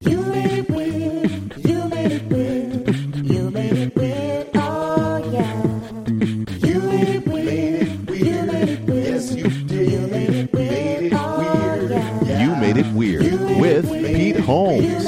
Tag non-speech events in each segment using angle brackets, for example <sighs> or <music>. You made it weird. You made it weird. You made it weird. Oh yeah. You made it weird. You made it weird. Yes, you did. You made it weird. Oh yeah. You Made It Weird with Pete Holmes.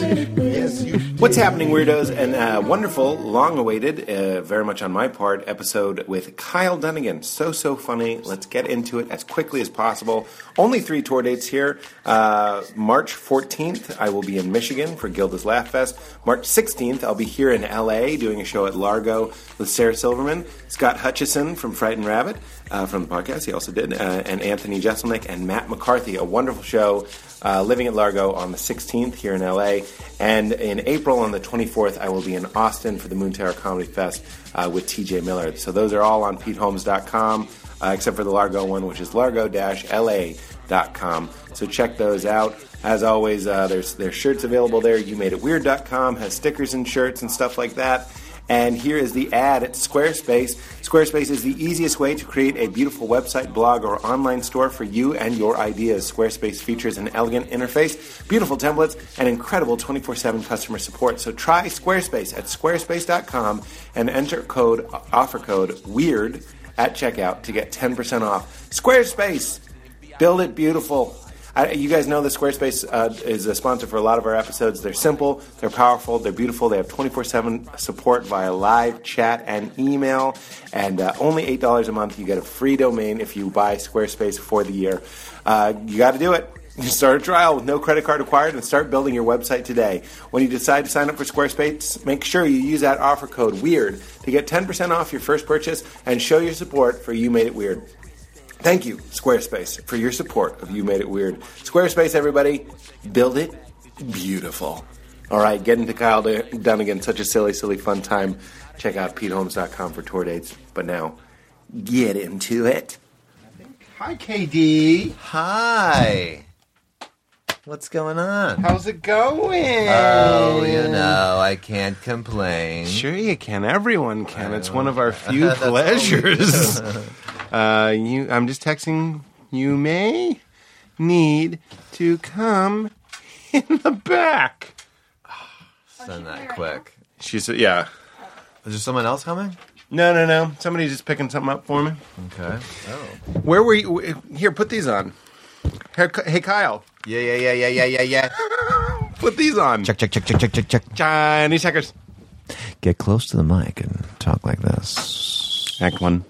What's happening, weirdos? And uh, wonderful, long-awaited, uh, very much on my part, episode with Kyle Dunnigan. So so funny. Let's get into it as quickly as possible. Only three tour dates here. Uh, March 14th, I will be in Michigan for Gilda's Laugh Fest. March 16th, I'll be here in LA doing a show at Largo with Sarah Silverman, Scott Hutchison from Frightened Rabbit uh, from the podcast. He also did, uh, and Anthony Jeselnik and Matt McCarthy. A wonderful show. Uh, living at Largo on the 16th here in LA. And in April on the 24th, I will be in Austin for the Moon Tower Comedy Fest uh, with TJ Miller. So those are all on PeteHolmes.com, uh, except for the Largo one, which is largo-la.com. So check those out. As always, uh, there's there's shirts available there. YouMadeItWeird.com has stickers and shirts and stuff like that. And here is the ad at Squarespace. Squarespace is the easiest way to create a beautiful website, blog, or online store for you and your ideas. Squarespace features an elegant interface, beautiful templates, and incredible 24 7 customer support. So try Squarespace at squarespace.com and enter code offer code WEIRD at checkout to get 10% off. Squarespace! Build it beautiful. I, you guys know that Squarespace uh, is a sponsor for a lot of our episodes. They're simple, they're powerful, they're beautiful. They have 24 7 support via live chat and email. And uh, only $8 a month, you get a free domain if you buy Squarespace for the year. Uh, you got to do it. <laughs> Start a trial with no credit card required and start building your website today. When you decide to sign up for Squarespace, make sure you use that offer code WEIRD to get 10% off your first purchase and show your support for You Made It Weird. Thank you, Squarespace, for your support of You Made It Weird. Squarespace, everybody, build it beautiful. All right, get into Kyle D- Dunnigan. Such a silly, silly fun time. Check out PeteHolmes.com for tour dates. But now, get into it. Hi, KD. Hi. What's going on? How's it going? Oh, you know, I can't complain. Sure you can. Everyone can. It's one <laughs> of our few That's all we do. pleasures. <laughs> uh, you, I'm just texting. You may need to come in the back. Done that quick. She said, "Yeah." Is there someone else coming? No, no, no. Somebody's just picking something up for me. Okay. Oh. Where were you? wh- Here, put these on. Here, K- Hey, Kyle, Yeah, yeah, yeah, yeah, yeah, yeah, yeah. put these on. Check, check, check, check, check, check, check. Chinese checkers. Get close to the mic and talk like this. Act one.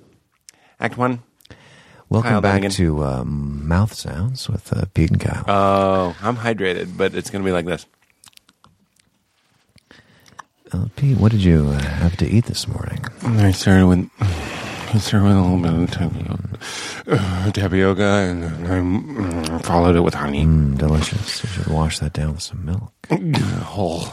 Act one. Welcome Kyle back Dunnigan. to um, Mouth Sounds with uh, Pete and Kyle. Oh, I'm hydrated, but it's gonna be like this. Uh, Pete, what did you uh, have to eat this morning? I started with. I started with a little bit of tapioca, uh, tapioca and I mm, followed it with honey. Mm, delicious. You should wash that down with some <laughs> milk. Whole.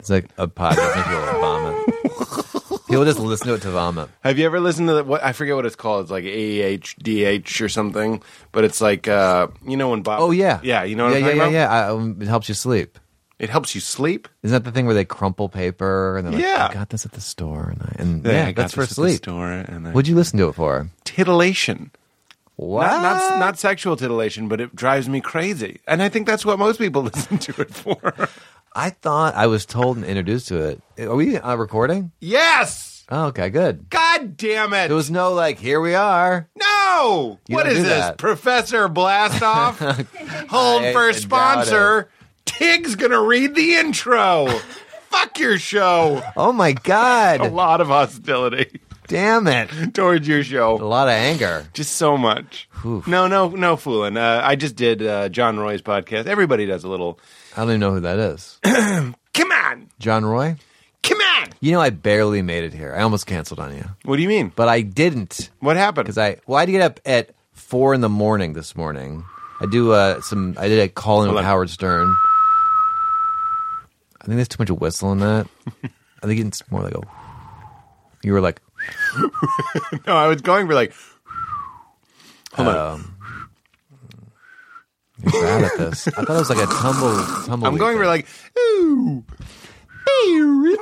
It's like a pot that makes people vomit. People just listen to it to vomit. Have you ever listened to the, what I forget what it's called? It's like AHDH or something, but it's like uh, you know when Bob. Oh yeah, yeah. You know what yeah, I'm yeah, talking yeah, about? yeah. I, um, it helps you sleep. It helps you sleep. Isn't that the thing where they crumple paper and they're like, Yeah. I got this at the store and, I, and Yeah, yeah, I got that's for this at the sleep. store and I- What'd you listen to it for? Titillation. What? Not, not not sexual titillation, but it drives me crazy, and I think that's what most people <laughs> listen to it for. I thought I was told and introduced to it. Are we uh, recording? yes. Oh, okay, good. God damn it. There was no like, here we are. no. You What don't is do this, that. Professor Blastoff? <laughs> Hold I for doubt sponsor. Tig's gonna read the <laughs> intro. Fuck your show. Oh my <laughs> A god, lot of hostility <laughs> damn it! towards your A show. lot of anger. Just so much. Oof. No, no, no fooling. Uh, I just did uh, John Roy's podcast. Everybody does a little. I don't even know who that <coughs> is. Come on, John Roy. come on. You know, I barely made it here. I almost canceled on you, What do you mean? but I didn't. What happened? because I well I had to get up at four in the morning this morning. I do uh, some. I did a call in Hold with on. Howard Stern. I think there's too much whistle in that. I think it's more like a. You were like, <laughs> no, I was going for like. Hold on. um, you're bad at this. I thought it was like a tumble tumble. I'm going for like. Ooh. <laughs>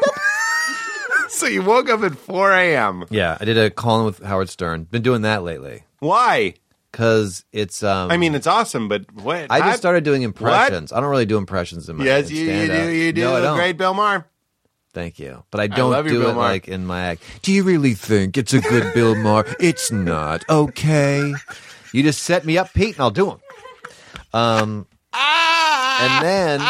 so you woke up at 4 a.m. Yeah, I did a call in with Howard Stern. Been doing that lately Why? because it's. Um, I mean, it's awesome, but what? I just I've- started doing impressions. I don't really do impressions in my Yes, in you, you stand-up. do. You do. No, I don't. Great, Bill Maher. Thank you, but I don't love you, do Bill it Maher. like in my act. Do you really think it's a good Bill Maher? It's not okay. You just set me up, Pete, and I'll do them. Um, and then.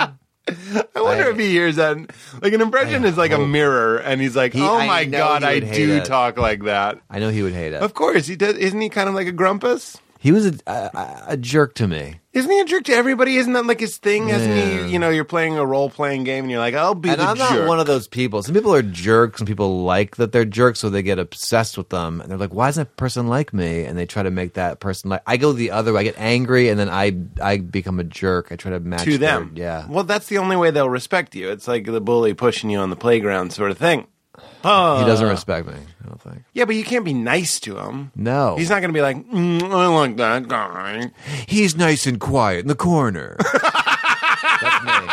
I wonder I- if he hears that. Like an impression I is like a hope. mirror, and he's like, He- "Oh I my know god, he I would hate do it. talk like that." I know he would hate it. Of course, he does. Isn't he kind of like a grumpus? He was a, a, a jerk to me. Isn't he a jerk to everybody? Isn't that like his thing? Isn't Yeah. he? You know, you're playing a role playing game, and you're like, "I'll be And the I'm jerk." not one of those people. Some people are jerks and people like that they're jerks, so they get obsessed with them. And they're like, why isn't that person like me? And they try to make that person like. I go the other way. I get angry and then I I become a jerk. I try to match to their- them. yeah. Well, that's the only way they'll respect you. It's like the bully pushing you on the playground, sort of thing. Oh, he doesn't respect me, I don't think. Yeah, but you can't be nice to him. No. He's not going to be like, mm, I like that guy. He's nice and quiet in the <laughs> corner. That's me.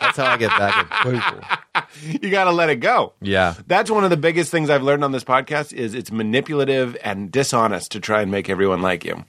That's how I get back at people. You got to let it go. Yeah. That's one of the biggest things I've learned on this podcast is it's manipulative and dishonest to try and make everyone like you.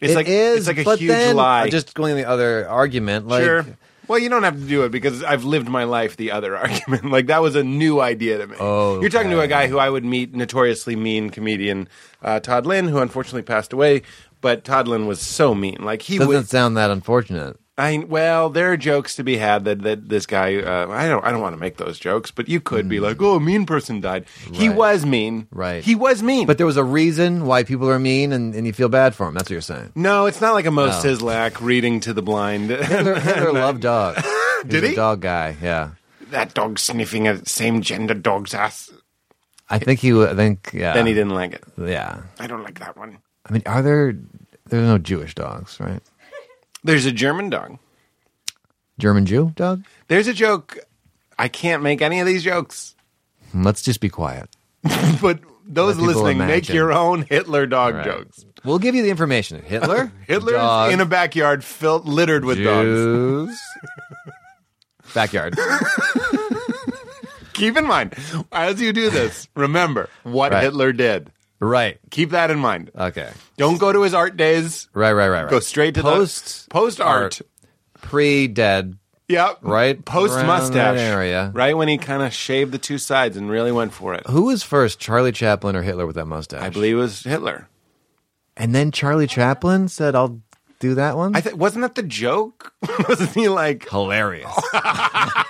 It's It like is, it's like a but huge then, lie. Just going the other argument, like sure. Well, you don't have to do it because I've lived my life the other <laughs> argument. Like that was a new idea to me. Oh, you're talking to okay. a guy who I would meet, notoriously mean comedian uh, Todd Lynn, who unfortunately passed away. But Todd Lynn was so mean. Like he doesn't would. sound that unfortunate. I well, there are jokes to be had that that this guy. Uh, I don't. I don't want to make those jokes, but you could be like, "Oh, a mean person died." He Hmm. Right. was mean. Right. He was mean. But there was a reason why people are mean and, and you feel bad for them. That's what you're saying. <laughs> no, it's not like a Mo No. Sizlak reading to the blind. <laughs> Hitler, Hitler loved dogs. He was Did a he? dog guy, yeah. that dog sniffing at same gender dog's ass. I think he would, I think, yeah. Then he didn't like it. Yeah. I don't like that one. I mean, are there, there's no Jewish dogs, right? There's a German dog. German Jew dog? There's a joke. I can't make any of these jokes, <laughs> Hmm, Let's just be quiet. but those Let people listening, make imagine. your own Hitler dog Right. jokes. We'll give you the information. Hitler? <laughs> Hitler's dog, in a backyard filled littered with dogs. <laughs> Jews. Backyard. Keep in mind, as you do this, remember what Right. Hitler did. right. Keep that in mind. Okay. Don't go to his art days. Right, right, right, right. Go straight to post the post art. Pre dead. Yep. Right Post around that mustache area. Oh, Right when he kind of shaved the two sides and really went for it. Who was first, Charlie Chaplin or Hitler with that mustache? I believe it was Hitler. And then Charlie Chaplin said, I'll do that one? I th- wasn't that the joke? <laughs> wasn't he <laughs> like? Hilarious.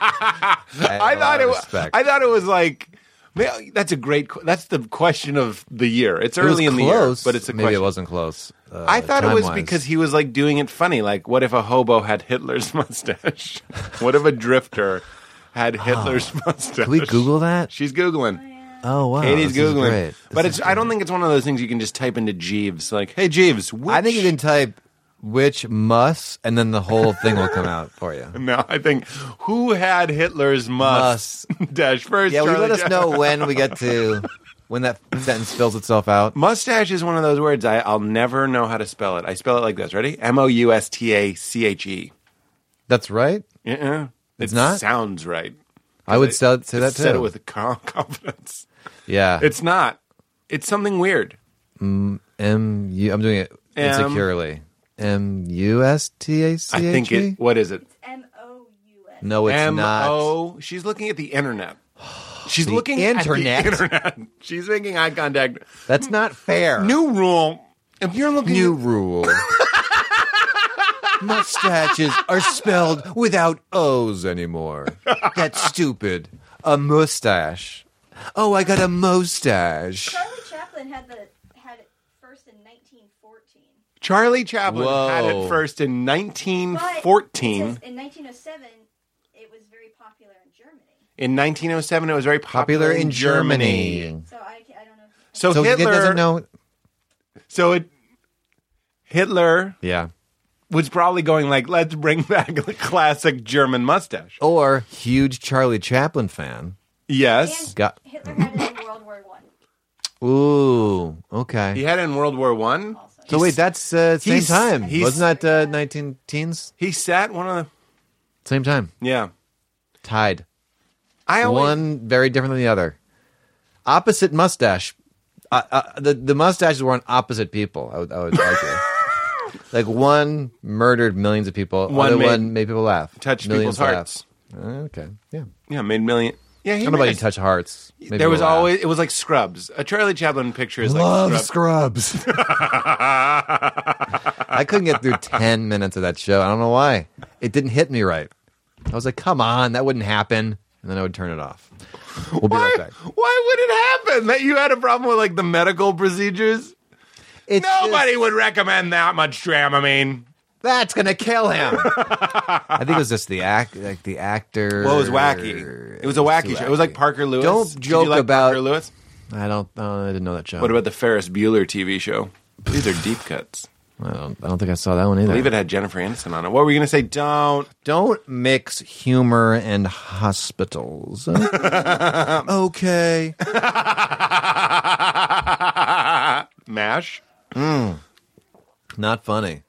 I thought it was. Respect. I thought it was like. man, That's a great. que- That's the question of the year. It's It was early in close, the year, but it's a Maybe question. it wasn't close. uh, I thought it was time-wise. because he was like doing it funny. Like, what if a hobo had Hitler's <laughs> mustache? what if a drifter had Hitler's <laughs> mustache? Ah. Can we Google that? She's googling. Oh wow, Katie's this is googling, great. but This is it's. I don't think it's one of those things you can just type into Jeeves. Like, hey Jeeves, which... I think you can type which must, and then the whole thing will come out for <laughs> you. No, I think who had Hitler's must <laughs> dash first. Yeah, we Charlie let us Chaplin. know when we get to when that sentence fills itself <laughs> out. <laughs> Mustache is one of those words I, I'll never know how to spell it. I spell it like this. Ready? M O U S T A C H E. That's right. Uh-uh. It's it not? Sounds right. I would say, say I that too. said it with <laughs> com- confidence. yeah. It's not. It's something weird. M U. I'm doing it M- insecurely. M U S T A C I H E. think it. What is it? No, it's M not. O. She's looking at <sighs> the internet. She's The looking internet? at the <laughs> internet. She's making eye contact. That's not fair. New rule. If you're looking New rule. Mustaches are spelled without O's anymore. That's stupid. A mustache. Oh, I got a mustache. Charlie Chaplin had the had it first in 1914. Charlie Chaplin had Whoa. it first in But 1914. it says in 1907, it was very popular in Germany. In 1907, it was very popular, Popular in Germany. So I, ca- I don't know. If So, So he Hitler doesn't know. So it Hitler Yeah. was probably going like, let's bring back the classic German mustache. Or huge Charlie Chaplin fan. Yes, Got. Hitler had it in World War One. Ooh. Okay. he had it in World War One. So wait, that's uh, same he's- time. he's- Wasn't that uh, 19 teens? He sat one of Same time. the yeah. Tied. I always, One very different than the other. Opposite mustache Uh, uh, the the mustaches were on opposite people. I would, I would <laughs> argue. like one murdered millions of people. One other made- one made people laugh. touched millions people's hearts. laugh. Uh, okay, yeah. Yeah, made million. Yeah, he I don't know made about you us- touch hearts. Made There people was laugh. always it was like Scrubs. A Charlie Chaplin picture is love like Scrubs. Scrubs. <laughs> I couldn't get through ten minutes of that show. I don't know why. It didn't hit me right. I was like, "Come on, that wouldn't happen," and then I would turn it off. We'll be right Why, back. why would it happen that you had a problem with like the medical procedures? It's just- Nobody would recommend that much Dramamine. That's gonna kill him. I think it was just the act, like the actor. Well, it was wacky. It was a wacky show. It was like Parker Lewis. Don't Did you joke like about- Parker Lewis. I don't. Uh, I didn't know that show. What about the Ferris Bueller TV show? These are deep cuts. I don't. I don't think I saw that one either. I believe it had Jennifer Aniston on it. What were we going to say? Don't. Don't mix humor and <laughs> hospitals. okay. <laughs> Mash. Not funny.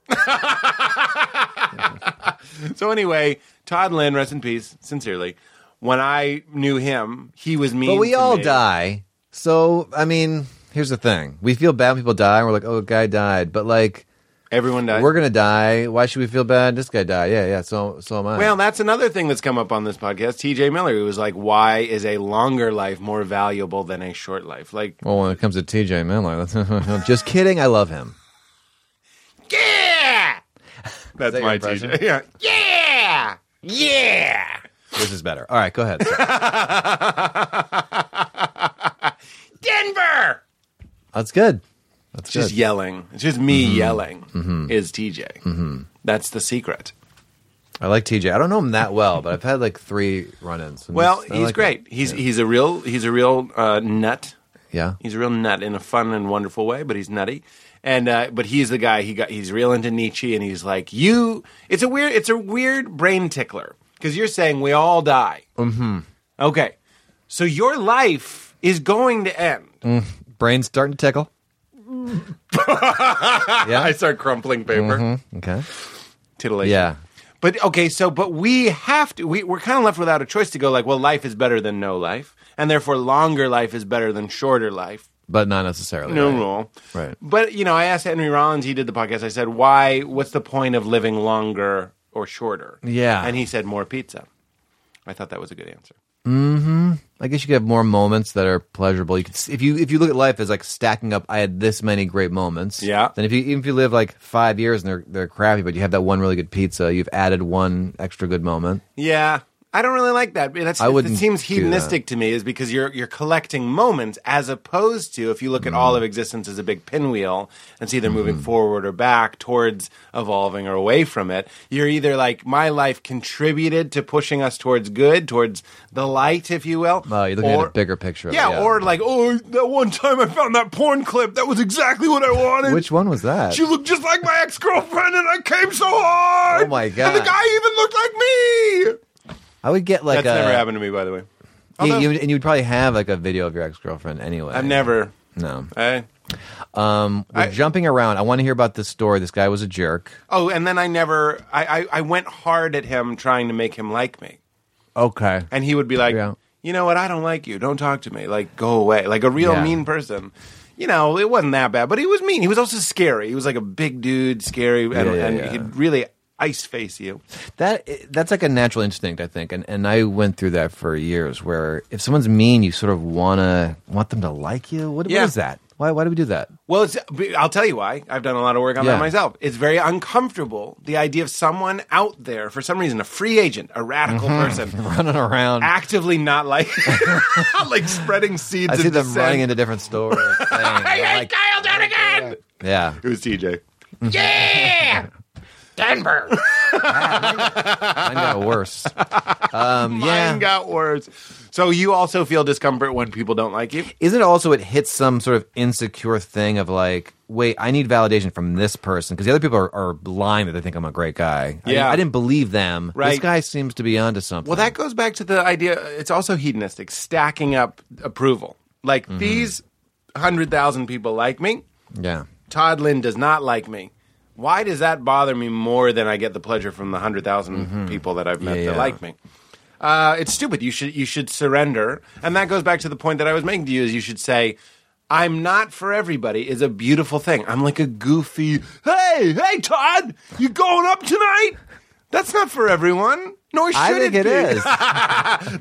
So anyway, Todd Lynn, rest in peace, sincerely. When I knew him, he was mean. But we to all me. die. So I mean, here's the thing: we feel bad when people die, and we're like, "Oh, a guy died." But like, Everyone died. we're gonna die. Why should we feel bad? This guy died. Yeah, yeah. So so am I. well, that's another thing that's come up on this podcast. TJ Miller, who was like, "Why is a longer life more valuable than a short life?" Like, Well, when it comes to TJ Miller, that's- <laughs> just kidding. I love him. yeah, <laughs> that's your my impression? TJ. Yeah, yeah, yeah, This is better. All right, go <laughs> ahead. Sorry. Denver. That's good. That's It's just good. yelling. It's just me yelling. Is TJ? Mm-hmm. That's the secret. I like TJ. I don't know him that well, but I've had like three run-ins. and Well, it's- I he's like great. it. He's he's a real he's a real uh, nut. yeah. He's a real nut in a fun and wonderful way, but he's nutty. And uh, but he's the guy. He got he's real into Nietzsche, and he's like you. It's a weird. It's a weird brain tickler because you're saying we all die. Mm-hmm. Okay, so your life is going to end. Brain's starting to tickle. I yeah. start crumpling paper. Okay. Titillation. Mm-hmm. Yeah. But okay, so but we have to. We we're kind of left without a choice to go like, well, life is better than no life, and therefore longer life is better than shorter life. But not necessarily. No right? rule. Right. But, you know, I asked Henry Rollins, he did the podcast. I said, why, what's the point of living longer or shorter? Yeah. And he said, more pizza. I thought that was a good answer. I guess you could have more moments that are pleasurable. You could, s- if you if you look at life as like stacking up, I had this many great moments. Yeah. Then if you even if you live like five years and they're they're crappy, but you have that one really good pizza, you've added one extra good moment. Yeah. I don't really like that. That's, I it wouldn't seems do that. hedonistic to me is because you're you're collecting moments as opposed to if you look at Mm-hmm. all of existence as a big pinwheel and see they're moving forward or back towards evolving or away from it, you're either like my life contributed to pushing us towards good, towards the light, if you will. Oh, you're looking at or- a bigger picture. of it, Yeah, or like, oh, that one time I found that porn clip. That was exactly what I wanted. which one was that? She looked just like my ex girlfriend, and I came so hard. Oh, my And the God. guy even looked like me. I would get like uh, a, That's never happened to me, by the way. you- Although- you, and you'd probably have like a video of your ex girlfriend anyway. I've never. eh? No. I, We're I- jumping around. I want to hear about this story. This guy was a jerk. oh, and then I never. I, I I went hard at him trying to make him like me, Okay. and he would be like, Yeah. you know what? I don't like you. Don't talk to me. Like, go away. Like a real Yeah. mean person. You know, it wasn't that bad, but he was mean. He was also scary. He was like a big dude, scary, and, yeah, and yeah. he could really ice face you. That eh, that's like a natural instinct, I think, and and I went through that for years. Where if someone's mean, you sort of wanna want them to like you. What, Yeah. what is that? Why why do we do that? <laughs> Well, it's, I'll tell you why. I've done a lot of work on Yeah. that myself. It's very uncomfortable. The idea of someone out there, for some reason, a free agent, a radical person, Running around, actively not like, <laughs> like spreading seeds. I of see them dissent. running into different <laughs> stores. saying, Hey, hey, like- Kyle Dunnigan! yeah, It was TJ. <laughs> Yeah! Denver! mine got worse. Um, yeah, Mine got worse. So you also feel discomfort when people don't like you. isn't it also it hits some sort of insecure thing of like, wait, I need validation from this person because the other people are, are blind that they think I'm a great guy. I- Yeah. I, didn't believe them. This Right. guy seems to be onto something. Well, that goes back to the idea. It's also hedonistic, stacking up approval. Like Mm-hmm. these hundred thousand people like me. yeah. Todd Lynn does not like me. Why does that bother me more than I get the pleasure from the 100,000 people that I've Mm-hmm. met Yeah, yeah. that like me? Uh, it's stupid. You should you should surrender, and that goes back to the point that I was making to you: is you should say, I'm not for everybody is a beautiful thing. I'm like a goofy, hey, hey, Todd, you going up tonight? That's not for everyone. Nor should I think it it be. is.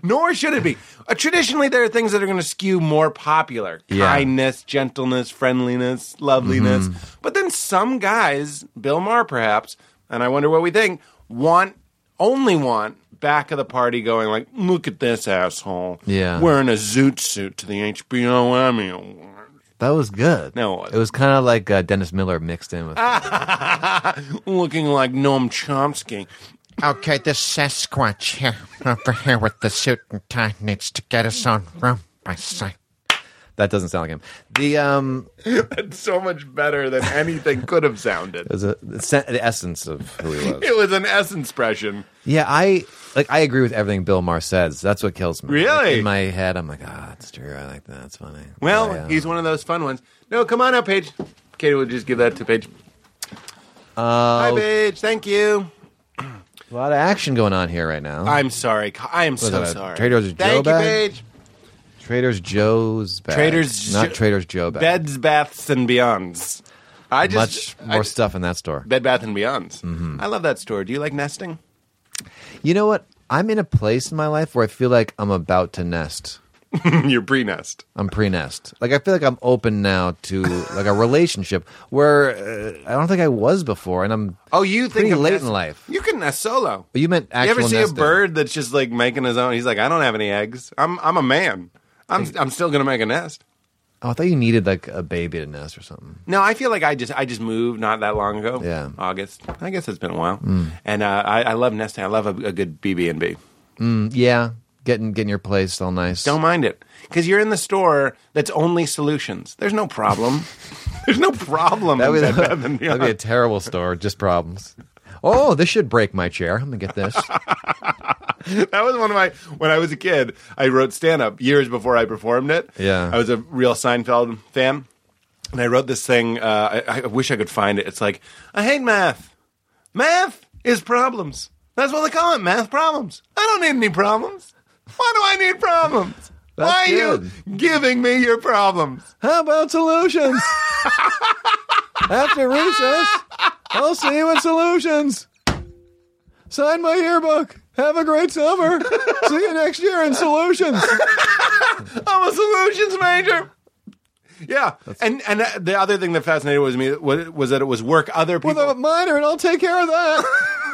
Nor should it be. Uh, traditionally, there are things that are going to skew more popular Yeah. kindness, gentleness, friendliness, loveliness. Mm-hmm. But then some guys, Bill Maher perhaps, and I wonder what we think, want only want back of the party going like, look at this asshole, Yeah. wearing a zoot suit to the HBO Emmy Award. <laughs> That was good. No, Ah. it wasn't. it was kind of like uh, Dennis Miller mixed in with. looking like Noam Chomsky. Okay, this Sasquatch here, over here with the suit and tie needs to get his own room, I say. That doesn't sound like him. The um, That's so much better than anything could have <laughs> sounded. it was a, the, sen- the essence of who he was. <laughs> It was an S expression. Yeah, I like. I agree with everything Bill Maher says. That's what kills me. Really? Like, in my head, I'm like, ah, it's true. I like that. That's funny. Well, I, uh, he's one of those fun ones. No, come on up, Paige. Katie will just give that to Paige. Hi, Uh, Paige. Thank you. a lot of action going on here right now. I'm sorry. I am so that a sorry. Trader Joe's Thank Joe you, bag? Paige. Trader's Joe's bag. Trader's not Jo- Trader's Joe bag. Beds, baths, and beyonds. I Much just I- more stuff Mm-hmm. in that store. Bed Bath and Beyonds. I love that store. Do you like <laughs> nesting? You know what? I'm in a place in my life where I feel like I'm about to nest. Your pre-nest. I'm pre-nest. Like I feel like I'm open now to like a relationship where uh, I don't think I was before, and I'm. Oh, you Pretty think of late nest- in life. You can nest solo. But you meant You actual ever see nesting. a bird that's just like making his own? He's like, I don't have any eggs. I'm I'm a man. I'm I'm still gonna make a nest. Oh, I thought you needed like a baby to nest or something. No, I feel like I just I just moved not that long ago. Yeah. Mm. August. I guess it's been a while. And uh, I, I love nesting. I love a, a good BB and B. Mm, Yeah, getting getting your place all nice. Don't mind it because you're in the store that's only solutions. There's no problem. <laughs> There's no problem. that in would Bed Bath <laughs> and that'd be a Beyond. terrible store. Just problems. Oh, this should break my chair. I'm gonna get this. that was one of my when I was a kid. I wrote stand up years before I performed it. Yeah. I was a real Seinfeld fan, and I wrote this thing. Uh, I, I wish I could find it. It's like I hate math. Math is problems. That's what they call it. Math problems. I don't need any problems. Why do I need problems? That's Why are you good. giving me your problems? How about solutions? After recess, I'll see you at solutions. Sign my yearbook. Have a great summer. see you next year in solutions. I'm a solutions major. Yeah, and and uh, the other thing that fascinated was me was, was that it was work other people. With a minor, and I'll take care of that.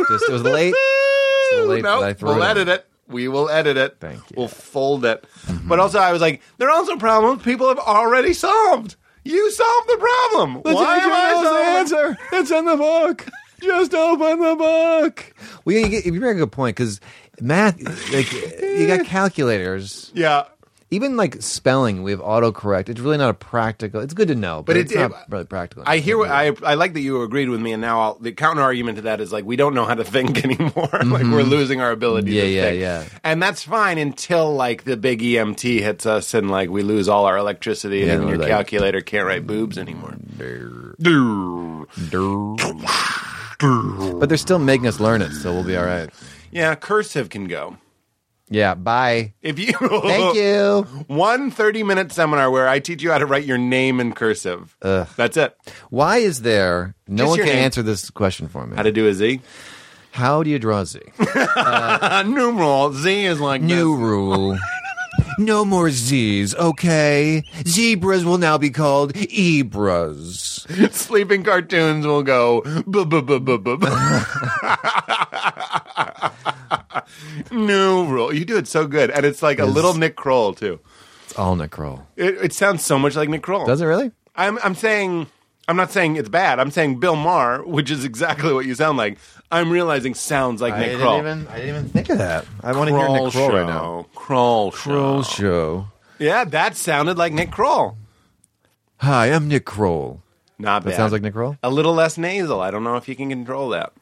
Just it was late. It's late <laughs> no, that I threw we'll it in. edit it. We will edit it. Thank you. Mm-hmm. We'll fold it. But also, I was like, there are also problems people have already solved. You solved the problem. The Why am teacher I solving? knows the answer. It's in the book. Just open the book. Well, you, get- you bring a good point because math, like you got calculators, Yeah, even like spelling, we have autocorrect. It's really not a practical. It's good to know, but, But it's it- not it- really practical. I hear. what- I I like that you agreed with me, and now I'll, the counter argument to that is like we don't know how to <laughs> think anymore. like we're losing our ability. Mm-hmm. Yeah, to yeah, think. yeah. And that's fine until like the big EMT hits us, and like we lose all our electricity, Yeah, and we're your like- calculator can't write boobs anymore. but they're still making us learn it, so we'll be all right. Yeah, cursive can go. Yeah. Bye. If you <laughs> Uh-huh. Thank you. <laughs> one 30 minute seminar where I teach you how to write your name in cursive. That's it. Why is there no Just one your can name. answer this question for me? How to do a Z. How do you draw a <laughs> Z? Uh, numeral. Z is like New this. rule. No more Z's, okay? Zebras will now be called Ebras. <laughs> Sleeping cartoons will go. <laughs> bu- bu- bu- bu- bu- <laughs> bu. New rule. You do it so good. And it's like a little Nick Kroll, too. It's all Necrol. It, it sounds so much like Nick Kroll. Does it really? I'm, I'm saying. I'm not saying it's bad. I'm saying Bill Maher, which is exactly what you sound like. I'm realizing sounds like Nick Kroll. I didn't even think of that. I want to hear Nick Kroll right now. Kroll show. Kroll show. Yeah, that sounded like Nick Kroll. Hi, I'm Nick Kroll. Not That bad. sounds like Nick Kroll. A little less nasal. I don't know if you can control that.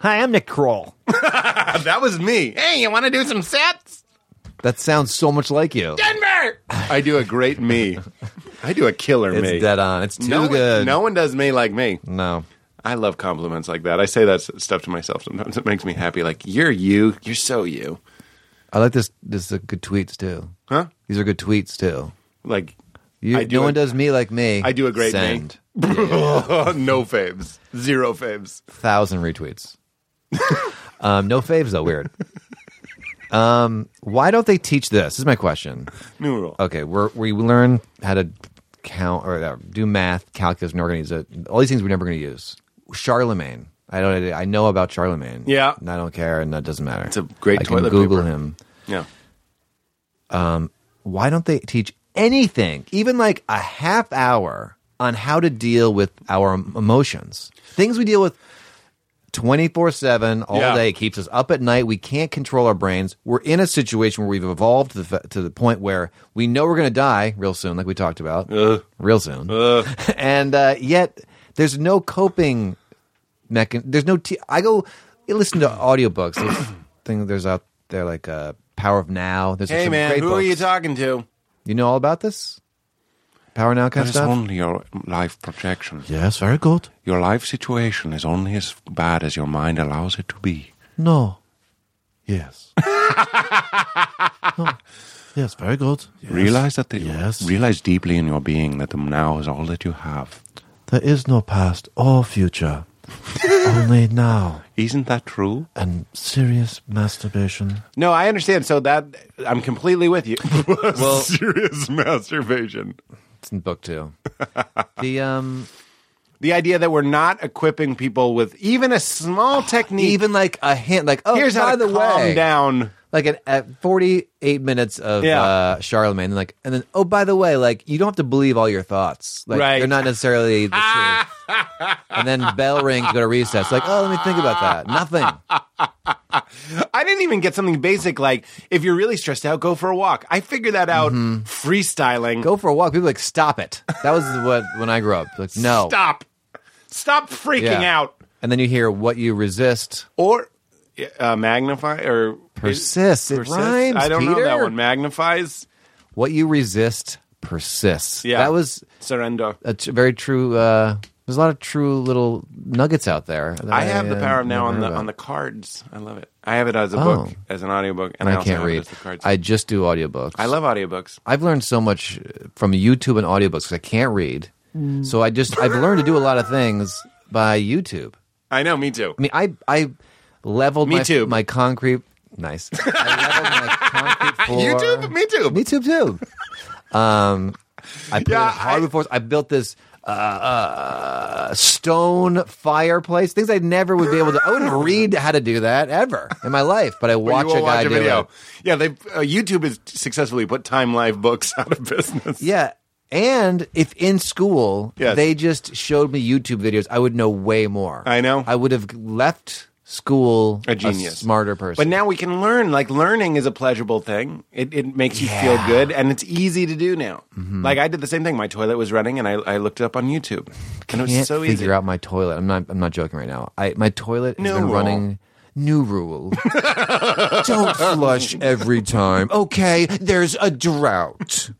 Hi, I'm Nick Kroll. Uh, that was me. Hey, you want to do some sets? That sounds so much like you. Denver! I do a great me. I do a killer It's me. dead on. It's too no One, good. no one does me like me. No. I love compliments like that. I say that s- stuff to myself sometimes. It makes me happy. Like, you're you. You're so you. I like this. This is uh, good tweets too. Huh? These are good tweets too. Like, You, I do no a- one does me like me. I do a great <laughs> Send. no faves, zero faves. thousand retweets. <laughs> um, no faves though. Weird. <laughs> Um, why don't they teach this? This is my question. New rule. Okay, we're, we learn how to count or uh, do math, calculus, and organize it. All these things we're never going to use. Charlemagne. I don't. I know about Charlemagne. Yeah. and I don't care, and that doesn't matter. It's a great I toilet can Google paper. him. Yeah. Why don't they teach anything, even like a half hour, on how to deal with our em- emotions, things we deal with. 24 7 all Yeah. day keeps us up at night we can't control our brains we're in a situation where we've evolved to the, fa- to the point where we know we're going to die real soon like we talked about Uh. real soon <laughs> and uh, yet there's no coping mechanism there's no t- i go you listen to audiobooks there's <coughs> thing there's out there like uh, power of now there's Hey some man, great who are you books. talking to? You know all about this? Power now kind of stuff? your life projection. Yes, very good. Your life situation is only as bad as your mind allows it to be. No. <laughs> Yes. Yes, very good. Realize that the Yes. realize deeply in your being that the now is all that you have. There is no past or future. Only now. Isn't that true? And serious masturbation. No, I understand. So that I'm completely <laughs> with you. Well- serious <laughs> masturbation. It's in book two. the um The idea that we're not equipping people with even <sighs> a small technique. even like a hint like oh here's by how to the calm way down. like at, at 48 minutes of Yeah. uh, Charlemagne, and like, and then oh, by the way, like you don't have to believe all your thoughts. Like Right. they're not necessarily <laughs> the truth. and then bell rings, go to recess. Like oh, let me think about that. Nothing. I didn't even get something basic like if you're really stressed out, go for a walk. I figured that out freestyling. Mm-hmm. Go for a walk. People are like stop it. That was what when I grew up. Like no, Stop. Stop freaking Yeah. out. And then you hear what you resist Or uh, magnify or persists. It Persists? rhymes. I don't know that Peter. one. Magnifies. What you resist persists. Yeah. that was Surrender. a t- very true. Uh, there's a lot of true little nuggets out there. that I have the uh, power of never now on heard the about. on the cards. I love it. I have it as a Oh. book, as an audiobook, and I, I, also can't have it read. as the cards. I just do audiobooks. I love audiobooks. I've learned so much uh, from YouTube and audiobooks 'cause I can't read. So I just I've learned to do a lot of things by YouTube. I know, me too. I mean, I I leveled Me my, too. my concrete. Nice. I leveled <laughs> my concrete floor. YouTube, me too. Me too, too. Um, I put Yeah, in hardwood floors. I built this uh, uh, stone fireplace. Things I never would be able to. I wouldn't read how to do that ever in my life. But I Well, watch you will a guy watch a do video. it. Yeah, they uh, YouTube has successfully put Time Life Books <laughs> out of business. Yeah. And if in school Yes. they just showed me YouTube videos, I would know way more. I know. I would have left school a genius, smarter person. But now we can learn. Like learning is a pleasurable thing. It, it makes you feel good, and it's easy to do now. Mm-hmm. Like I did the same thing. My toilet was running, and I, I looked it up on YouTube, and it can't was so figure easy. out my toilet. I'm not. I'm not joking right now. I my toilet has New been rule. running. New <laughs> rule: Don't flush every time. Okay, there's a drought.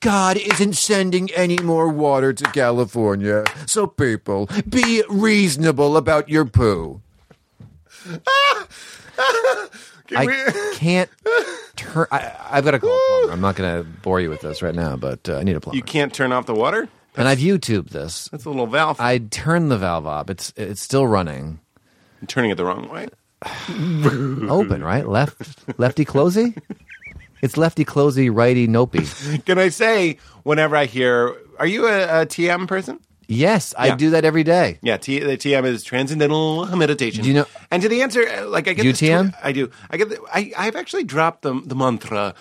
God isn't sending any more water to California, so people be reasonable about your <laughs> poo. I can't turn. I, I've got to <laughs> call a plumber. I'm not going to bore you with this right now, but uh, I need a plumber. You can't turn off the water. and I've YouTubed this. That's a little valve. I turned the valve up. It's it's still running. I'm turning it the wrong way. Open, right? Left lefty closey? It's lefty closey, righty nopey. Can I say whenever I hear, are you a, a TM person? Yes, I Yeah. do that every day. Yeah, T, the TM is transcendental meditation. Do you know- And to the answer, uh, like I get You this tweet- TM? I do. I get. The, I I've actually dropped the the mantra,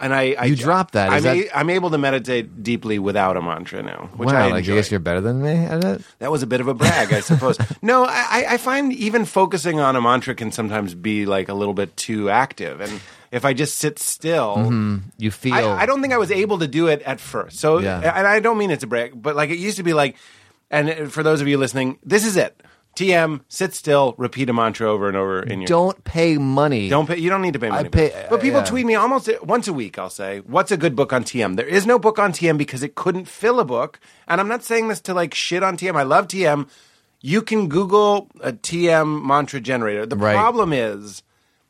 and I, I You dropped that. I'm, Is a, that- I'm able to meditate deeply without a mantra now, which wow, I like I enjoy. guess you're better than me at it. that was a bit of a brag, <laughs> I suppose. no, I, I- I find even focusing on a mantra can sometimes be like a little bit too active, and if I just sit still. Mm-hmm. Mm, You feel I, I don't think I was able to do it at first. So, Yeah. and I don't mean it's a brag, but like it used to be like, and for those of you listening, this is it. TM, sit still, repeat a mantra over and over in your. don't pay money. Don't pay. You don't need to pay money. pay- but people yeah. tweet me almost once a week. I'll say, "What's a good book on TM?" There is no book on TM because it couldn't fill a book. And I'm not saying this to like shit on TM. I love TM. You can Google a TM mantra generator. The Right. problem is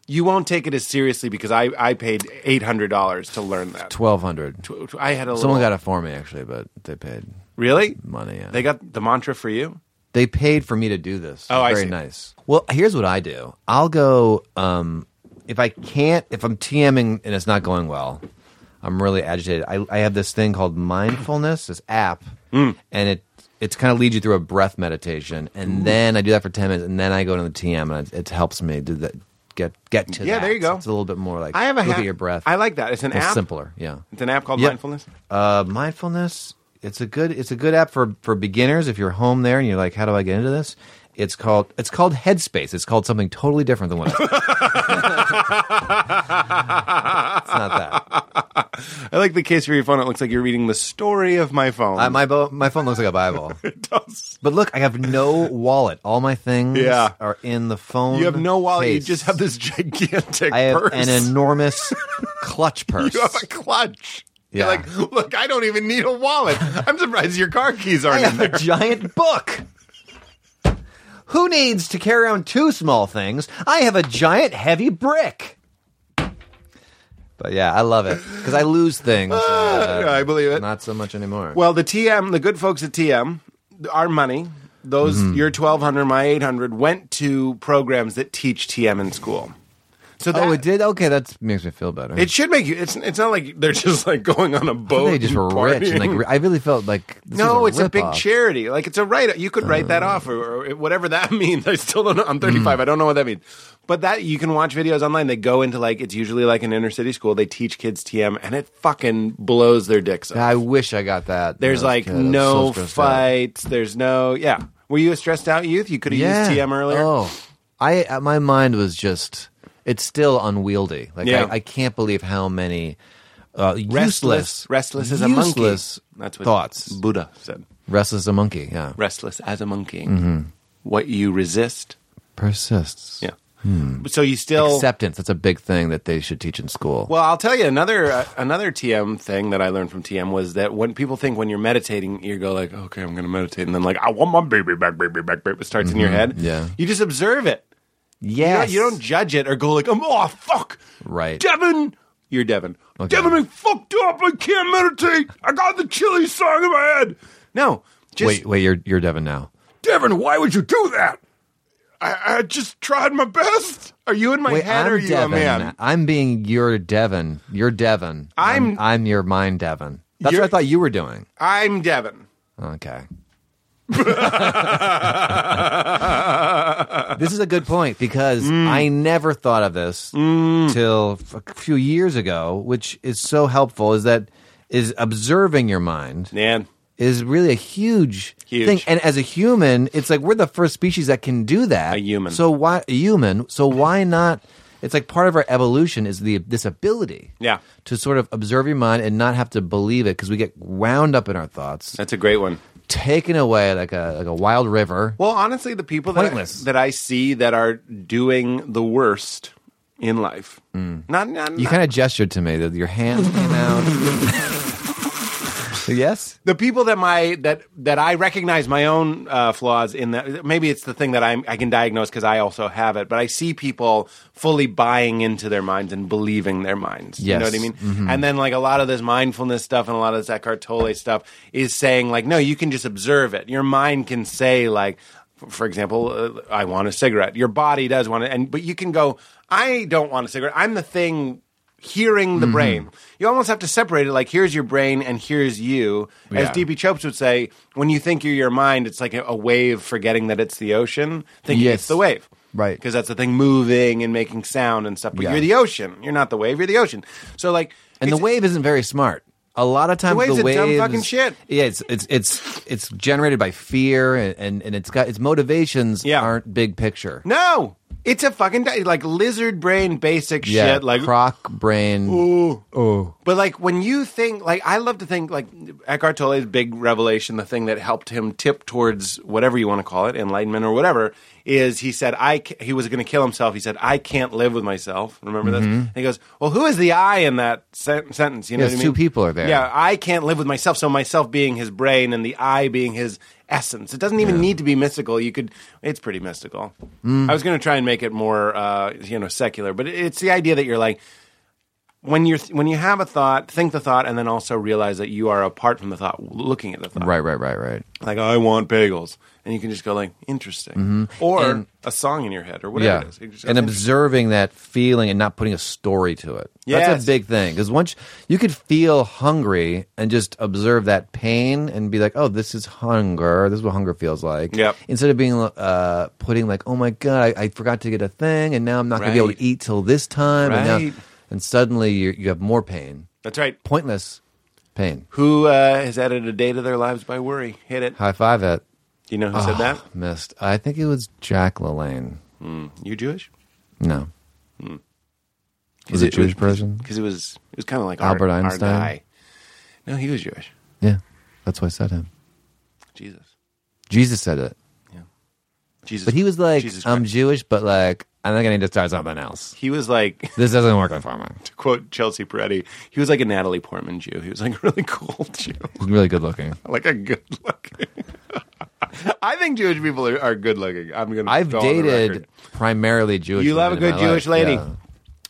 you won't take it as seriously because I, I paid eight hundred dollars to learn that. Twelve hundred. Tw- I had a little, Someone got it for me actually, but they paid really money. Yeah. They got the mantra for you. They paid for me to do this. Oh, I very see. nice. Well, here's what I do. I'll go um, if I can't if I'm TMing and it's not going well. I'm really agitated. I, I have this thing called mindfulness, this app, Mm. and it it's kind of leads you through a breath meditation, and then I do that for ten minutes, and then I go to the TM, and it, it helps me do that. Get get to Yeah, that. there you go. It's a little bit more like I have a look hack- at your breath. I like that. It's an It's app. simpler. Yeah, It's an app called Yep. Mindfulness. Uh, mindfulness. It's a good. It's a good app for for beginners. If you're home there and you're like, how do I get into this? It's called. It's called Headspace. It's called something totally different than what. I it's not that. I like the case for your phone. It looks like you're reading the story of my phone. I, my bo- my phone looks like a Bible. <laughs> It does. But look, I have no wallet. All my things Yeah. are in the phone. You have no wallet. case. You just have this gigantic I have purse. an enormous clutch purse. <laughs> you have a clutch. Yeah. You're like, look, I don't even need a <laughs> wallet. I'm surprised your car keys I aren't in have a there. giant book. Who needs to carry around two small things? I have a giant heavy brick. But yeah, I love it because I lose things. and, uh, Ah, I believe it. Not so much anymore. Well, the TM, the good folks at TM, our money, those Mm-hmm. your twelve hundred, my eight hundred, went to programs that teach TM in school. So that oh, it did. Okay, that makes me feel better. It should make you. It's it's not like they're just like going on a boat. they just and were rich, and like partying. re- I really felt like this no, was it's a big ripoff. Uh. charity. Like it's a write. You could write that off or, or whatever that <laughs> means. I still don't know. I'm 35. Mm. I don't know what that means. But that you can watch videos online. They go into like it's usually like an inner city school. They teach kids TM, and it fucking blows their dicks up. I wish I got that. when There's I was a like kid. I was no so stressed out. fights. There's no yeah. Were you a stressed out youth? You could have used TM earlier. Oh, I uh, my mind was just it's still unwieldy. Like Yeah. I, I can't believe how many uh, Restless, useless, restless as a monkey. useless That's what thoughts. Buddha said. Restless as a monkey. Yeah, Restless as a monkey. Mm-hmm. What you resist persists. Yeah. Hmm. So you still Acceptance. That's a big thing that they should teach in school. well, I'll tell you another uh, another TM thing that I learned from TM was that when people think when you're meditating, you go like, "Okay, I'm going to meditate," and then like, "I want my baby back, baby back," baby. It starts in your head. Mm-hmm. Yeah. you just observe it. You don't- yes. You, don't, judge it or go like, "Um, "Oh, fuck, Right. Devin." You're Devin. Devin, I fucked up. I can't meditate. I got the chili song in my head. No, just wait, wait. You're you're Devin now. Devin, why would you do that? I, I just tried my best. Are you in my Wait, head I'm or are you Devin. a man? I'm being your Devin. You're Devin. I'm- I'm your mind Devin. That's You're- what I thought you were doing. I'm Devin. <laughs> Okay. this is a good point because Mm. I never thought of this till f- a few years ago, which is so helpful. Is that is observing your mind Man. is really a huge, Huge. thing. And as a human, it's like we're the first species that can do that. A human. So why a human? So why not? It's like part of our evolution is the this ability Yeah. to sort of observe your mind and not have to believe it because we get wound up in our thoughts That's a great one. taken away like a like a wild river. Well, honestly, the people that I, Pointless. that I see that are doing the worst in life. Not, not, Mm. You not- kind of gestured to me that your hand came <laughs> out. yes. the people that my that that I recognize my own uh, flaws in that maybe it's the thing that I'm, I can diagnose because I also have it, but I see people fully buying into their minds and believing their minds. You know Yes. what I mean? Mm-hmm. And then like a lot of this mindfulness stuff and a lot of this Eckhart Tolle stuff is saying like, no, you can just observe it. Your mind can say like, f- for example, uh, I want a cigarette. Your body does want it, and but you can go, I don't want a cigarette. I'm the thing hearing the Mm-hmm. brain. You almost have to separate it. Like here's your brain and here's you. As Yeah. DB Chopes would say, when you think you're your mind, it's like a, a wave forgetting that it's the ocean, thinking Yes. it's the wave. Right. Because that's the thing moving and making sound and stuff. But Yeah. you're the ocean. You're not the wave. You're the ocean. So like, And the it's- wave isn't very smart. A lot of times wave's the a waves, dumb fucking shit. Yeah, it's it's it's it's generated by fear and and, and it's got its motivations Yeah. aren't big picture. No, it's a fucking di- like lizard brain basic yeah, shit. Like croc brain. But like when you think, like I love to think, like Eckhart Tolle's big revelation, the thing that helped him tip towards whatever you want to call it, enlightenment or whatever, is he said I ca- he was going to kill himself. He said I can't live with myself. Remember this? And he goes, well, who is the I in that sen- sentence? You know, Mm-hmm. Yes, what I two mean? people are there. Yeah, I can't live with myself. So myself being his brain and the I being his essence. It doesn't even need to be mystical. You could, it's pretty mystical. Mm. I was going to try and make it more, uh, you know, secular, but it- it's the idea that you're like, when you're when you have a thought, think the thought, and then also realize that you are apart from the thought, looking at the thought. Right, right, right, right. Like I want bagels, and you can just go like, interesting, or Mm-hmm. And- a song in your head, or whatever Yeah, it is. You just go, and observing that feeling and not putting a story to it. That's Yes. a big thing because once you could feel hungry and just observe that pain and be like, "Oh, this is hunger. This is what hunger feels like." Yep. Instead of being uh, putting like, "Oh my god, I, I forgot to get a thing, and now I'm not going to be able Right. to eat till this time," and Right. now, and suddenly you you have more pain, That's right. pointless pain. Who uh, has added a day to their lives by worry? Hit it. High five it. You know who said Ah. that? Missed. I think it was Jack LaLanne. You Jewish? No. Was it a Jewish person? Because it was it was kind of like Albert our, our Einstein? guy. No, he was Jewish. Yeah, that's why I said him. Jesus. Jesus said it. Jesus. But he was like, um, Jesus I'm Christ. Jewish, but like, I think I need to start something else. He was like, <laughs> This doesn't work for me. to quote Chelsea Peretti, he was like a Natalie Portman Jew. He was like a really <laughs> cool Jew, He's really good looking. <laughs> like a good looking. <laughs> I think Jewish people are, are good looking. I'm gonna. I've go on the record. dated primarily Jewish. You love a women in good my Jewish life. lady. Yeah.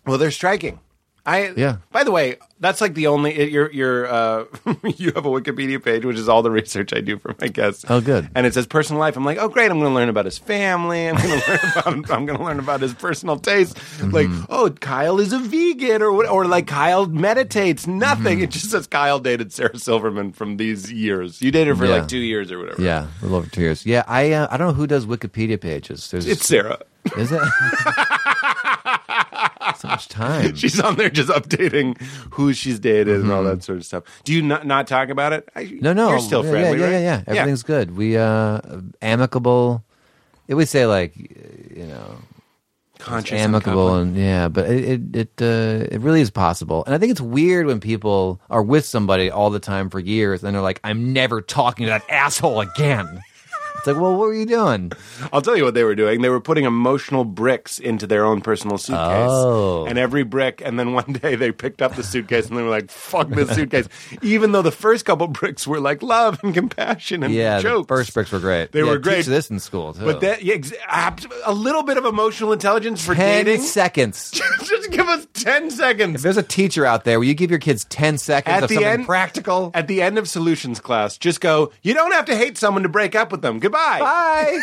Well, they're striking. I Yeah. By the way, that's like the only it- your your uh, <laughs> you have a Wikipedia page, which is all the research I do for my guests. Oh, good. And it says personal life. I'm like, oh, great. I'm going to learn about his family. I'm going to <laughs> learn about I'm going to learn about his personal taste. Mm-hmm. Like, oh, Kyle is a vegan, or what, or like Kyle meditates. Nothing. Mm-hmm. It just says Kyle dated Sarah Silverman from these years. You dated her for Yeah. like two years or whatever. Yeah, a little over two years. Yeah, I uh, I don't know who does Wikipedia pages. There's, It's Sarah. <laughs> is <laughs> it so much time. <laughs> She's on there just updating who she's dated and all that sort of stuff. Do you not, not talk about it? I, Mm-hmm. No, no, you're still yeah, friendly, Yeah, yeah, right? yeah, yeah. Everything's good. We uh amicable. It would say like conscious, and amicable and, competent. yeah but it it it, uh, it really is possible and i think it's weird when people are with somebody all the time for years and they're like i'm never talking to that asshole again it's like well what were you <laughs> doing I'll tell you what they were doing. They were putting emotional bricks into their own personal suitcase, Oh. and every brick. And then one day they picked up the suitcase and they were like, "Fuck this suitcase!" Even though the first couple bricks were like love and compassion and yeah the jokes. first bricks were great They Yeah, were great. teach this in school too but that yeah, ex- abs- a little bit of emotional intelligence for 10 dating. <laughs> seconds just give us ten seconds. if there's a teacher out there will you give your kids 10 seconds At of the something end- practical at the end of solutions class, just go, you don't have to hate someone to break up with them. Goodbye. <laughs> bye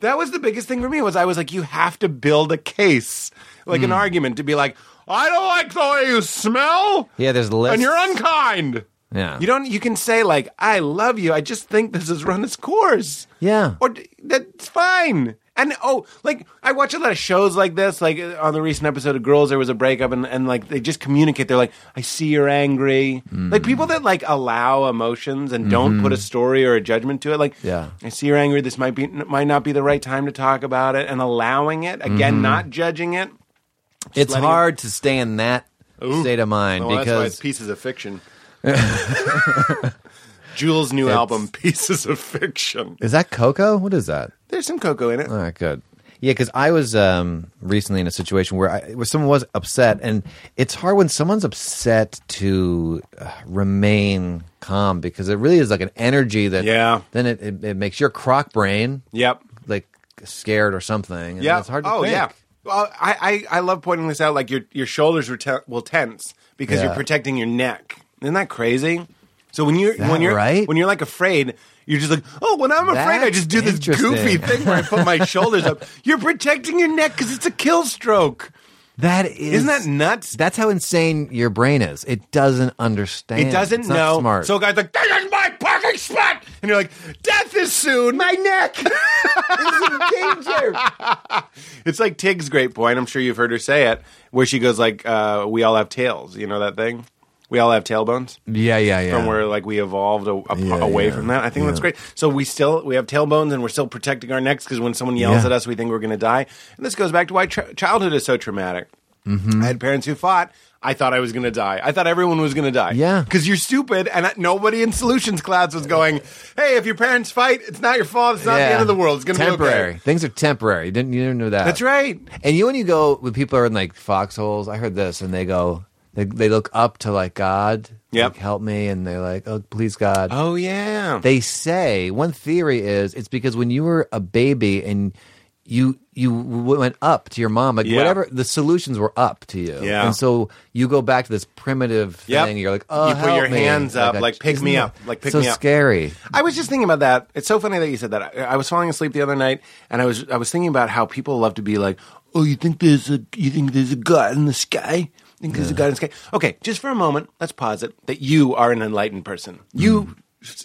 That was the biggest thing for me was I was like, you have to build a case, like an argument to be like, I don't like the way you smell. yeah there's lists And you're unkind. yeah You don't you can say like, I love you. I just think this has run its course. yeah Or d- that's fine. And oh, like I watch a lot of shows like this. Like uh, on the recent episode of Girls, there was a breakup, and, and like they just communicate. They're like, "I see you're angry." Mm. Like people that like allow emotions and don't put a story or a judgment to it. Like, Mm-hmm. Yeah. I see you're angry. This might be n- might not be the right time to talk about it, and allowing it again, Mm-hmm. not judging it. it's letting- hard to stay in that Ooh. state of mind Well, Oh, that's why because it's pieces of fiction. <laughs> Jules' new album, Pieces of Fiction. is that cocoa what is that There's some cocoa in it. All right, good. Yeah, because I was um, recently in a situation where, I, where someone was upset, and it's hard when someone's upset to uh, remain calm because it really is like an energy that Yeah. Then it, it, it makes your croc brain Yep. like scared or something. and Yeah, it's hard to oh, think. yeah. Well, I, I, I love pointing this out. Like your your shoulders were te- will tense because you're Yeah. protecting your neck. Isn't that crazy? So when you're that when you're right? when you're like afraid, you're just like, oh, when I'm afraid, I That's just do this interesting. goofy thing where I <laughs> put my shoulders up. You're protecting your neck because it's a kill stroke. That is Isn't that nuts? That's how insane your brain is. It doesn't understand. It doesn't It's not know. Smart. So a guy's like, "This is my parking spot," and you're like, "Death is soon. My neck is in danger." <laughs> it's like Tig's great point. I'm sure you've heard her say it, where she goes like, uh, "We all have tails." You know that thing? We all have tailbones yeah, yeah, yeah. from where like we evolved a, a- Yeah, away yeah. from that. I think that's Yeah. great. So we still we have tailbones and we're still protecting our necks because when someone yells Yeah. at us, we think we're going to die. And this goes back to why tra- childhood is so traumatic. Mm-hmm. I had parents who fought. I thought I was going to die. I thought everyone was going to die. Yeah. because you're stupid, and I- nobody in solutions class was going. Hey, if your parents fight, it's not your fault. It's not the Yeah. end of the world. It's going to be temporary. okay. Things are temporary. You didn't you didn't know that? That's right. And you when you go when people are in like foxholes, I heard this, and they go they they look up to like God. Yep. like, help me, and they're like, oh, please God. Oh yeah. They say one theory is it's because when you were a baby and you you went up to your mom, like Yeah. whatever the solutions were up to you, Yeah. and so you go back to this primitive Yep. thing. You're like, oh, You put help your me." hands up, I- like, pick isn't me that up, like, pick so me up. Scary. I was just thinking about that. It's so funny that you said that. I, I was falling asleep the other night, and I was I was thinking about how people love to be like, "Oh, you think there's a you think there's a god in the sky? You think there's a god in the sky?" Okay, just for a moment, let's posit that you are an enlightened person. You. Mm.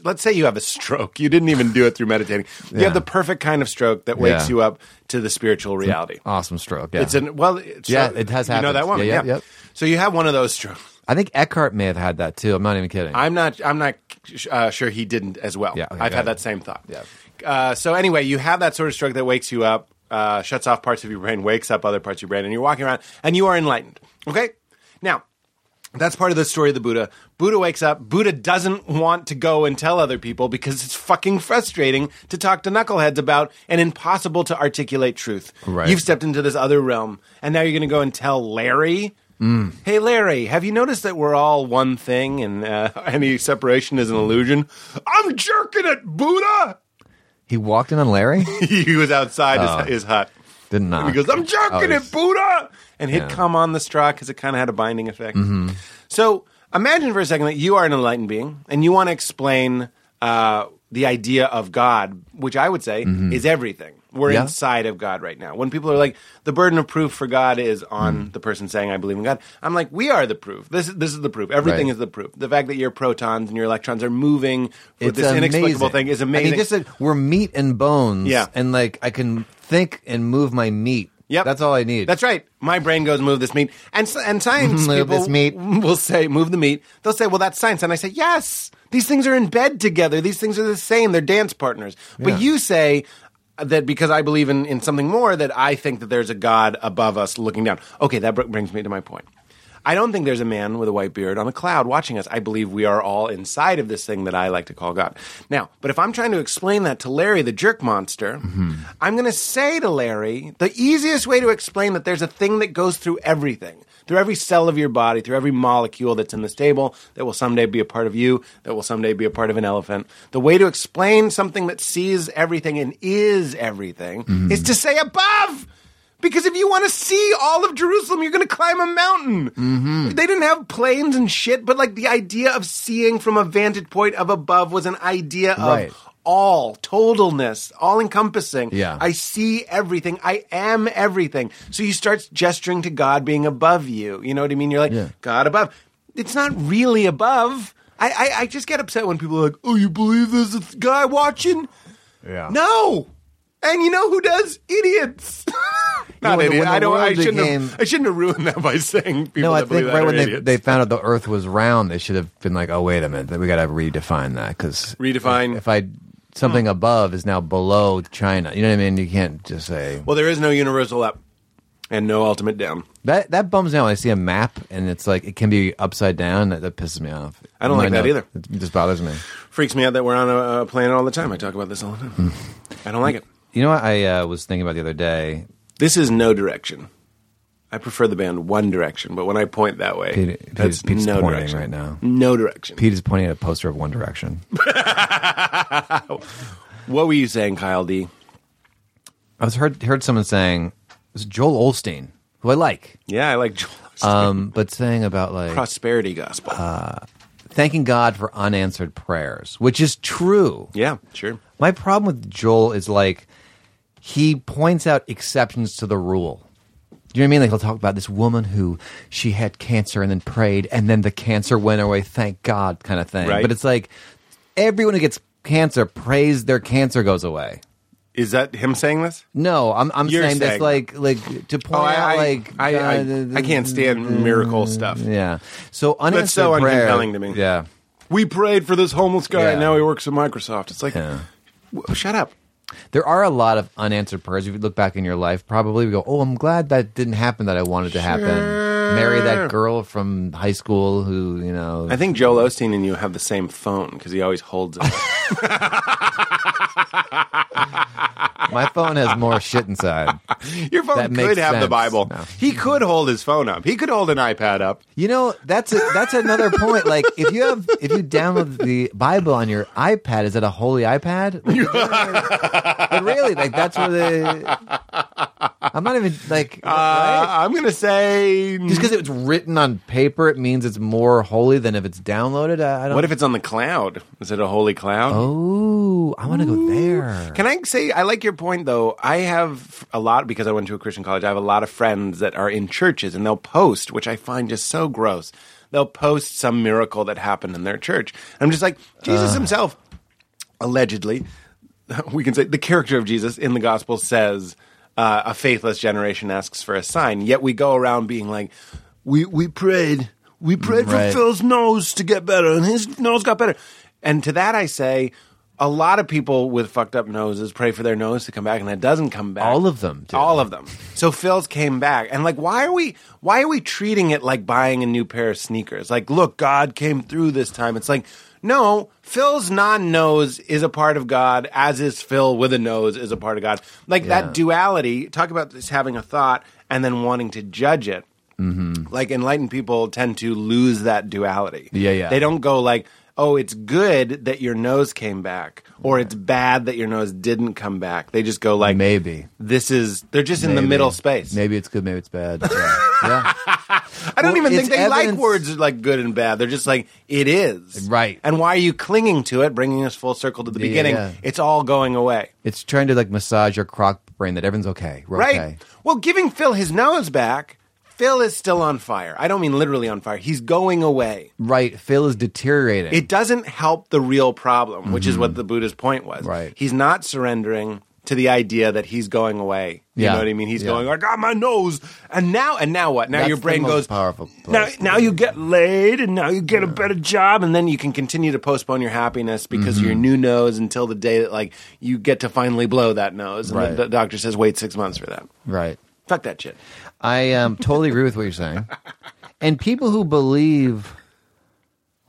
Let's say you have a stroke. You didn't even do it through meditating. You have the perfect kind of stroke that wakes Yeah. you up to the spiritual reality. Awesome stroke. Yeah. It's an well, it's Yeah, it has You know happened. that one, Yeah, yeah, yep, yep. So you have one of those strokes. I think Eckhart may have had that too. I'm not even kidding. I'm not. I'm not uh, sure he didn't as well. Yeah, okay, I've got had it. that same thought. Yeah. Uh, so anyway, you have that sort of stroke that wakes you up, uh, shuts off parts of your brain, wakes up other parts of your brain, and you're walking around and you are enlightened. Okay. Now, that's part of the story of the Buddha. Buddha wakes up. Buddha doesn't want to go and tell other people because it's fucking frustrating to talk to knuckleheads about an impossible to articulate truth. Right. You've stepped into this other realm, and now you're going to go and tell Larry. Hey, Larry, have you noticed that we're all one thing, and uh, <laughs> any separation is an illusion? I'm jerking it, Buddha. <laughs> he walked in on Larry. he was outside his, his hut. Did not. And he goes, I'm jerking he's- it, Buddha! And he'd Yeah. Mm-hmm. come on the straw because it kind of had a binding effect. So imagine for a second that you are an enlightened being and you want to explain uh, the idea of God, which I would say is everything. We're Mm-hmm. Yeah. inside of God right now. When people are like, the burden of proof for God is on Mm. the person saying, I believe in God, I'm like, we are the proof. This, this is the proof. Everything Right. is the proof. The fact that your protons and your electrons are moving with It's this inexplicable amazing. thing is I amazing. mean, just that we're meat and bones. Yeah. and like I can think and move my meat. Yep. that's all I need. That's right. My brain goes move this meat, and s- and <laughs> science Move people this meat. will say move the meat. They'll say, well, that's science, and I say, yes, these things are in bed together. These things are the same. They're dance partners. Yeah. But you say that because I believe in in something more that I think that there's a god above us looking down. Okay, that br- brings me to my point. I don't think there's a man with a white beard on a cloud watching us. I believe we are all inside of this thing that I like to call God. Now, but if I'm trying to explain that to Larry, the jerk monster, Mm-hmm. I'm going to say to Larry the easiest way to explain that there's a thing that goes through everything, through every cell of your body, through every molecule that's in this table, that will someday be a part of you, that will someday be a part of an elephant. The way to explain something that sees everything and is everything Mm-hmm. is to say above. Because if you want to see all of Jerusalem, you're going to climb a mountain. Mm-hmm. They didn't have planes and shit, but like the idea of seeing from a vantage point of above was an idea of Right. all, totalness, all encompassing. Yeah. I see everything. I am everything. So you start gesturing to God being above you. You know what I mean? You're like, Yeah. God above. It's not really above. I, I, I just get upset when people are like, oh, you believe there's a guy watching? Yeah. No. And you know who does? Idiots. <laughs> when Not the- idiot. when the I don't. I world shouldn't, became- have, I shouldn't have ruined that by saying people No, I that believe think that right are when they, idiots. they found out the Earth was round, they should have been like, "Oh, wait a minute, that we got to redefine that because Redefine. Hmm. If I something above is now below China, you know what I mean? You can't just say well, there is no universal up and no ultimate down. that. That bums me out when I see a map and it's like it can be upside down. That, that pisses me off. I don't like know, that either. It just bothers me. Freaks me out that we're on a, a planet all the time. I talk about this all the time. Hmm. I don't like it. You know what I uh, was thinking about the other day? This is no direction. I prefer the band One Direction, but when I point that way, Pete- Pete's- that's Pete's no pointing direction right now. No direction. Pete is pointing at a poster of One Direction. What were you saying, Kyle D? I was heard heard someone saying it was Joel Olstein, who I like, Yeah, I like <laughs> um, but saying about like prosperity gospel. uh, thanking God for unanswered prayers, which is true. yeah, sure. My problem with Joel is like he points out exceptions to the rule. Do you know what I mean? Like he'll talk about this woman who she had cancer and then prayed and then the cancer went away, thank God, kind of thing. Right. But it's like everyone who gets cancer prays their cancer goes away. Is that him saying this? No, I'm I'm You're saying, that's saying like like to point Oh, I, out I, like I, I, uh, the- I can't stand miracle stuff. Yeah. So unanswered That's so prayer, uncompelling to me. Yeah. We prayed for this homeless guy, and Yeah. now he works at Microsoft. It's like, Yeah. w- shut up. There are a lot of unanswered prayers. If you look back in your life, probably we go, "Oh, I'm glad that didn't happen that I wanted to happen." Marry that girl from high school who, you know, I think Joel Osteen and you have the same phone because he always holds it. My phone has <laughs> more shit inside. <laughs> Your phone That could makes have the sense. Bible. No. He could hold his phone up. He could hold an iPad up. You know, that's a, that's another point. Like, if you have if you download the Bible on your iPad, is it a holy iPad? <laughs> but really, like that's where the I'm not even like Uh, right? I'm gonna say. just because it's written on paper, it means it's more holy than if it's downloaded. I, I don't. What if it's on the cloud? Is it a holy cloud? Oh, I want to go there. Can I say I like your point though? I have a lot because I went to a Christian college. I have a lot of friends that are in churches and they'll post, which I find just so gross. They'll post some miracle that happened in their church. I'm just like Jesus himself allegedly <laughs> we can say the character of Jesus in the gospel says uh, a faithless generation asks for a sign. Yet we go around being like, we we prayed, we prayed Right. for Phil's nose to get better, and his nose got better. And to that I say, a lot of people with fucked up noses pray for their nose to come back, and it doesn't come back. All of them do. all of them. So Phil's came back, and like, why are we why are we treating it like buying a new pair of sneakers? Like, look, God came through this time. It's like. No, Phil's non-nose is a part of God, as is Phil with a nose is a part of God. Like that duality. Talk about this having a thought and then wanting to judge it. Like enlightened people tend to lose that duality. Mm-hmm. Yeah, yeah. They don't go like, "Oh, it's good that your nose came back," or "It's bad that your nose didn't come back." They just go like, Maybe. this is." They're just in the Maybe. middle space. Maybe it's good. Maybe it's bad. Yeah. <laughs> yeah. I don't Well, even think it's they like evidence- words like good and bad. They're just like, it is. Right. And why are you clinging to it, bringing us full circle to the Yeah, beginning? yeah. It's all going away. It's trying to like massage your croc brain that everything's okay. We're Right. okay. Well, giving Phil his nose back, Phil is still on fire. I don't mean literally on fire. He's going away. Right. Phil is deteriorating. It doesn't help the real problem, which is what the Buddha's point was. Mm-hmm. Right. He's not surrendering to the idea that he's going away. You Yeah. know what I mean? He's Yeah. going, I got my nose. And now and now what? Now That's your brain the most goes powerful. now, place. now you get laid and now you get a better job and then you can continue to postpone your happiness because of your Mm-hmm. new nose until the day that like you get to finally blow that nose and Right. the, the doctor says wait 6 months for that. right. Fuck that shit. I um, totally agree with what you're saying. And people who believe,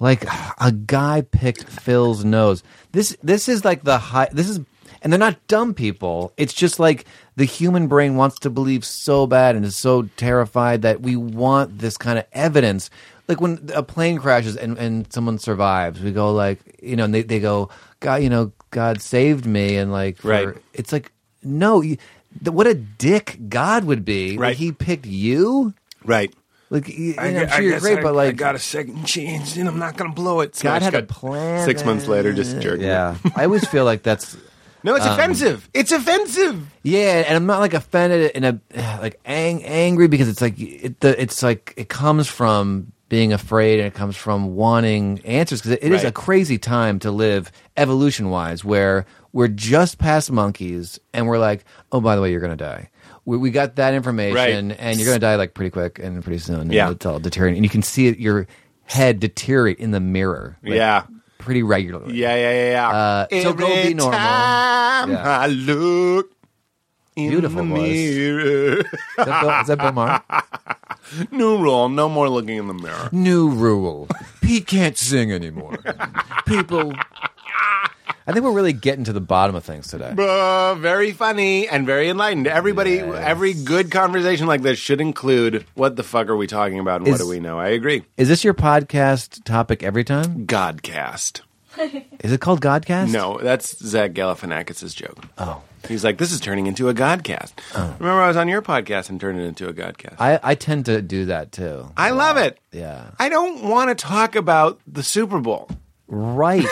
like a guy picked Phil's nose. This this is like the high. This is, and they're not dumb people. It's just like the human brain wants to believe so bad and is so terrified that we want this kind of evidence. Like when a plane crashes and, and someone survives, we go like you know, and they they go, God, you know, God saved me, and like for- Right. It's like no. You, th- what a dick God would be! Right. Like he picked you. Right. Like you know, I'm sure you're great, but like a second chance and I'm not going to blow it. God Scotch had a got plan. 6 months later just jerking. it. Yeah, Um, I always feel like that's No, it's offensive. It's offensive. yeah, and I'm not like offended in a like ang- angry because it's like it, the, it's like it comes from being afraid and it comes from wanting answers because it is Right. a crazy time to live evolution wise where we're just past monkeys and we're like oh by the way you're gonna die we, we got that information Right. and you're gonna die like pretty quick and pretty soon and Yeah. it's all deteriorating and you can see it, your head deteriorate in the mirror like, Yeah. pretty regularly Yeah, yeah, yeah, yeah. Uh, so go be Every normal. Time Yeah. I look in Beautiful the voice. mirror. is that Bill, is that Bill Maher? New rule: no more looking in the mirror. new rule. Pete can't sing anymore. People. I think we're really getting to the bottom of things today. <laughs> Uh, very funny and very enlightened. Everybody, Yes. every good conversation like this should include what the fuck are we talking about and what Is- do we know? I agree. Is this your podcast topic every time? Godcast. Is it called Godcast? No, that's Zach Galifianakis' joke. Oh. He's like, this is turning into a Godcast. Remember, I was on your podcast and turned it into a Godcast. Oh. I, I, I tend to do that too. love it. Yeah. I don't want to talk about the Super Bowl. <laughs> Right.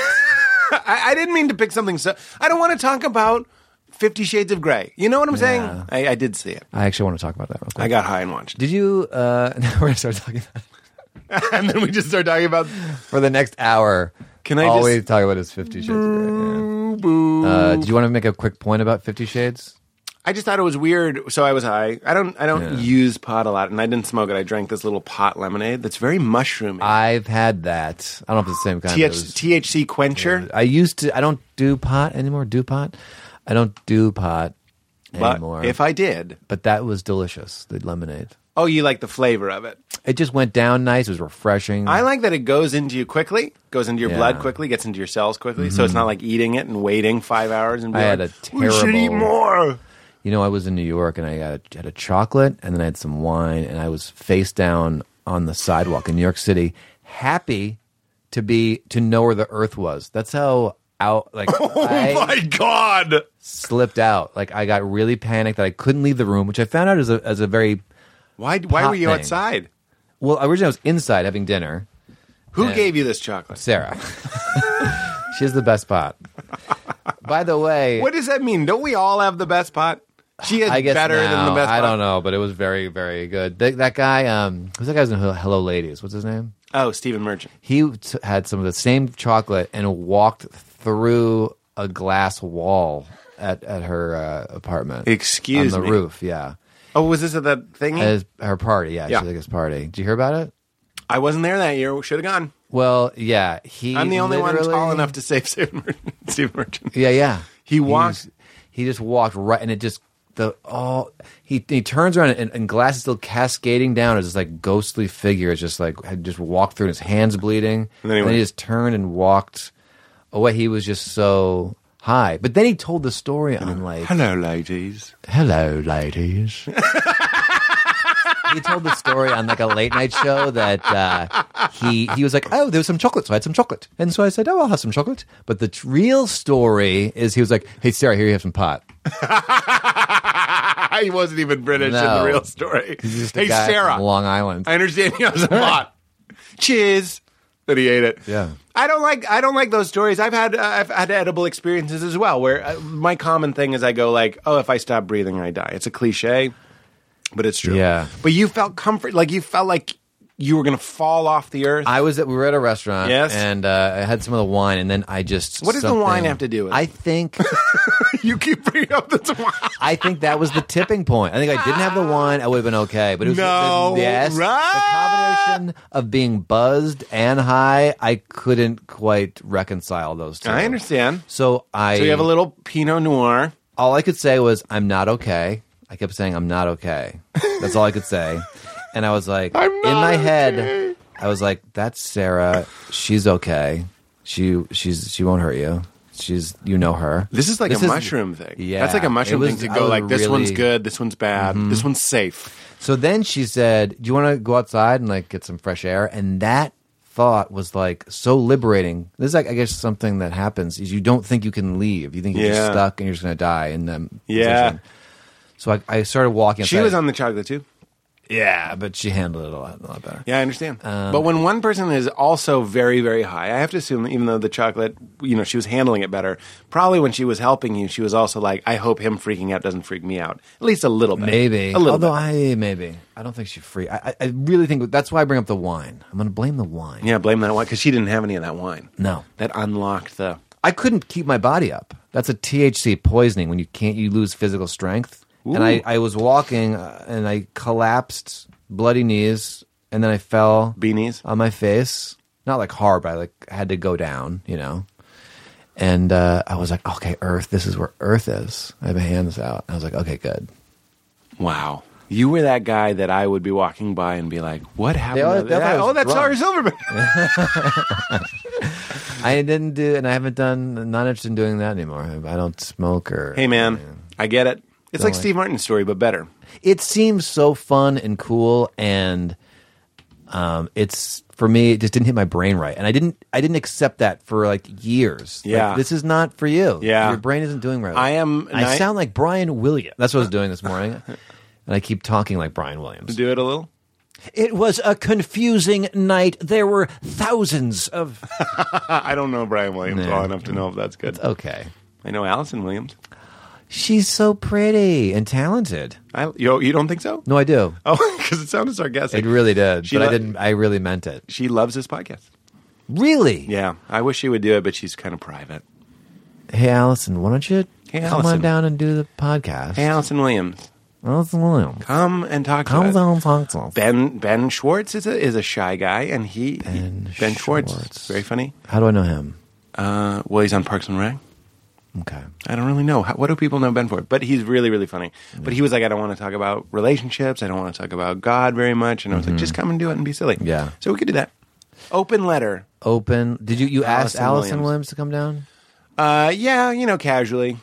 I, I didn't mean to pick something so. I don't want to talk about Fifty Shades of Grey. You know what I'm saying? I, I did see it. I actually want to talk about that real quick. I got high and watched it. Did you? Uh, <laughs> now we're going to start talking about it. <laughs> and then we just start talking about For the next hour, Can I all just- we talk about is Fifty Shades of Grey. Yeah. Uh, do you want to make a quick point about Fifty Shades? I just thought it was weird, so I was high. I don't I don't Yeah. use pot a lot, and I didn't smoke it. I drank this little pot lemonade that's very mushroomy. I've had that. I don't know if it's the same kind. TH- but it was- THC quencher. I used to. I don't do pot anymore. Do pot? I don't do pot but anymore. if I did, but that was delicious. The lemonade. Oh, you like the flavor of it. It just went down nice. It was refreshing. I like that it goes into you quickly, goes into your Mm. Yeah. Mm-hmm. blood quickly, gets into your cells quickly. So it's not like eating it and waiting five hours and being I had like, a we should eat terrible- more. you know, I was in New York and I got a, had a chocolate and then I had some wine and I was face down on the sidewalk in New York City, happy to be to know where the earth was. That's how out <laughs> like Oh I God. slipped out. Like I got really panicked that I couldn't leave the room, which I found out as a as a very Why, why Pot were you thing. outside? well. Originally, I was inside having dinner. Who Yeah. gave you this chocolate? <laughs> Sarah, she's the best pot. By the way, What does that mean? Don't we all have the best pot? She is I guess better now, than the best I pot. don't know, but it was very, very good. Th- that guy, um, who's that guy's in Hello- Hello Ladies? What's his name? Oh, Stephen Merchant. He t- had some of the same chocolate and walked through a glass wall at, at her uh, apartment. Excuse on the me. roof, yeah. Oh, was this at that thingy? At his- her party, yeah. Yeah. She was at his party. Did you hear about it? I wasn't there that year. Should have gone. Well, yeah. He. I'm the only one tall literally- enough to save Stephen <laughs> Merchant. Stephen Merchant. Yeah, yeah. He walked- <laughs> just- He just walked right, and it just the all. He he turns around, and, and glass is still cascading down. It's this like ghostly figure. It's just like had just walked through, and his hands bleeding. And then he he, went- just turned and walked away. He was just so high. But then he told the story on like Hello, ladies. Hello, ladies. <laughs> he told the story on like a late night show that uh, he he was like, oh, there was some chocolate, so I had some chocolate, and so I said, oh, I'll have some chocolate. But the t- real story is he was like, hey, Sarah, here you have some pot. he wasn't even British in No. the real story. He's just a Hey, guy Sarah. from Long Island. I understand <laughs> he has a pot. Cheers. That he ate it. Yeah. I don't like I don't like those stories. I've had uh, I've had edible experiences as well where uh, my common thing is I go like, "Oh, if I stop breathing, I die." It's a cliche, but it's true. Yeah. But you felt comfort like you felt like you were going to fall off the earth. I was at we were at a restaurant, Yes. and uh, I had some of the wine, and then I just What does the something- wine have to do with it? I <laughs> think <laughs> you keep bringing up <laughs> this wine. I think that was the tipping point. I think I didn't have the wine, I would have been okay. But it was No, yes, right? the combination of being buzzed and high, I couldn't quite reconcile those two. I understand. So I So you have a little Pinot Noir. all I could say was I'm not okay. I kept saying I'm not okay. That's all I could say. And I was <laughs> like in my head I was like that's Sarah. She's okay. She she's she won't hurt you. She's you know her. This is like This a is- mushroom thing. Yeah. That's like a Mm-hmm. mushroom It was- thing to I go was like this one's really- good, this one's bad, this one's safe. So then she said, "Do you want to go outside and like get some fresh air?" And that thought was like so liberating. This is like I guess something that happens is you don't think you can leave. You think you're Yeah. just stuck and you're just going to die in them. Yeah. position. So I, I started walking. She outside. was on the chocolate too. Yeah, but she handled it a lot, a lot better. Yeah, I understand. but when one person is also very, very high, I have to assume, that even though the chocolate, you know, she was handling it better, probably when she was helping you, she was also like, I hope him freaking out doesn't freak me out. At least a little bit. Maybe. A little Although bit. I maybe I don't think she free. I, I- I really think that's why I bring up the wine. I'm going to blame the wine. yeah, blame that wine because she didn't have any of that wine. No. That unlocked the. I couldn't keep my body up. That's a THC poisoning when you can't you lose physical strength. And I, I was walking uh, and I collapsed, bloody knees, and then I fell Beanies? on my face. Not like hard, but I like had to go down, you know. And uh, I was like, okay, Earth, this is where Earth is. I had my hands out. I was like, okay, good. Wow. You were that guy that I would be walking by and be like, what happened? all- to they all that? was Oh, that's drunk. Sarah Silverman. I didn't do, and I haven't done, not interested in doing that anymore. I don't smoke or. hey, man, I get it. It's Don't like like- Steve Martin's story, but better. it seems so fun and cool and um it's for me it just didn't hit my brain right and i didn't i didn't accept that for like years Like, Yeah. this is not for you Yeah. your brain isn't doing right I am- i I- sound like brian williams that's what i was doing this <laughs> morning and i keep talking like brian williams Do it a little. it was a confusing night there were thousands <laughs> of I don't know Brian Williams Yeah. well enough to know if that's good. okay I know Allison Williams. she's so pretty and talented I, you, you don't think so? no i do Oh, <laughs> because it sounded sarcastic. it really did She but lo- i didn't i really meant it She loves this podcast. really Yeah, I wish she would do it, but she's kind of private. Hey Allison, why don't you Hey, come Allison. on down and do the podcast? Hey, Allison Williams, Allison Williams. come and talk to Come us. down and talk to us. Ben Ben Schwartz is a is a shy guy, and he Ben Schwartz, Schwartz. very funny. How do I know him? Uh, well, he's on Parks and Rec. Okay. I don't really know. How, what do people know Ben for? But he's really, really funny. But he was like, I don't want to talk about relationships. I don't want to talk about God very much. And I was like, just come and do it and be silly. Mm-hmm. Yeah. So we could do that. Open letter. Open. Did you you asked Allison Allison Williams. Williams. to come down? Uh, yeah, you know, casually.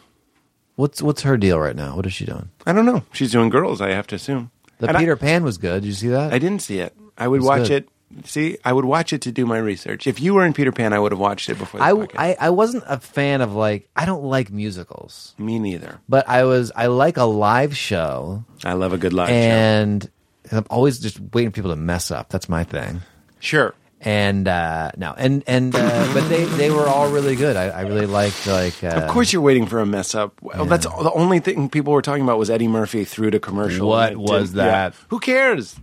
What's what's her deal right now? What is she doing? I don't know. She's doing girls, I have to assume. The And I- Peter Pan was good. Did you see that? I didn't see it. I would It's watch good. it. See, I would watch it to do my research. If you were in Peter Pan, I would have watched it before. This I, podcast. I I wasn't a fan of like I don't like musicals, me neither. but I was I like a live show I love a good live and 'cause I'm always just waiting for people to mess up. That's my thing. show. Sure. And uh, no, and and uh, but they they were all really good. I, I really liked like uh, Of course, you're waiting for a mess up. Well, that's all, the only thing people were talking about was Eddie Murphy through to commercial. What And it was didn't- that? Who cares?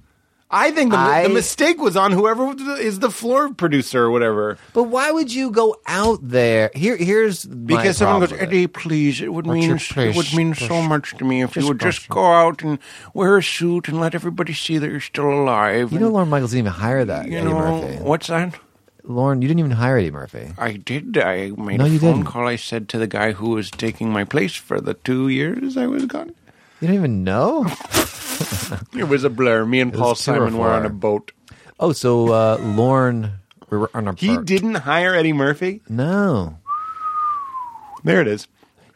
I think the, I- the mistake was on whoever is the floor producer or whatever. But why would you go out there? Here here's my Because someone problem with goes, it. Eddie, please, it would What's mean your it would please? mean so Just- much to me if you just would just question. go out and wear a suit and let everybody see that you're still alive. You and- know, Lauren Michaels didn't even hire that You Eddie know, Murphy. what's that? Lauren, you didn't even hire Eddie Murphy. I did. I made No, a you phone didn't. call. I said to the guy who was taking my place for the two years I was gone. You don't even <laughs> know. It was a blur. Me and was Paul two or Simon were on a four. boat. Oh, so uh, Lauren, we were on a He boat. didn't hire Eddie Murphy. No, There it is.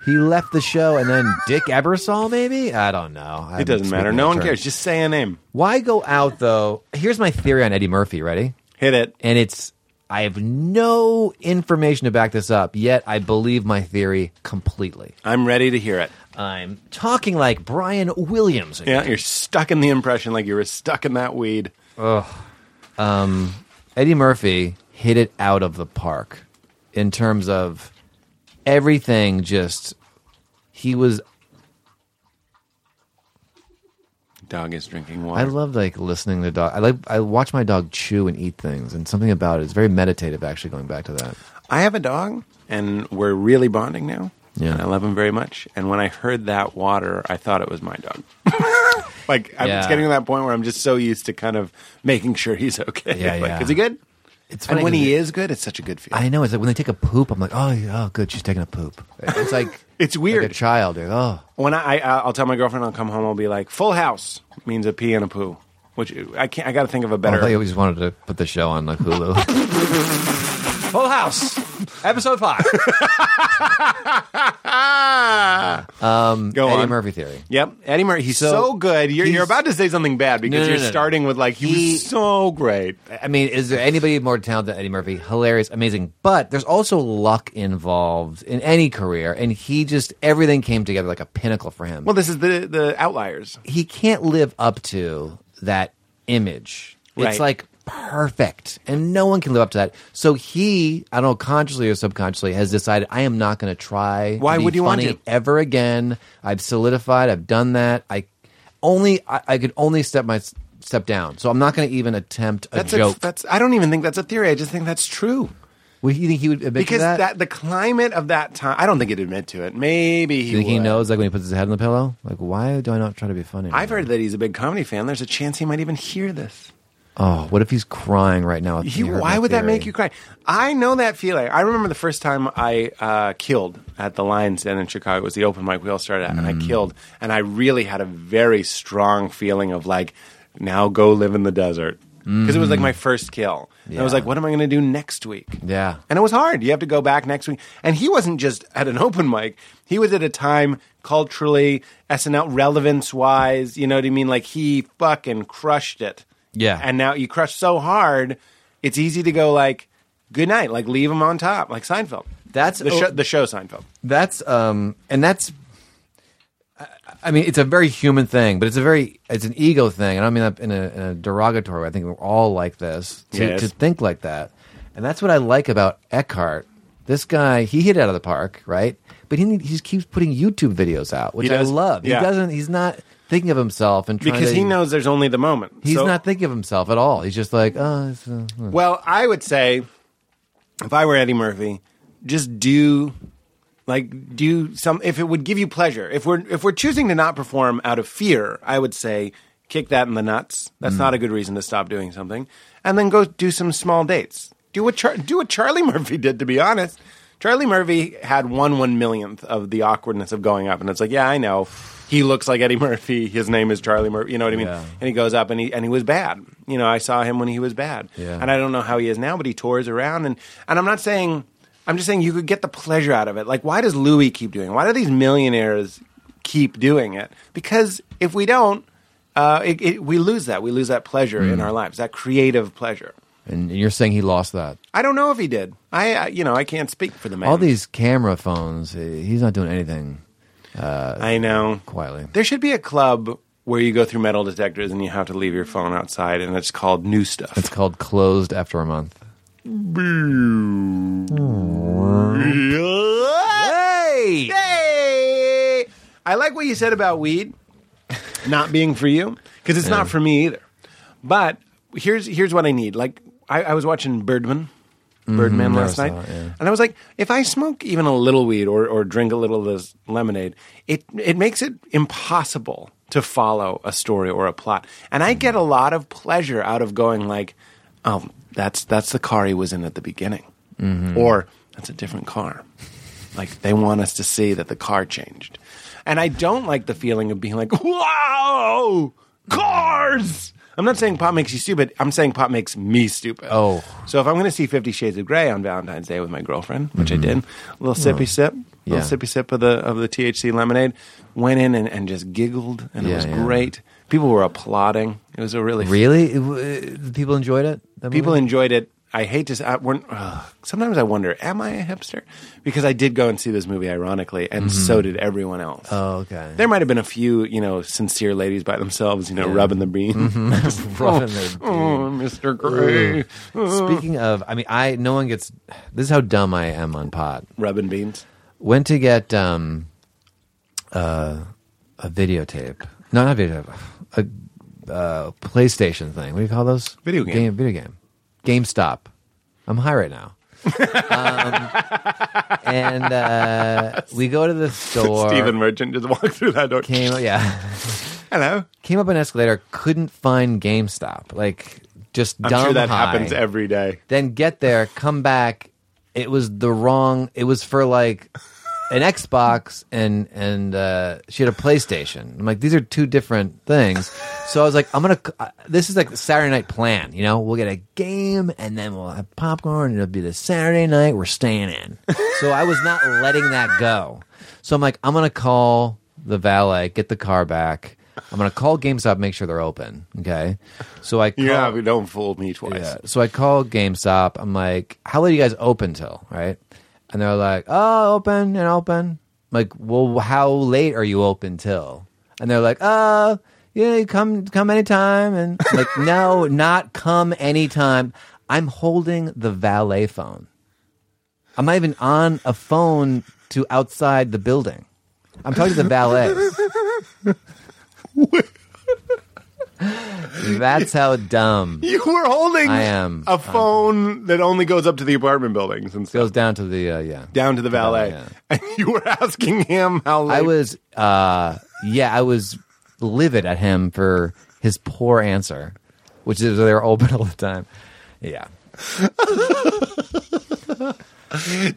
he left the show, and then Dick Ebersol, maybe I don't know. I'm It doesn't matter. speaking No out of one turn. cares. Just say a name. Why go out though? Here's my theory on Eddie Murphy. Ready? Hit it. And it's I have no information to back this up, yet I believe my theory completely. I'm ready to hear it. I'm talking like Brian Williams. Yeah, you're stuck in the impression like you were stuck in that weed. Eddie Murphy hit it out of the park in terms of everything just he was Dog is drinking I water. love like listening to dog I like I watch my dog chew and eat things and something about it is very meditative actually going back to that. I have a dog, and we're really bonding now. Yeah. and I love him very much. And when I heard that water, I thought it was my <laughs> dog. like I'm, it's Yeah. getting to that point where I'm just so used to kind of making sure he's okay. Yeah, <laughs> like, yeah. Is he good? It's and when 'cause he is good, it's such a good feeling. I know it's like when they take a poop I'm like oh yeah, oh good she's taking a poop. It's like <laughs> It's weird. like a child like, oh when I, I I'll tell my girlfriend I'll come home, I'll be like, "Full House" means a pee and a poo, which I can't. I got to think of a I better. thought you always wanted to put the show on like <laughs> Hulu. Full House, episode five. ah, go Eddie on. Murphy theory. Yep, Eddie Murphy. He's so, So, good. You're, you're he's- about to say something bad because No, no, you're no, no. starting with like he, He- was so great. I mean, is there anybody more talented than Eddie Murphy? Hilarious, amazing. But there's also luck involved in any career, and he just everything came together like a pinnacle for him. Well, this is the the outliers. he can't live up to that image. Right. It's like perfect, and no one can live up to that. So he, I don't know, consciously or subconsciously, has decided I am not going to try. Why to be would you want funny to? ever again? I've solidified. I've done that. I only I, I could only step my step down. So I'm not going to even attempt a That's joke. A, that's I don't even think that's a theory. I just think that's true Would you think he would admit to because that? that? the climate of that time. I don't think he'd admit to it. Maybe he. Do you think he would. knows, like when he puts his head on the pillow, like why do I not try to be funny? right I've now? heard that he's a big comedy fan. There's a chance he might even hear this. Oh, what if he's crying right now? He, why would that make you cry? I know that feeling. I remember the first time I uh, killed at the Lions Den in Chicago. It was the open mic we all started at, and Mm. I killed. And I really had a very strong feeling of like, now go live in the desert. Because it was like my first kill. And I Mm. was Yeah. like, what am I going to do next week? Yeah. And it was hard. You have to go back next week. And he wasn't just at an <laughs> open mic, he was at a time culturally, SNL relevance wise, you know what I mean? Like he fucking crushed it. Yeah. And now you crush so hard, it's easy to go like, good night, like leave him on top, like Seinfeld. That's the, o- show, the show Seinfeld. That's um, and that's. I- I mean, it's a very human thing, but it's a very it's an ego thing, and I don't mean that in a, in a derogatory. way. I think we're all like this to, Yes. to think like that, and that's what I like about Eckhart. This guy, he hit it out of the park, right? But he he just keeps putting YouTube videos out, which He I does. love. Yeah. He doesn't. He's not thinking of himself and trying Because to, he knows there's only the moment. He's So- not thinking of himself at all. He's just like, oh, it's, uh, uh." Well, I would say if I were Eddie Murphy, just do like do some if it would give you pleasure. If we're if we're choosing to not perform out of fear, I would say kick that in the nuts. That's not a good reason to stop doing <laughs> something. And then go do some small dates. Do what Char- do what Charlie Murphy did to be honest. Charlie Murphy had one one millionth of the awkwardness of going up, and it's like, yeah, I know. He looks like Eddie Murphy. His name is Charlie Murphy. You know what I mean? Yeah. And he goes up, and he and he was bad. You know, I saw him when he was bad, Yeah. and I don't know how he is now, but he tours around, and and I'm not saying. I'm just saying you could get the pleasure out of it. Like, why does Louis keep doing? it? Why do these millionaires keep doing it? Because if we don't, uh, it, it, we lose that. We lose that pleasure Mm. in our lives, that creative pleasure. And you're saying he lost that. I don't know if he did. I, I you know, I can't speak for the man. All these camera phones, he- he's not doing anything I know. quietly. There should be a club where you go through metal detectors and you have to leave your phone outside, and it's called new stuff. It's called closed after a month. Hey! Yay! I like what you said about weed not being for you because it's not for me either. But here's here's what I need. Like I, I was watching Birdman, Mm-hmm. Birdman last I night, saw it, yeah. and I was like, if I smoke even a little weed or, or drink a little of this lemonade, it it makes it impossible to follow a story or a plot. And I get a Mm-hmm. lot of pleasure out of going like, oh, that's that's the car he was in at the beginning, Mm-hmm. or that's a different car. Like they want us to see that the car changed. And I don't like the feeling of being like, wow, cars. I'm not saying pop makes you stupid. I'm saying pop makes me stupid. Oh. So if I'm going to see Fifty Shades of Grey on Valentine's Day with my girlfriend, which I did, a little sippy sip, a little Mm-hmm. Yeah. sippy sip of the, of the THC lemonade, went in and, and just giggled, and it Yeah, was yeah. great. People were applauding. It was a really, Really? It w- uh, People enjoyed it? that People movie? enjoyed it. I hate to. s- I, we're, ugh. sometimes I wonder, am I a hipster? Because I did go and see this movie, ironically, and so did everyone else. Mm-hmm. Oh, <laughs> okay. <laughs> There might have been a few, you know, sincere ladies by themselves, you know, Yeah. Mm-hmm. rubbing the bean. Rubbing their <laughs> oh, Mr. Gray. Speaking of, I mean, I no one gets. This is how dumb I am on pot. Rubbing beans. Went to get um, uh, a videotape. No, not videotape. A uh, PlayStation thing. What do you call those? Video game. Video game. GameStop. I'm high right now. <laughs> um, and uh, we go to the store. Stephen Merchant just walked through that door. came. Yeah. Hello. came up an escalator, couldn't find GameStop. Like just I'm dumb sure that high. happens every day. Then get there, come back. It was the wrong. It was for like an Xbox and and uh, she had a PlayStation. I'm like, these are two different things. So I was like, I'm gonna. c- Uh, this is like the Saturday night plan. You know, we'll get a game and then we'll have popcorn. It'll be the Saturday night we're staying in. so I was not letting that go. So I'm like, I'm gonna call the valet, get the car back. I'm gonna call GameStop, make sure they're open. Okay, so I call, Yeah, but don't fool me twice. yeah. So I call GameStop. I'm like, how late do you guys open till? Right. And they're like, oh, open and open. I'm like, well, how late are you open till? And they're like, uh, yeah, you come, come anytime. And I'm like, <laughs> no, not come anytime. I'm holding the valet phone. I'm not even on a phone to outside the building. I'm talking to the valet. That's how dumb. You were holding I am. a phone that only goes up to the apartment buildings and stuff. goes down to the uh, yeah. down to the valet. yeah. And <laughs> you were asking him how late. I was uh yeah, I was livid at him for his poor answer, which is they were open <laughs> all the time. Yeah.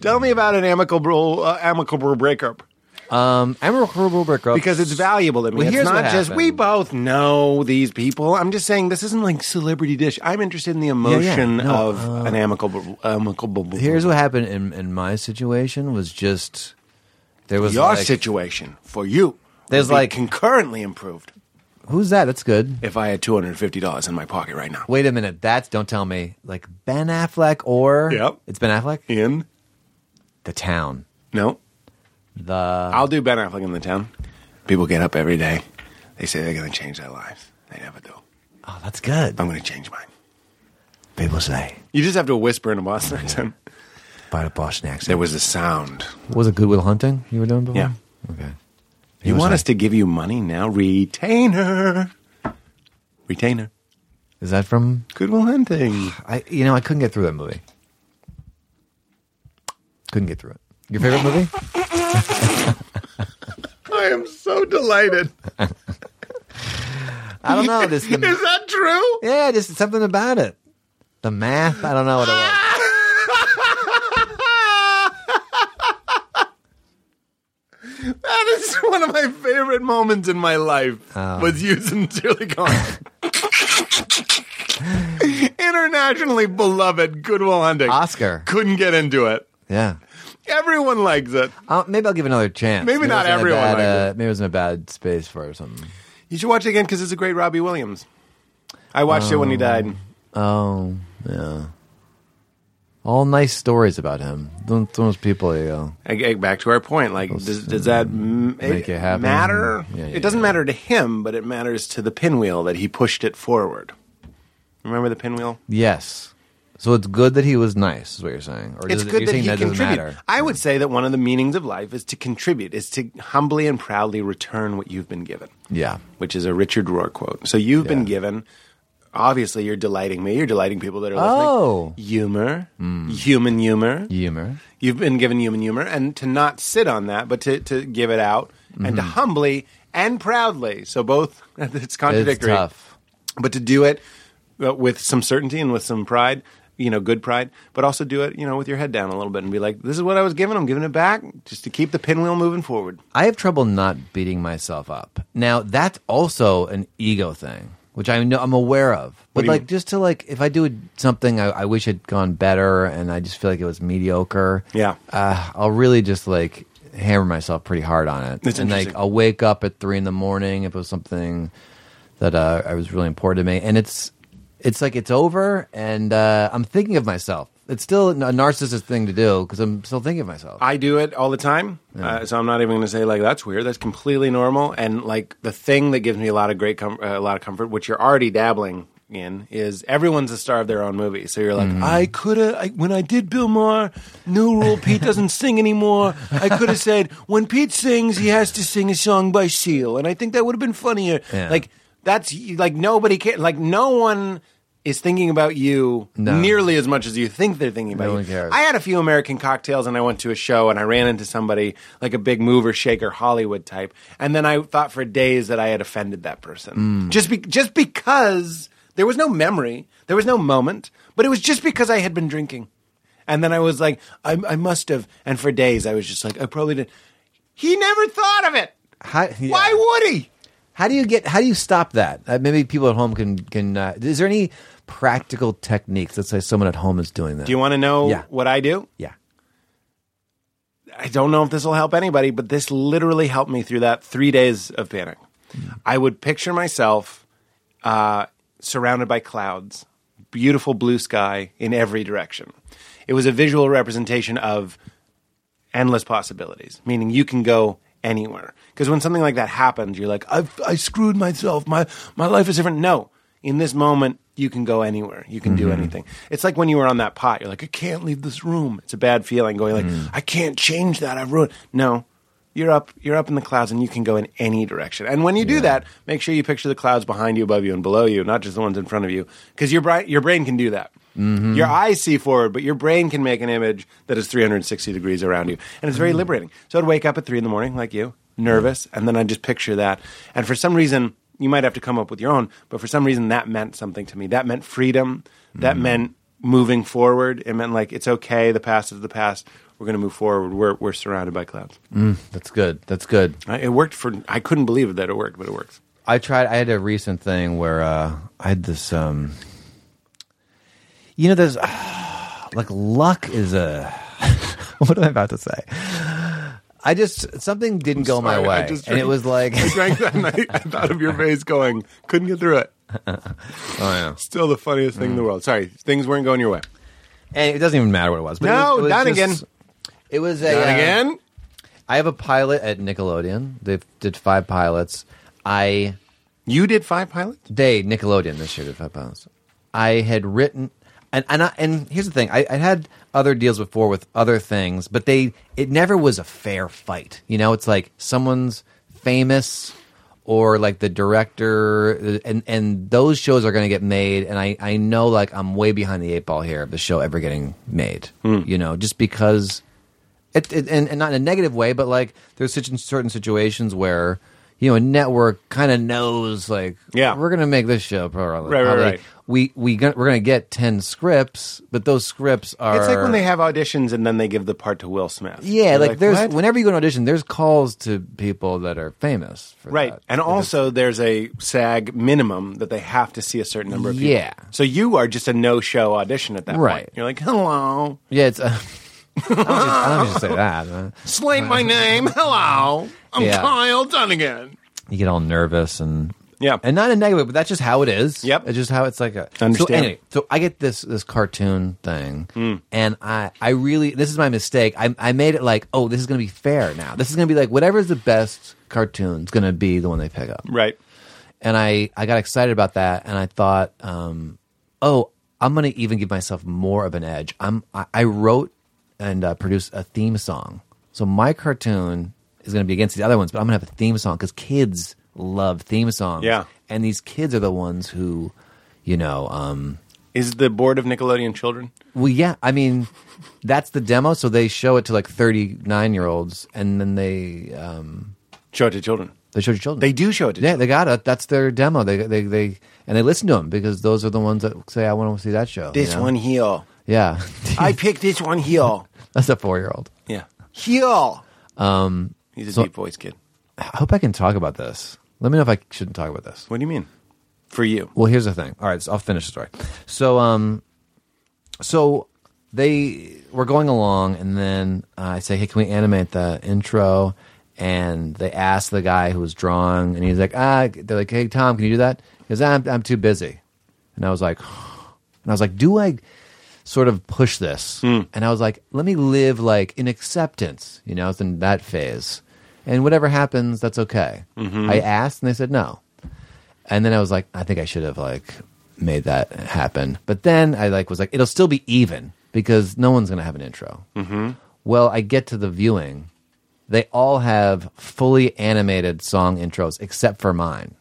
Tell me about an amicable uh, amicable breakup Um Emerald Kruger broke up because it's valuable to me. Well, it's here's not what just happened. we both know these people. I'm just saying this isn't like celebrity dish. I'm interested in the emotion No, uh, of an amicable amicable. Here's what happened in in my situation was just there was your like, situation for you. There's would be like- concurrently improved. Who's that? That's good. If I had two hundred fifty dollars in my pocket right now, Wait a minute. That's don't tell me like Ben Affleck or Yep. It's Ben Affleck. in The town. no, The I'll do Ben Affleck in the town. People get up every day. They say they're going to change their lives. They never do. oh, that's good. I'm going to change mine. People say You just have to whisper in a Boston accent. by the Boston accent. There was a sound. Was it Goodwill Hunting you were doing before? Yeah. Okay. you was want like- us to give you money now? Retainer. Retainer. Is that from Goodwill Hunting. I you know I couldn't get through that movie. Couldn't get through it. Your favorite movie? <sighs> I am so delighted. <laughs> I don't know. This <laughs> Is the, that true? yeah, just something about <laughs> it. The math. I don't know what it was. is <laughs> one of my favorite moments in my life. Was <laughs> using Julie Collins. Internationally beloved Goodwill Hunting. Oscar. Couldn't get into it. Yeah. Everyone likes it. Uh, maybe I'll give it another chance. Maybe it was not in a everyone bad, liked it. uh, maybe it was in a bad space for it or something. You should watch it again because it's a great Robbie Williams. I watched it when he died. Oh, yeah. All nice stories about him. Those, those people, you know. I get back to our point. Like, does, does that m- Make it happen? matter? Yeah, yeah, it doesn't yeah. matter to him, but it matters to the pinwheel that he pushed it forward. Remember the pinwheel? Yes. So it's good that he was nice, is what you're saying. Or It's does- good you're that saying he doesn't contributed. matter. I would say that one of the meanings of life is to contribute, is to humbly and proudly return what you've been given, Yeah. which is a Richard Rohr quote. So you've been Yeah. given. Obviously, you're delighting me. You're delighting people that are listening. Oh. Mm. humor, human humor. Humor. You've been given human humor, and to not sit on that, but to, to give it out and Mm-hmm. to humbly and proudly. So both, <laughs> it's It's contradictory, tough. but to do it uh, with some certainty and with some pride, you know, good pride, but also do it, you know, with your head down a little bit and be like, this is what I was given. I'm giving it back just to keep the pinwheel moving forward. I have trouble not beating myself up. Now that's also an ego thing, which I know I'm aware of. But do you like, mean? just to like, if I do something I, I wish had gone better, and I just feel like it was mediocre. Yeah. uh, I'll really just like hammer myself pretty hard on it. That's and like, interesting. I'll wake up at three in the morning if it was something that uh, I was really important to me, and it's it's like it's over, and uh, I'm thinking of myself. It's still a narcissist thing to do because I'm still thinking of myself. I do it all the time. Uh, so I'm not even going to say like that's weird. That's completely normal. And like the thing that gives me a lot of great com- uh, a lot of comfort, which you're already dabbling in, is everyone's the star of their own movie. So you're like, Mm-hmm. I could have I, when I did Bill Maher, New Rule, Pete doesn't sing anymore. I could <laughs> have said when Pete sings, he has to sing a song by Seal, and I think that would have been funnier. Yeah. Like that's like nobody can like no one. Is thinking about you No. nearly as much as you think they're thinking about No you. one cares. I I had a few American cocktails and I went to a show and I ran into somebody like a big mover shaker Hollywood type and then I thought for days that I had offended that Mm. person. Just be- just because there was no memory, there was no moment, but it was just because I had been drinking. And then I was like I, I must have and for days I was just like I probably did. He never thought of it. How- yeah. Why would he? How do you get? How do you stop that? Uh, maybe people at home can can. Uh, is there any practical techniques? Let's say someone at home is doing that. Do you want to know Yeah. what I do? Yeah. I don't know if this will help anybody, but this literally helped me through that three days of panic. I would picture myself uh, surrounded by clouds, beautiful blue sky in every direction. It was a visual representation of endless possibilities, meaning you can go anywhere. Because when something like that happens, you're like, I've, I screwed myself. My, my life is different. No. In this moment, you can go anywhere. You can do anything. It's like when you were on that pot. You're like, I can't leave this room. It's a bad feeling going like, I can't change that. I've ruined. No. You're up, you're up in the clouds and you can go in any direction. And when you do that, make sure you picture the clouds behind you, above you, and below you, not just the ones in front of you. Because your, bri- your brain can do that. Your eyes see forward, but your brain can make an image that is 360 degrees around you. And it's very liberating. So I'd wake up at three in the morning, like you, nervous, and then I'd just picture that. And for some reason, you might have to come up with your own, but for some reason, that meant something to me. That meant freedom. That meant moving forward. It meant like, it's okay, the past is the past. We're going to move forward. We're, we're surrounded by clouds. That's good. That's good. I- It worked for, I couldn't believe that it worked, but it works. <laughs> I tried. I had a recent thing where uh, I had this. Um, you know, there's <sighs> like luck is a. <laughs> what am I about to say? I just something didn't go my sorry, I way, just and it drank- was like <laughs> I drank that night out of your face going, couldn't get through it. Still the funniest thing in the world. Sorry, things weren't going your way. and it doesn't even matter what it was. But No, it was, it was done again. just- It was a Done uh, again? I have a pilot at Nickelodeon. They did five pilots. I You did five pilots? they Nickelodeon this year did five pilots. I had written and and I, and here's the thing. I, I had other deals before with other things, but they it never was a fair fight. You know, it's like someone's famous or like the director and and those shows are going to get made and I I know like I'm way behind the eight ball here of the show ever getting made. You know, just because it, it and, and not in a negative way, but like there's such certain situations where you know a network kind of knows like Yeah. we're gonna make this show probably. Right, right, probably. right. We we gonna, we're gonna get ten scripts, but those scripts are It's like when they have auditions and then they give the part to Will Smith. yeah You're like, there's "What?" whenever you go to audition there's calls to people that are famous for Right. that. And also, there's a SAG minimum that they have to see a certain number of people. Yeah. So you are just a no show audition at that Right. point. You're like, hello, yeah it's. <laughs> Uh, I don't just say that. <laughs> huh? slate my name. Hello, I'm Yeah. Kyle Dunnigan. You get all nervous and Yeah. and not in a negative, but that's just how it is. Yep. it's just how it's like. A, So Understand. Hmm. anyway, so I get this this cartoon thing, and I I really this is my mistake. I I made it like oh this is gonna be fair now. This is gonna be like whatever's the best cartoon is gonna be the one they pick up. right. And I I got excited about that, and I thought um oh I'm gonna even give myself more of an edge. I'm I, I wrote and uh, produced a theme song, so my cartoon is gonna be against the other ones, but I'm gonna have a theme song because kids love theme songs. Yeah. and these kids are the ones who, you know. um Is the board of Nickelodeon children? well, yeah. I mean, that's the demo. So they show it to like thirty-nine-year-olds, and then they um, Show it to children. they show it to children. They do show it to Yeah, they got it. That's their demo. They they they and they listen to them because those are the ones that say, "I want to see that show." you This know? one heel. yeah. <laughs> I picked this one heel. that's a four-year-old. Yeah. Heel. Um, He's a so- deep voice kid. I hope I can talk about this. Let me know if I shouldn't talk about this. What do you mean? For you. Well, here's the thing. All right, so I'll finish the story. So, um, so they were going along, and then uh, I say, "Hey, can we animate the intro?" And they asked the guy who was drawing, and he's like, "Ah," they're like, "Hey, Tom, can you do that?" He goes, "Ah, "I'm I'm too busy," and I was like, <sighs> and I was like, "Do I?" sort of push this. And I was like, let me live like in acceptance. You know, I was in that phase. And whatever happens, that's okay. I asked and they said no. And then I was like, I think I should have like made that happen. But then I like was like, it'll still be even because no one's gonna have an intro. Well, I get to the viewing. They all have fully animated song intros except for mine.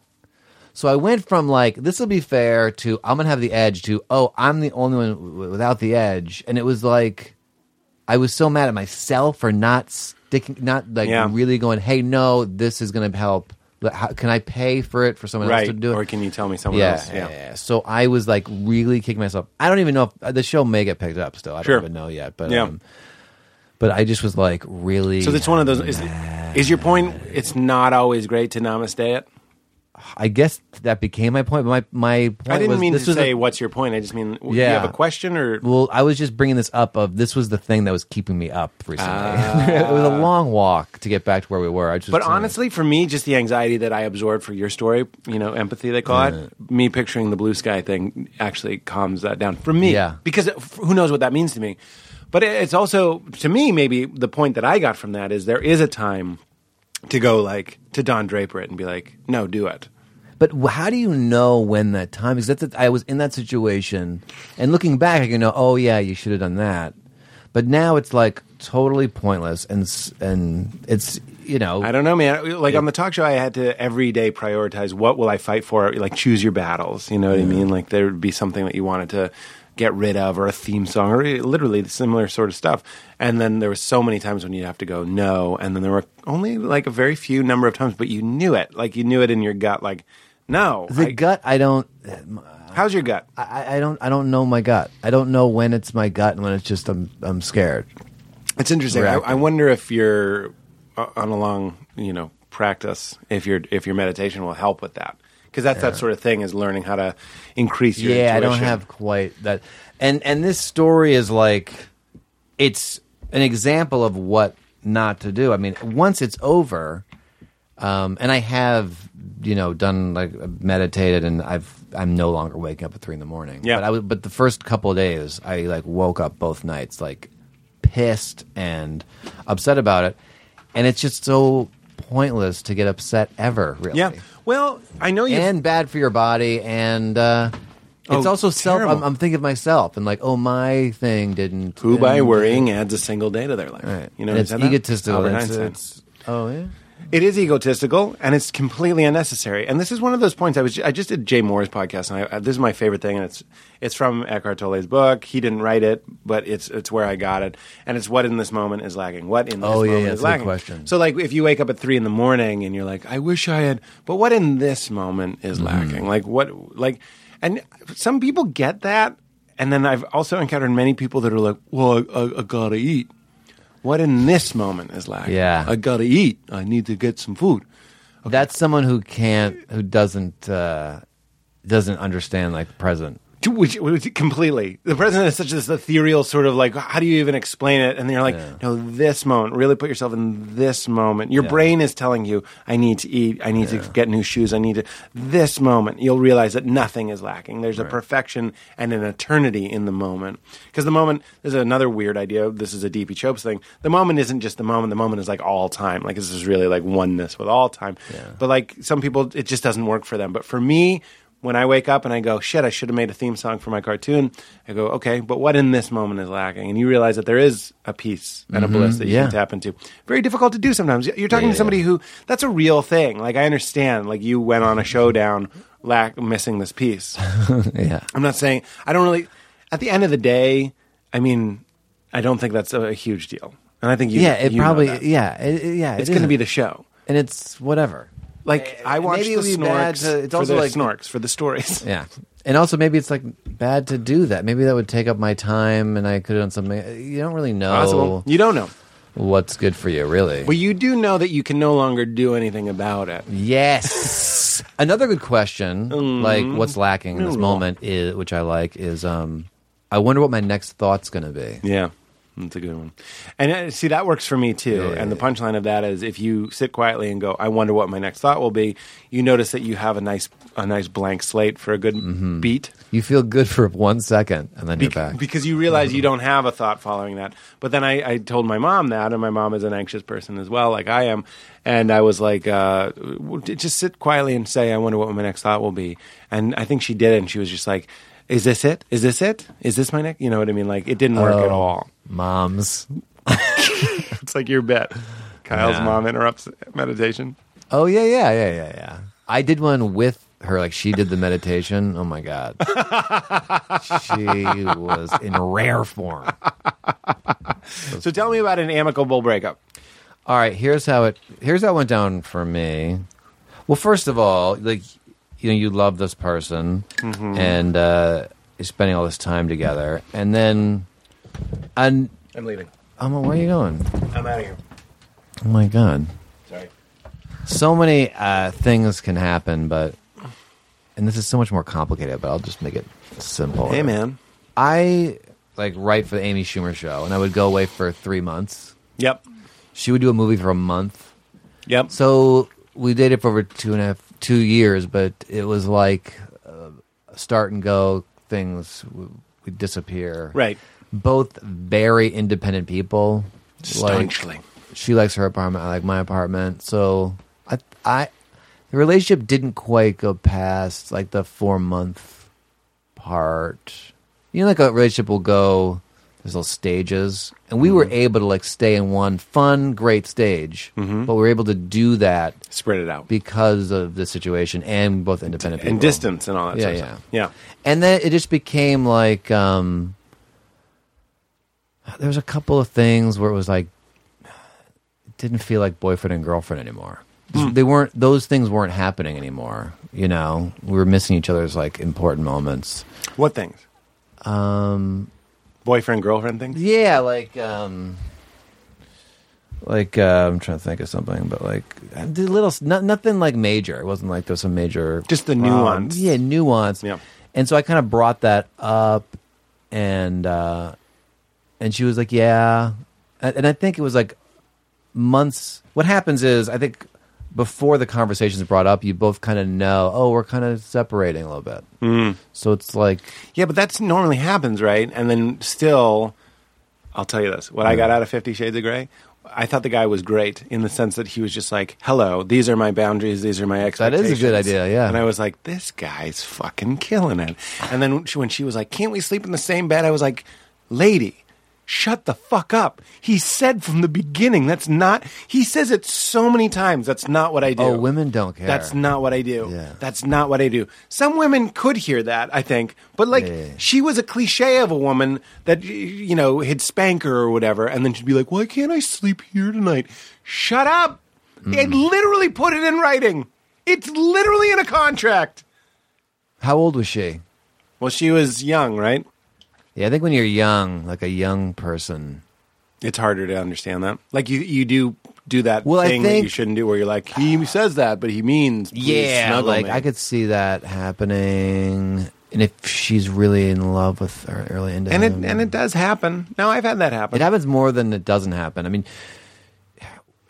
So I went from like this will be fair to I'm gonna have the edge to oh I'm the only one w- without the edge, and it was like I was so mad at myself for not sticking, not like Yeah. really going, hey, no, this is gonna help. But How, can I pay for it for someone else to Right. do it? Or can you tell me someone yeah, else? yeah. yeah. So I was like really kicking myself. I don't even know if uh, the show may get picked up still. I don't Sure. even know yet, but Yeah. um, but I just was like really. So it's one of those. Is, is your point? It's not always great to namaste it. I guess that became my point. But my my point I didn't was, mean this to was a- say what's your point. I just mean w- do you Yeah. have a question or Well, I was just bringing this up. Of this was the thing that was keeping me up recently. <laughs> it was a long walk to get back to where we were. I just, Ah. But honestly, for me, just the anxiety that I absorbed for your story, you know, empathy they call it, me picturing the blue sky thing actually calms that down for me. Yeah. Because f- who knows what that means to me. But it- it's also, to me, maybe the point that I got from that is there is a time to go like to Don Draper it and be like, no, do it. but wh- how do you know when that time? Because that's I was in that situation, and looking back, I can know. Oh yeah, you should have done that. But now it's like totally pointless, and s- and it's you know I don't know, man. Like on the talk show, I had to every day prioritize what will I fight for. Like choose your battles. You know what I mean? Like there would be something that you wanted to get rid of, or a theme song, or literally similar sort of stuff. And then there were so many times when you'd have to go no, and then there were only like a very few number of times, but you knew it. Like you knew it in your gut. Like no, the I- gut. I don't. how's your gut? I, I don't. I don't know my gut. I don't know when it's my gut and when it's just I'm I'm scared. It's interesting. I, Reactive. I wonder if you're uh, on a long, you know, practice. If your if your meditation will help with that, because that's that sort of thing is learning how to increase your. yeah i don't intuition. have quite that and and this story is like it's an example of what not to do i mean once it's over um and i have you know done like meditated and i've i'm no longer waking up at three in the morning Yeah. but i was but the first couple of days i like woke up both nights like pissed and upset about it and it's just so pointless to get upset ever really Yeah. Well, I know you. and bad for your body and uh it's Oh, also self I'm, terrible. I'm thinking of myself and like oh my thing didn't who by and- worrying adds a single day to their life. uh, Right. You know, And who it's said that? egotistical Albert it's, Einstein. it's- oh yeah It is egotistical and it's completely unnecessary. And this is one of those points I was I just did Jay Moore's podcast and I, uh, this is my favorite thing and it's it's from Eckhart Tolle's book. He didn't write it, but it's it's where I got it and it's what in this moment is lacking. What in this Oh, yeah, moment yeah, that's is a good lacking? question. So like if you wake up at 3 in the morning and you're like I wish I had but what in this moment is Mm-hmm. lacking? Like what like and some people get that and then I've also encountered many people that are like, "Well, I, I, I got to eat." What in this moment is lacking? Yeah. I gotta eat. I need to get some food. That's someone who can't, who doesn't, uh, doesn't understand like present. <laughs> To Which, which completely, the president is such this ethereal sort of like, how do you even explain it? And you're like, no, this moment. Really put yourself in this moment. Your brain is telling you, I need to eat. I need to get new shoes. I need to. This moment, you'll realize that nothing is lacking. There's a perfection and an eternity in the moment. Because the moment this is another weird idea. This is a D.P. Chopes thing. The moment isn't just the moment. The moment is like all time. Like this is really like oneness with all time. But like some people, it just doesn't work for them. But for me when I wake up and I go, shit, I should have made a theme song for my cartoon, I go, okay, but what in this moment is lacking? And you realize that there is a peace and a bliss that you Mm-hmm. yeah. can tap into. Very difficult to do sometimes. You're talking to somebody who, that's a real thing. Like, I understand, like, you went on a showdown, lack, missing this <laughs> piece. Yeah. I'm not saying, I don't really, at the end of the day, I mean, I don't think that's a, a huge deal. And I think you, yeah, it you know probably, that. yeah, it, it- yeah. it's going to be the show. and it's whatever. Like, I watched maybe the it would be bad snorks to- it's for also the like- snorks for the stories. Yeah. And also, maybe it's like bad to do that. Maybe that would take up my time, and I could have done something. You don't really know <laughs> Possible. You don't know. what's good for you, really. Well, you do know that you can no longer do anything about it. Yes. Another good question, like what's lacking in this moment, is, which I like, is um, I wonder what my next thought's going to be. Yeah, that's a good one. And uh, see, that works for me too. and the punchline of that is, if you sit quietly and go, "I wonder what my next thought will be," you notice that you have a nice, a nice blank slate for a good beat You feel good for one second, and then Bec- you're back. because you realize <laughs> you don't have a thought following that. But then I, I told my mom that, and my mom is an anxious person as well, like I am. And I was like, uh, w- d- just sit quietly and say, I wonder what my next thought will be. And I think she did, and she was just like, Is this it? Is this it? Is this my next? You know what I mean? Like it didn't work at all. Moms. Oh. <laughs> It's like your bet. Kyle's Yeah. mom interrupts meditation. Oh yeah, yeah, yeah, yeah, yeah. I did one with her. Like she did the meditation. Oh my god, she was in rare form. So tell me about an amicable breakup. All right, here's how it here's how it went down for me. Well, first of all, like you know, you love this person Mm-hmm. and uh, you're spending all this time together, and then and I'm leaving. I'm where are you going? I'm out of here. Oh my god, Sorry. so many uh, things can happen, but and this is so much more complicated. But I'll just make it simple. Hey, man. I like write for the Amy Schumer show, and I would go away for three months. Yep. She would do a movie for a month. Yep. So we dated for over two and a half, two years, but it was like uh, start and go. Things w- would disappear. Right. Both very independent people. Staunchly. she likes her apartment. I like my apartment. So I, I, the relationship didn't quite go past like the four month part. You know, like a relationship will go. There's little stages, and we were able to like stay in one fun, great stage. But we were able to do that Spread it out. because of the situation and both independent people and distance and all that Yeah, sort of yeah. stuff. Yeah. and then it just became like um there was a couple of things where it was like it didn't feel like boyfriend and girlfriend anymore they weren't those things weren't happening anymore you know we were missing each other's like important moments Um, What things? Boyfriend, girlfriend things? yeah like um like uh, I'm trying to think of something, but like I did little, no, nothing like major. It wasn't like there was some major, Just the nuance. yeah, nuance. Yeah. And so I kind of brought that up, and uh, and she was like, "Yeah," and and I think it was like months. What happens is, I think before the conversation's brought up, you both kind of know, oh, we're kind of separating a little bit. Mm. So it's like, Yeah, but that's normally happens, right? And then still, I'll tell you this: what I got out of Fifty Shades of Grey, I thought the guy was great in the sense that he was just like, "Hello, these are my boundaries, these are my is a expectations." good idea, yeah. And I was like, "This guy's fucking killing it." And then when she- when she was like, "Can't we sleep in the same bed?" I was like, "Lady." shut the fuck up. He said from the beginning, that's not, he says it so many times, that's not what I do. Oh, women don't care. That's not what I do. Yeah. That's not what I do. Some women could hear that, I think, but like Yeah. she was a cliche of a woman that you know had spank her or whatever, and then she'd be like, "Why can't I sleep here tonight?" Shut up! Mm. It literally put it in writing. It's literally in a contract. How old was she? Well, she was young, right? Yeah, I think when you're young, like a young person, It's harder to understand that. Like you, you do do that Well, I thing that think- you shouldn't do, where you're like, he says that, but he means, please snuggle like me." I could see that happening. And if she's really in love with or really into and it him. and it does happen. No, I've had that happen. It happens more than it doesn't happen. I mean,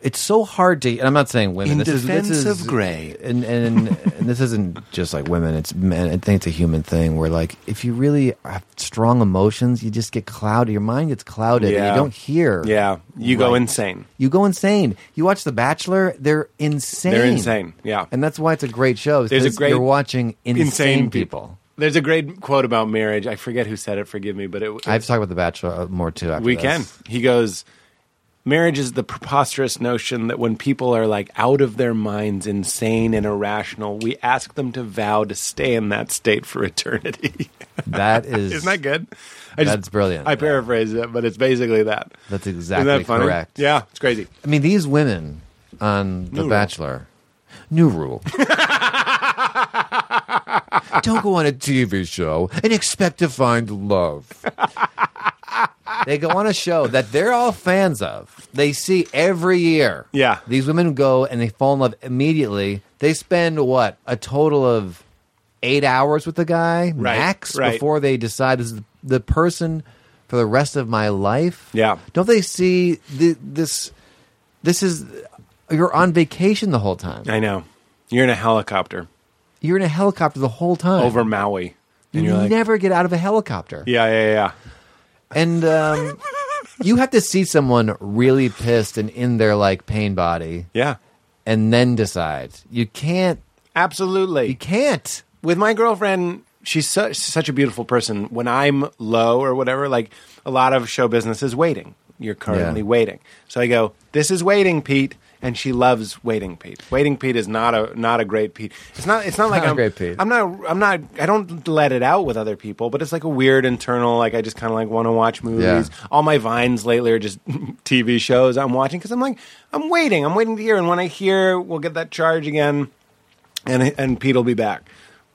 it's so hard to. And I'm not saying women. In this is, this defense is, of Grey. and and, and this isn't just like women. It's men. I think it's a human thing where like if you really have strong emotions, you just get clouded. Your mind gets clouded. and Yeah. you don't hear. yeah, you go Right. insane. You go insane. You watch The Bachelor. They're insane. They're insane. Yeah. And that's why it's a great show. is There's a 'cause great- You're watching insane, people. people. There's a great quote about marriage. I forget who said it. Forgive me, but it. it I've talked about The Bachelor uh, more too. After we this. can. He goes. Marriage is the preposterous notion that when people are like out of their minds, insane and irrational, we ask them to vow to stay in that state for <laughs> eternity. That is <laughs> Isn't that good? I That's brilliant. I Yeah. paraphrased it, but it's basically that. That's Isn't exactly that funny? correct. Yeah, it's crazy. I mean, these women on The New Bachelor, new <laughs> rule. Don't go on a TV show and expect to find love. they go on a show that they're all fans of. They see every year. Yeah. These women go and they fall in love immediately. They spend what? A total of eight hours with the guy, Right, max, right. before they decide this is the person for the rest of my life. Yeah. Don't they see the, this? This is you're on vacation the whole time. I know. You're in a helicopter You're in a helicopter the whole time. over Maui, and you you're like, never get out of a helicopter. yeah, yeah, yeah. And <laughs> um, you have to see someone really pissed and in their like pain body, Yeah, and then decide. You can't. absolutely. You can't. with my girlfriend, she's such, such a beautiful person. When I'm low or whatever, like a lot of show business is waiting. You're currently Yeah. waiting. So I go, "This is waiting, Pete." And she loves waiting, Pete. Waiting, Pete is not a not a great Pete. It's not. It's not like Not a I'm great Pete. I'm not. I'm not. I don't let it out with other people. But it's like a weird internal. Like I just kind of like want to watch movies. Yeah. All my vines lately are just <laughs> TV shows I'm watching because I'm like I'm waiting. I'm waiting to hear. And when I hear, we'll get that charge again and and Pete will be back.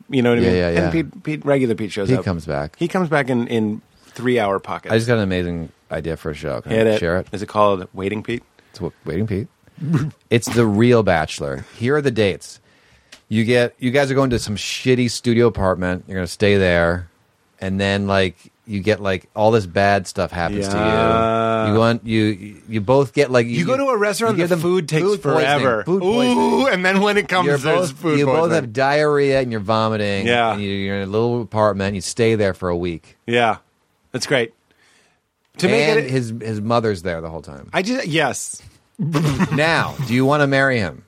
You know what I Yeah, mean? yeah, yeah. And Pete, Pete, regular Pete shows Pete up. comes back. He comes back in in three hour pockets. I just got an amazing idea for a show. Can Hit I it. share it? Is it called Waiting Pete? It's wa- waiting, Pete. <laughs> it's the real Bachelor. Here are the dates. You get you guys are going to some shitty studio apartment. You're gonna stay there, and then like you get like all this bad stuff happens to Yeah. you. You want you you both get like You, go to a restaurant, you the give them food takes poisoning, forever. Food poisoning. Ooh, and then when it comes, You're there's both, food you both poisoning. have diarrhea and you're vomiting. Yeah. and you- you're in a little apartment. You stay there for a week, yeah, that's great. To make and it, his his mother's there the whole time. I just yes, Now, do you want to marry him?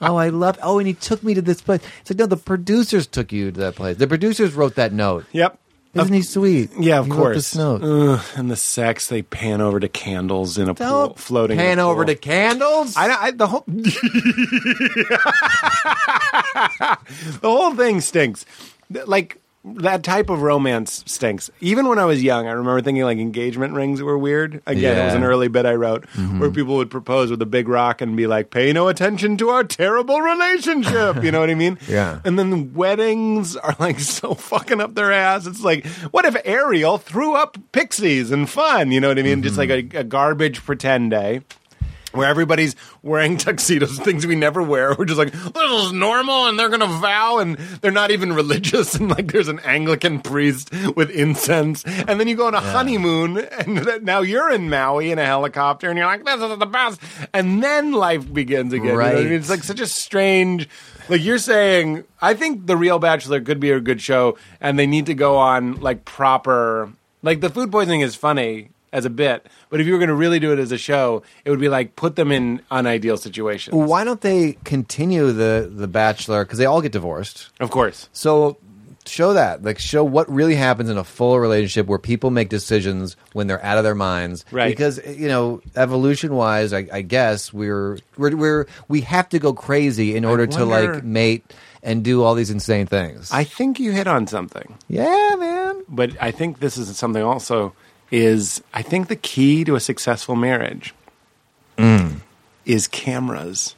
Oh, I love. Oh, and he took me to this place. It's like no, the producers took you to that place. The producers wrote that note. yep. Isn't he sweet? Yeah, of He wrote course. Mm. this note. Ugh, and the sex, they pan over to candles in a pool, Don't floating. in a pan pool. over to candles. I, I the whole <laughs> the whole thing stinks. Th- Like that type of romance stinks. Even when I was young, I remember thinking like engagement rings were weird. Again, it was Yeah. Mm-hmm. an early bit I wrote where people would propose with a big rock and be like, "Pay no attention to our terrible relationship." You know what I mean? <laughs> Yeah. And then the weddings are like <laughs> so fucking up their ass. It's like, what if Ariel threw up pixies and fun? You know what I mean? Just like Mm-hmm. a, a garbage pretend day where everybody's wearing <laughs> tuxedos, things we never wear. We're just like, this is normal, and they're going to vow, and they're not even religious. <laughs> And like, there's an Anglican priest with incense. And then you go on a honeymoon, and that, now you're in Maui in a helicopter, and you're like, this is the best. And then life begins again. You know what I Right. mean? It's like <laughs> such a strange. Like you're saying, I think The Real Bachelor could be a good show, and they need to go on like proper. Like the food poisoning is funny as a bit, but if you were going to really do it as a show, it would be like put them in unideal situations. Why don't they continue the the Bachelor? Because they all get divorced. Of course, So show that. Like, show what really happens in a full relationship where people make decisions when they're out of their minds. Right. Because you know, evolution wise, I, I guess we're, we're we're we have to go crazy in order to wonder- like mate and do all these insane things. I think you hit on something. yeah, man. but I think this is something also is I think the key to a successful marriage Mm. is cameras.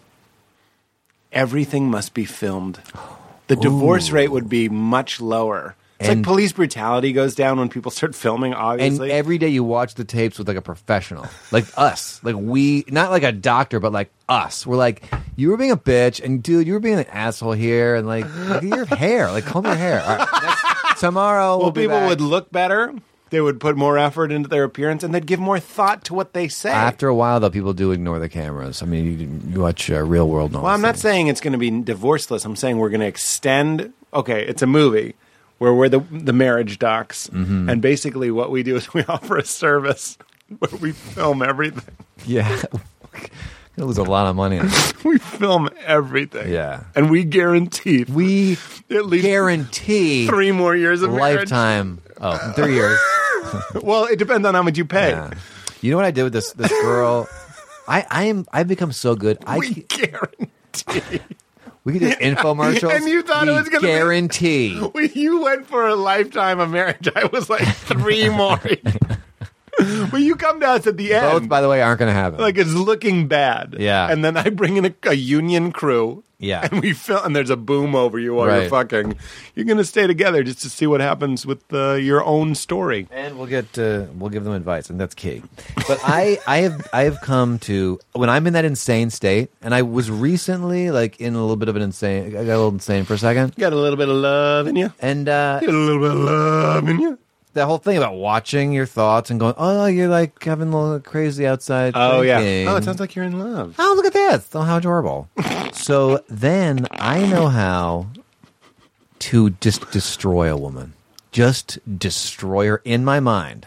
Everything must be filmed. The divorce rate would be much lower. It's And- like police brutality goes down when people start filming. And Obviously, every day you watch the tapes with like a professional, like us, like we, not like a doctor, but like us. We're like, you were being a bitch, and dude, you were being an asshole here, and like, look at your hair, like comb your hair. All right, next- <laughs> tomorrow, we'll, well, be people back. would look better. They would put more effort into their appearance, and they'd give more thought to what they say. After a while, though, people do ignore the cameras. I mean, you, you watch uh, Real World. and all Well, I'm this not saying it's going to be divorceless. I'm saying we're going to extend. Okay, it's a movie where we're the the marriage docs, Mm-hmm. and basically what we do is we <laughs> offer a service where we film everything. <laughs> stuff. <laughs> Yeah, gonna lose a lot of money. on this. We film everything. Yeah. and we guarantee We <laughs> at least guarantee three more years of marriage. lifetime. Oh, three <laughs> years. Well, it depends on how much you pay. Yeah. You know what I did with this this girl? I I am I've become so good. I We c- guarantee. we <laughs> could do infomercials. And you thought it we was gonna be- guarantee. <laughs> When you went for a lifetime of marriage, I was like <laughs> three more. Well, you come to us at the end. Both, by the way, aren't going to happen. like it's looking bad. Yeah. And then I bring in a, a union crew. Yeah. And we film, and there's a boom over you while you're Right. fucking. You're gonna stay together just to see what happens with uh, your own story. and we'll get uh, we'll give them advice, and that's key. But <laughs> I I have I have come to when I'm in that insane state, and I was recently like in a little bit of an insane. I got a little insane for a second, You got a little bit of love in you. and uh, You Got a little bit of love in you. that whole thing about watching your thoughts and going, oh, you're like having a little crazy outside. Oh thinking. yeah. Oh, it sounds like you're in love. Oh, look at this. Oh, how adorable. so then I know how to just destroy a woman. Just destroy her in my mind.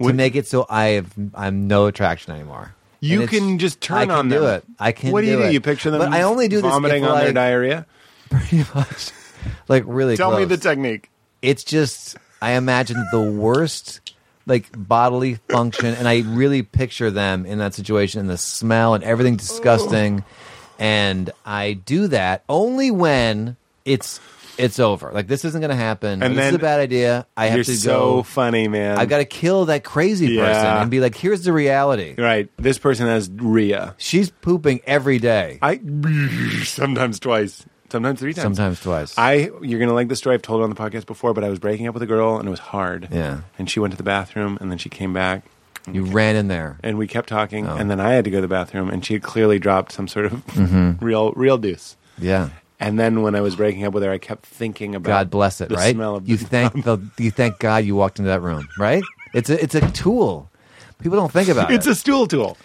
Would- to make it so I have I'm no attraction anymore. You And it's- can just turn I can on do them. it. I can What do you do? it. You picture them? But I only do this vomiting if, on their like, diarrhea. <laughs> Pretty much. Like really Tell me close the technique. it's just I imagine the worst like bodily function, and I really picture them in that situation and the smell and everything disgusting. And I do that only when it's it's over. Like this isn't going to happen. And this then is a bad idea. I You're have to so go. funny, man. I've got to kill that crazy person Yeah. and be like, here's the reality. right. This person has Rhea. She's pooping every day, I sometimes twice, sometimes three times. sometimes twice. I you're gonna like the story I've told on the podcast before, but I was breaking up with a girl and it was hard. Yeah. And she went to the bathroom and then she came back you ran in there. and we kept talking Oh. and then I had to go to the bathroom and she had clearly dropped some sort of Mm-hmm. <laughs> real real deuce. Yeah. And then when I was breaking up with her, I kept thinking about God bless it, the right? Smell of you the- thank <laughs> the you thank God you walked into that room, right? It's a it's a tool. People don't think about <laughs> It's a it. <laughs> stool tool.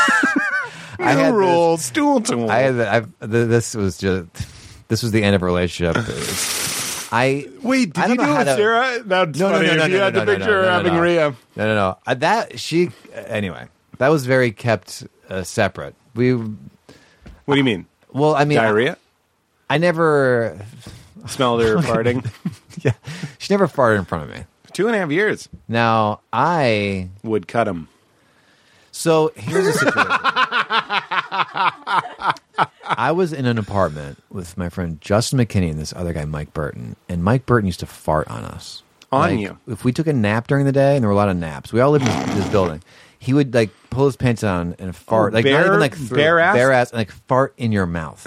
I had this- rule stool tool. I had the- I've- the- this was just this was the end of a <laughs> relationship. I Wait, I did don't you do know how it, to- Sarah? That's No, no, funny. no, no, if no, you no, had no, the no, picture no, no, having no. Rhea. No, no, no. Uh, that she anyway. That was very kept uh, separate. We What do you mean? well, I mean, Diarrhea? I, I never. <laughs> Smelled her farting. She never farted in front of me. Two and a half years Now I would cut him. So here's the situation. I was in an apartment with my friend Justin McKinney and this other guy, Mike Burton. And Mike Burton used to fart on us. On Like, you. If we took a nap during the day, and there were a lot of naps, we all lived in this, this building. He would like pull his pants down and fart, like not Oh, bare- even like through- bare ass? bare ass, and like fart in your mouth.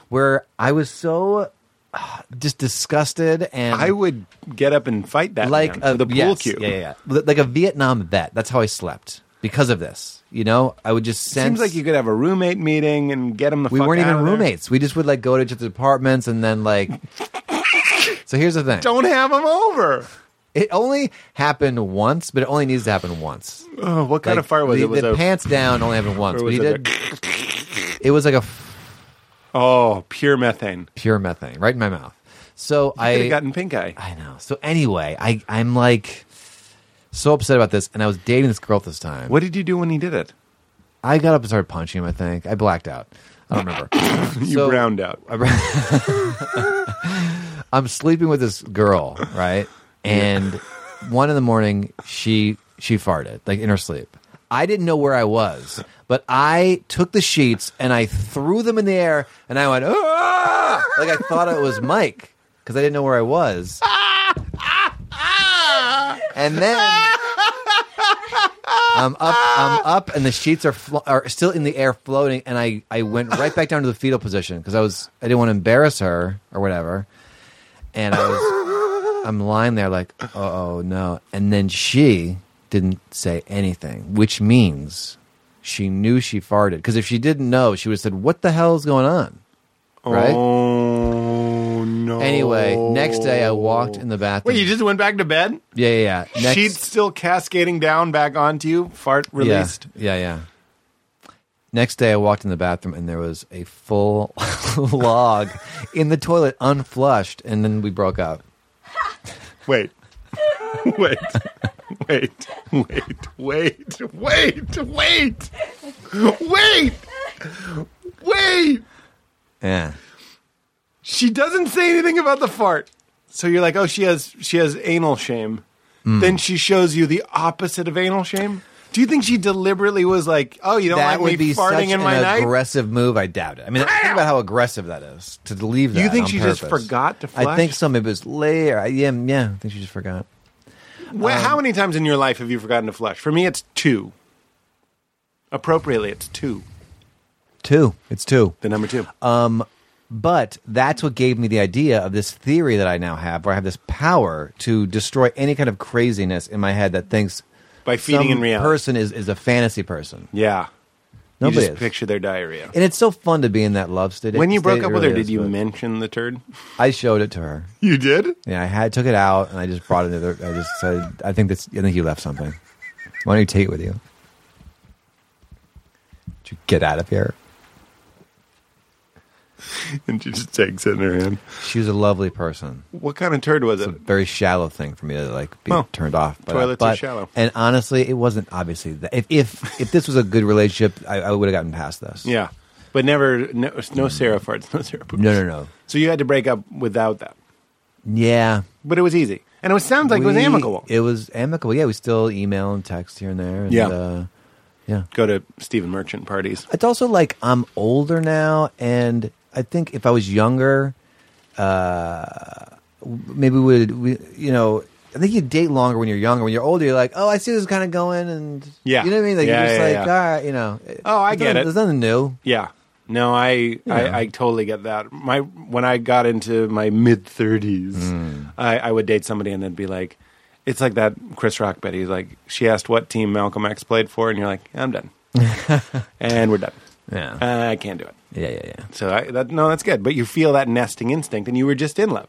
<laughs> Where I was so ah, just disgusted and I would get up and fight that like man a, with a pool yes, cue. Yeah, yeah, yeah. Like a Vietnam vet. That's how I slept because of this. You know, I would just sense. Seems like you could have a roommate meeting and get them the. we fuck weren't out even of there. roommates. We just would like go to each other's apartments and then <laughs> like. so here's the thing. Don't have them over. It only happened once, but it only needs to happen once. Oh, what kind Like, of fire was the, it? Was the it pants down only happened once, <laughs> or but was he it did. It was like a f- oh pure methane? pure methane right in my mouth. <laughs> So I I could have gotten pink eye. I know. So anyway, I I'm like so upset about this, and I was dating this girl at this time. What did you do when he did it? <laughs> I got up and started punching him. I think I blacked out. I don't remember. You So- browned out. I br- I'm sleeping with this girl, right? And one in the morning, she she farted like in her sleep. I didn't know where I was, but I took the sheets and I threw them in the air, and I went ah! like I thought it was Mike because I didn't know where I was. And then I'm up, I'm up, and the sheets are flo- are still in the air, floating. And I, I went right back down to the fetal position because I was I didn't want to embarrass her or whatever. And I was I'm lying there like, oh no. And then she didn't say anything, which means she knew she farted. Because if she didn't know, she would have said, "What the hell is going on?" Right. Oh no. Anyway, next day I walked in the bathroom. Wait, you just went back to bed? yeah, yeah. yeah. Next- Sheets still cascading down back onto you. Fart released. Yeah, yeah, yeah. Next day, I walked in the bathroom and there was a full <laughs> log in the toilet, unflushed, and then we broke up. Wait. <laughs> wait. Wait. Wait. Wait. Wait. Wait. Wait. Wait. Yeah, She doesn't say anything about the fart. So you're like, "Oh, she has she has anal shame." Hmm. Then she shows you the opposite of anal shame. Do you think she deliberately was like, "Oh, you don't that like would me be such farting an in my night?" aggressive move. I doubt it. I mean, think about how aggressive that is to leave that. You think on she just purpose. forgot to I think flush? so. Maybe it was later. I, yeah, yeah. I think she just forgot. Well, um, how many times in your life have you forgotten to flush? For me, it's two. Appropriately, it's two. Two. It's two. The number two. But that's what gave me the idea of this theory that I now have, where I have this power to destroy any kind of craziness in my head that thinks By feeding some in reality. person is, is a fantasy person. yeah. Nobody you just is. picture their diarrhea. And it's so fun to be in that love state. when you state, broke it up with her, really did is, you but mention <laughs> the turd? I showed it to her. You did? Yeah, I had took it out and I just brought it. To the, I just said, I think this. I think you left something. Why don't you take it with you? Did you get out of here? And she just takes it in her hand. She was a lovely person. What kind of turd was it? very shallow thing for me to like be Well, turned off. By that. toilets are but, shallow. And honestly, it wasn't obviously that. If if, if this was a good relationship, I, I would have gotten past this. Yeah. But never, no, no Sarah farts, no Sarah poops. No, no, no. So you had to break up without that. Yeah. But it was easy. And it was, sounds like it was We- amicable. It was amicable. Yeah, we still email and text here and there. And, Yeah. Uh, yeah. Go to Stephen Merchant parties. It's also like I'm older now, and I think if I was younger, uh, maybe we would we you know. I think you date longer when you're younger. When you're older, you're like, oh, I see this kind of going, and Yeah. you know what I mean. Like Yeah, you're just yeah, like, yeah. all right, you know. Oh, I There's get nothing- it. There's nothing new. Yeah. No, I, I I totally get that. My when I got into my mid thirties, Mm. I, I would date somebody and then be like, it's like that Chris Rock bit. He's like, she asked what team Malcolm X played for, and you're like, <laughs> I'm done, and we're done. Yeah. Uh, I can't do it. yeah, yeah, yeah. So I, that, no, that's good. But you feel that nesting instinct, and you were just in love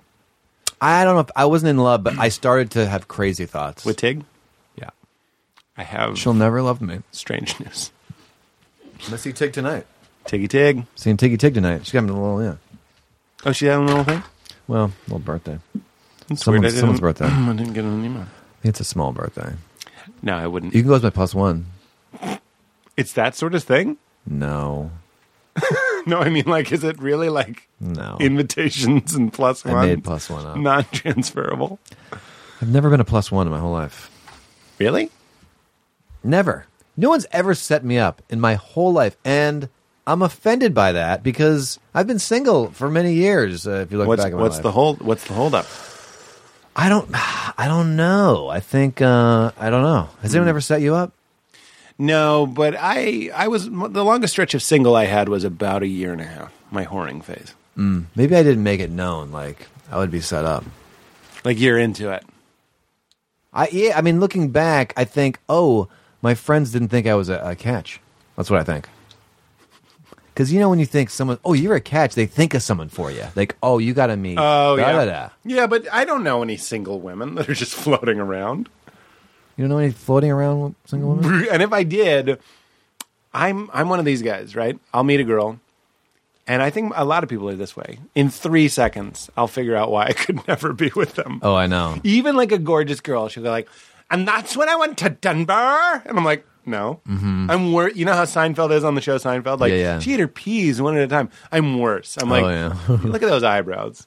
I don't know. if I wasn't in love, but I started to have crazy thoughts. with Tig. yeah, I have she'll never love me. strange <laughs> news. I see Tig tonight. Tiggy Tig. Seeing Tiggy Tig tonight. She's got a little yeah. Oh, she had a little thing. Well, little birthday. That's Someone's- I didn't- someone's birthday. <clears throat> I didn't get an email. It's a small birthday. No, I wouldn't. You can go as my plus one. It's that sort of thing. No, <laughs> No, I mean, like, is it really like no. invitations and plus I one? made plus one up. Non transferable. I've never been a plus one in my whole life. Really? Never. No one's ever set me up in my whole life, and I'm offended by that because I've been single for many years. Uh, if you look What's back, at my what's life. the hold? What's the hold up? I don't. <sighs> I don't know. I think. Uh, I don't know. Has Hmm. anyone ever set you up? No, but I I was the longest stretch of single I had was about a year and a half. My whoring phase, Maybe I didn't make it known. Like I would be set up. like you're into it. I yeah. I mean, looking back, I think. Oh, my friends didn't think I was a, a catch. That's what I think. Because you know when you think someone, oh, you're a catch, they think of someone for you. Like, oh, you got to meet. da, da, da. yeah. But I don't know any single women that are just <laughs> floating around. You don't know any floating around single women. <laughs> and if I did, I'm I'm one of these guys, right? I'll meet a girl, and I think a lot of people are this way. In three seconds, I'll figure out why I could <laughs> never be with them. Oh, I know. Even like a gorgeous girl, she'll go like, "And that's when I went to Denver," and I'm like. No, I'm worse. You know how Seinfeld is on the show Seinfeld? Like Mm-hmm. Yeah, yeah. <laughs> she ate her peas one at a time. I'm worse. I'm like, Oh, yeah. look at those eyebrows.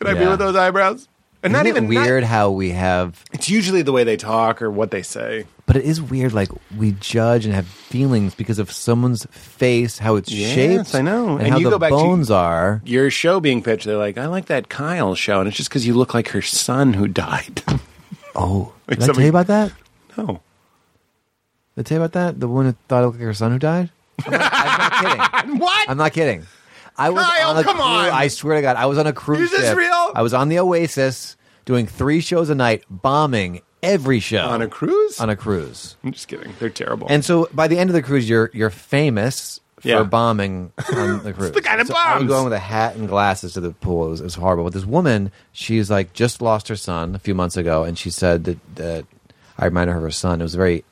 could I be Yeah. with those eyebrows? Isn't And not it even not- weird how we have it's usually the way they talk or what they say. But it is weird, like we judge and have feelings because of someone's face, how it's Yes, shaped. I know. and, And how you the go back to- bones are. Your show being pitched, they're like, I like that Kyle show, and it's just because you look like her son who died. <laughs> Oh, Like did I tell somebody- you about that? no. Did I tell you about that? The woman who thought it looked like her son who died. <laughs> I'm not, I'm not kidding. What? I'm not kidding. I was Kyle, on a come cruise. on. I swear to God, I was on a cruise. Is this ship. real? I was on the Oasis doing three shows a night, bombing every show on a Hmm. cruise? On a cruise. I'm just kidding. They're terrible. And so by the end of the cruise, you're you're famous Yeah. for bombing <laughs> on the cruise. the kind of So I was bombs. going with a hat and glasses to the pool. It was, it was horrible. But this woman, she's like just lost her son a few months ago, and she said that that I reminded her of her son. It was very.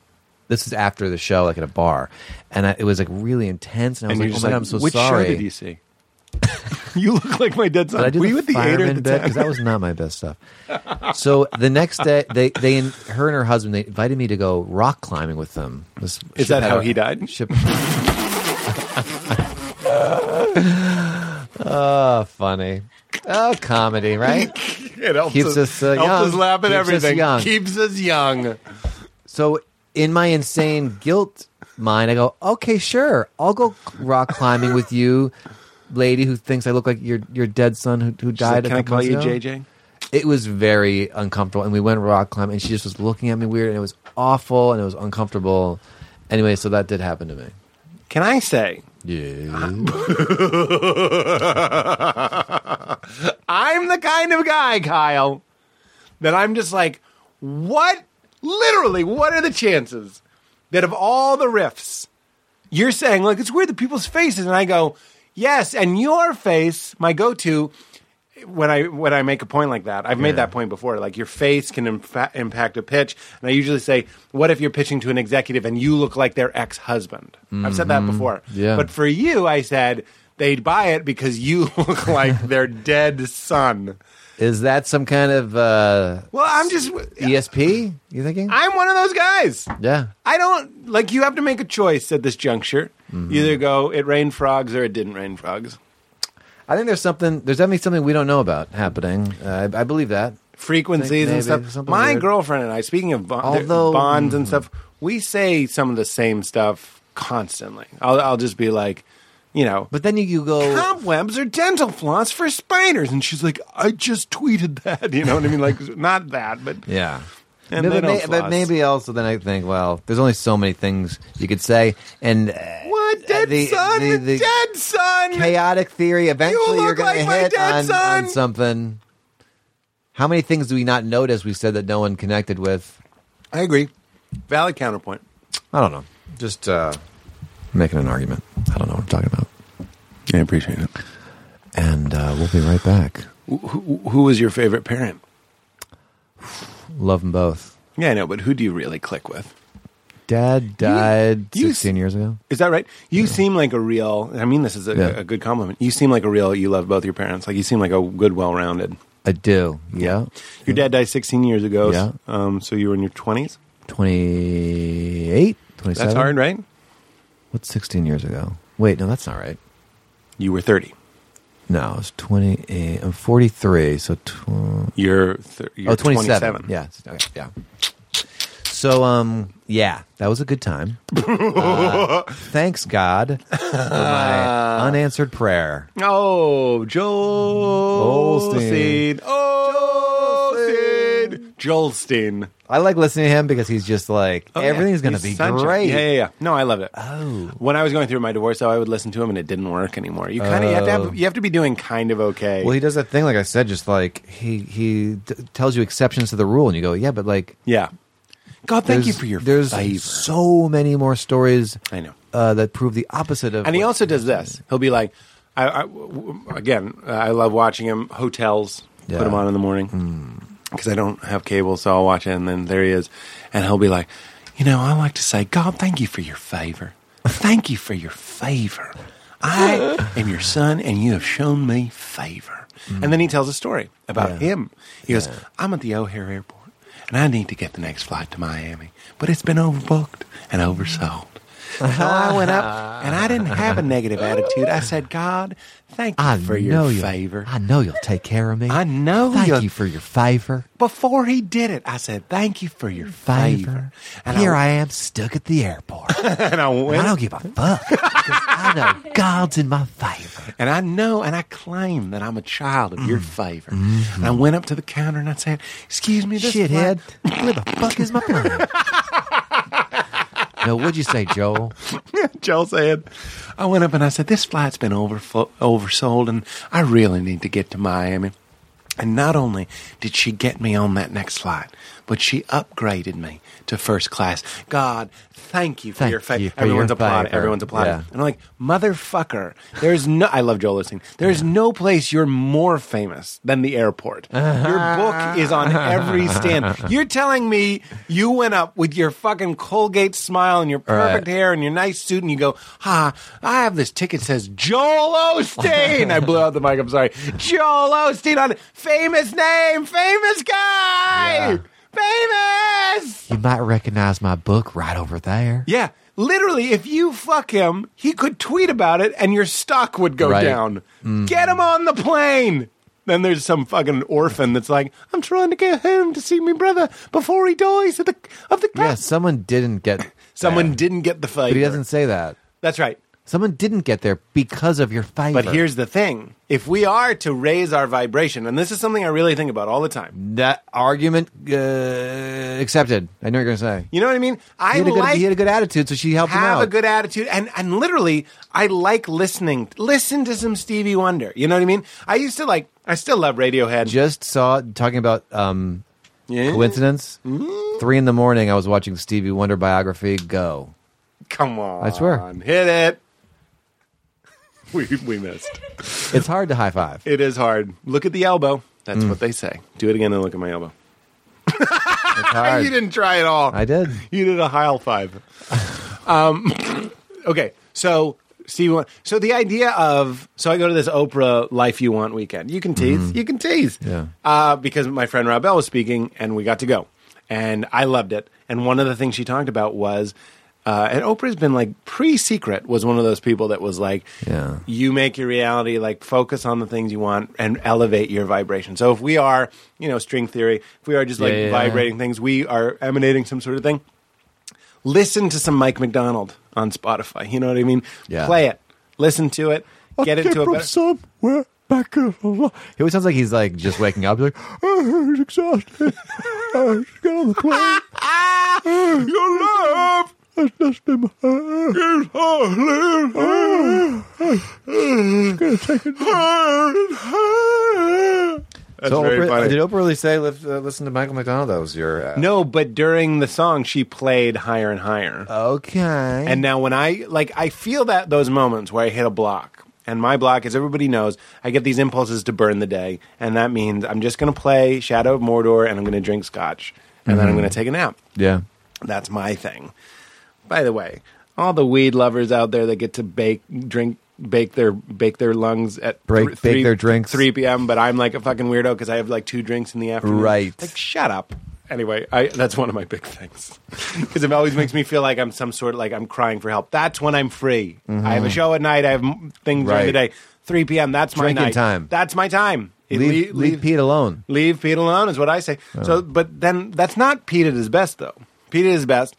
This is after the show, like at a bar, and I, it was like really intense. And I was And like, "Oh my god, I'm so sorry." Which show did you see? <laughs> you look like my dead son. Did I do Were the you at the eight or fireman the bit? ten? Because that was not my best stuff. So the next day, they they and her and her husband they invited me to go rock climbing with them. This <laughs> ship Is that had how a- he <laughs> died? Ship. <laughs> oh, funny. Oh, comedy, right? It helps Keeps us, uh, helps young. us laugh at Keeps us everything. young. Keeps us young. So in my insane guilt mind, I go, okay, sure, I'll go rock climbing with you, lady who thinks I look like your your dead son who, who She's like, died. a Can I couple call months you ago." JJ? it was very uncomfortable and we went rock climbing and she just was looking at me weird and it was awful and it was uncomfortable anyway so that did happen to me Can I say yeah I'm the kind of guy, Kyle, that I'm just like, what? Literally, what are the chances that of all the riffs, you're saying, look, it's weird the people's faces, and I go, yes, and your face, my go-to. When I when I make a point like that, I've made that point before. Like your face can imfa- impact a pitch, and I usually say, "What if you're pitching to an executive and you look like their ex-husband?" I've said that before. Yeah. But for you, I said they'd buy it because you <laughs> look like their dead son. is that some kind of uh Well, I'm just, esp you thinking I'm one of those guys. yeah I don't, like, you have to make a choice at this juncture. Mm-hmm. Either go, it rained frogs or it didn't rain frogs. i think there's something there's definitely something we don't know about happening uh, I, I believe that Frequencies and Think maybe stuff. something My weird. girlfriend and I, speaking of bon- Although- mm-hmm. bonds and stuff, we say some of the same stuff constantly. I'll, I'll just be like, you know, but then you, you go cobwebs are dental floss for spiders. And she's like, I just tweeted that. <laughs> You know what I mean? Like, not that, but yeah And No, they but, may- don't but floss. maybe also then I think, well, there's only so many things you could say, and uh, What? Dead the- son? the- the- dead son? chaotic theory. Eventually, you You are look going like my to hit dead on, son. on something. How many things do we not notice? We said that no one connected with. I agree. Valid counterpoint. I don't know. Just uh, making an argument. I don't know what I'm talking about. I appreciate it. And uh, we'll be right back. Who, who was your favorite parent? Love them both. Yeah, I know, but who do you really click with? Dad died you- 16 years ago. Is that right? You seem like a real. I mean, this is a, Yeah. a good compliment. You seem like a real. You love both your parents. Like you seem like a good, well-rounded. I do. Yeah. Your dad died 16 years ago. Yeah. Um, so you were in your 20s. 28, 27. That's hard, right? What's 16 years ago? Wait, no, that's not right. You were 30. No, it's 28. I'm 43, so tw- You're, th- you're oh, 27. 27. Yeah. Okay, yeah. So, um, yeah, that was a good time. <laughs> Uh, thanks, God, for <laughs> my unanswered prayer. Oh, Joel Olstein. Olstein. Olstein. Joelstein. I like listening to him because he's just like, Oh, yeah. everything's going to He's be sunshine. great. Yeah, yeah, yeah. No, I love it. Oh. When I was going through my divorce, though, I would listen to him, and it didn't work anymore. You kind of you have to have, you have to be doing kind of okay. Oh. Well, he does that thing, like I said, just like he, he d- tells you exceptions to the rule, and you go, yeah, but like, yeah. God, thank you there's- for your There's favor. so many more stories I know. uh, that prove the opposite of. and he what- also does this. He'll be like, I, I- w- w- again, I love watching him. Hotels, Yeah. Mm-hmm. put him on in the morning because I don't have cable, so I'll watch it. And then there he is, and he'll be like, you know, I like to say, God, thank you for your favor. Thank you for your favor. <laughs> I am your son, and you have shown me favor. And then he tells a story about Yeah. him. He goes, I'm at the O'Hare Airport, and I need to get the next flight to Miami, but it's been overbooked and oversold. So I went <laughs> up and I didn't have a negative attitude. I said, God, thank you I for know your you'll- favor. I know you'll take care of me. I know you'll- Thank you for your favor. Before he did it, I said, Thank you for your favor. Favor. And Here I, am stuck at the <laughs> airport. and and I went I don't give a fuck. 'cause I know God's in my favor. And I know and I claim that I'm a child of your Mm-hmm. favor. And I went up to the counter and I said, Excuse me, this Shithead. flight- Where the fuck is my plane? no, what'd you say, Joel? <laughs> Joel said, I went up and I said, This flight's been overfl- oversold and I really need to get to Miami. And not only did she get me on that next flight, but she upgraded me to first class. God, thank you for Thank your favor. you for everyone's your applauding. favor. Everyone's applauding. Yeah. And I'm like, motherfucker, there's no, I love Joel Osteen. There's no place you're more famous than the airport. Your book is on every stand. You're telling me you went up with your fucking Colgate smile and your perfect Right. hair and your nice suit and you go, ha, I have this ticket that says Joel Osteen. I blew out the mic. I'm sorry. Joel Osteen on famous name, famous guy, famous. You might recognize my book right over there. Yeah. Literally, if you fuck him, he could tweet about it and your stock would go Right. Mm-hmm. down. Get him on the plane. Then there's some fucking orphan that's like, I'm trying to get home to see me brother before he dies of the of the Yeah, someone didn't get. Someone there, didn't get the favor. But he doesn't say that. That's right. Someone didn't get there because of your favor. But here's the thing: if we are to raise our vibration, and this is something I really think about all the time. that argument uh, accepted. I know what you're going to say. You know what I mean? I He had, a good, like he had a good attitude, so she helped him have out. a good attitude, and and literally, I like listening. Listen to some Stevie Wonder. You know what I mean? I used to like. I still love Radiohead. Just saw talking about um, Yeah. Mm-hmm. coincidence. Three in the morning, I was watching Stevie Wonder biography. Go. Come on, I swear. hit it. <laughs> We we missed. It's hard to high five. It is hard. Look at the elbow. Mm. That's what they say. Do it again and look at my elbow. It's hard. <laughs> You didn't try at all. I did. <laughs> You did a high five. Um, <laughs> okay, so Steve, so the idea of so I go to this Oprah Life You Want weekend. You can tease, you can tease, Mm-hmm. Yeah. Uh, because my friend Rob Bell was speaking, and we got to go, and I loved it. And one of the things she talked about was. Uh, and Oprah's been like pre-secret was one of those people that was like, Yeah. you make your reality like focus on the things you want and elevate your vibration. So if we are, you know, string theory, if we are just like Yeah, yeah, yeah. vibrating things, we are emanating some sort of thing listen to some Mike McDonald on Spotify. You know what I mean? Yeah. Play it, listen to it, get into a better. somewhere back in the lo- He always sounds like he's like just waking up. He's like, I was exhausted. I just got on the <laughs> plane. Your love I just in my is That's so very Oprah, funny. did Oprah really say "Lif- uh, listen to Michael McDonald? That was your uh, No, but during the song, she played higher and higher. Okay. Uh, And now when I like I feel that those moments where I hit a block. And my block, as everybody knows, I get these impulses to burn the day, and that means I'm just going to play Shadow of Mordor, and I'm going to drink scotch, and then I'm going to take a nap. yeah, That's my thing. By the way, all the weed lovers out there that get to bake, drink, bake their bake their lungs at Break- bake their drinks. three p.m. But I'm like a fucking weirdo because I have like two drinks in the afternoon. Right. Like shut up. Anyway, I, that's one of my big things <laughs> because it always makes me feel like I'm some sort of like I'm crying for help. That's when I'm free. I have a show at night. I have m- things during the Mm-hmm. Right. day. Three p.m. That's my Drinking night. time. That's my time. It leave, lea- leave, Pete alone. Leave Pete alone is what I say. So, but then that's not Pete at his best though. Pete at his best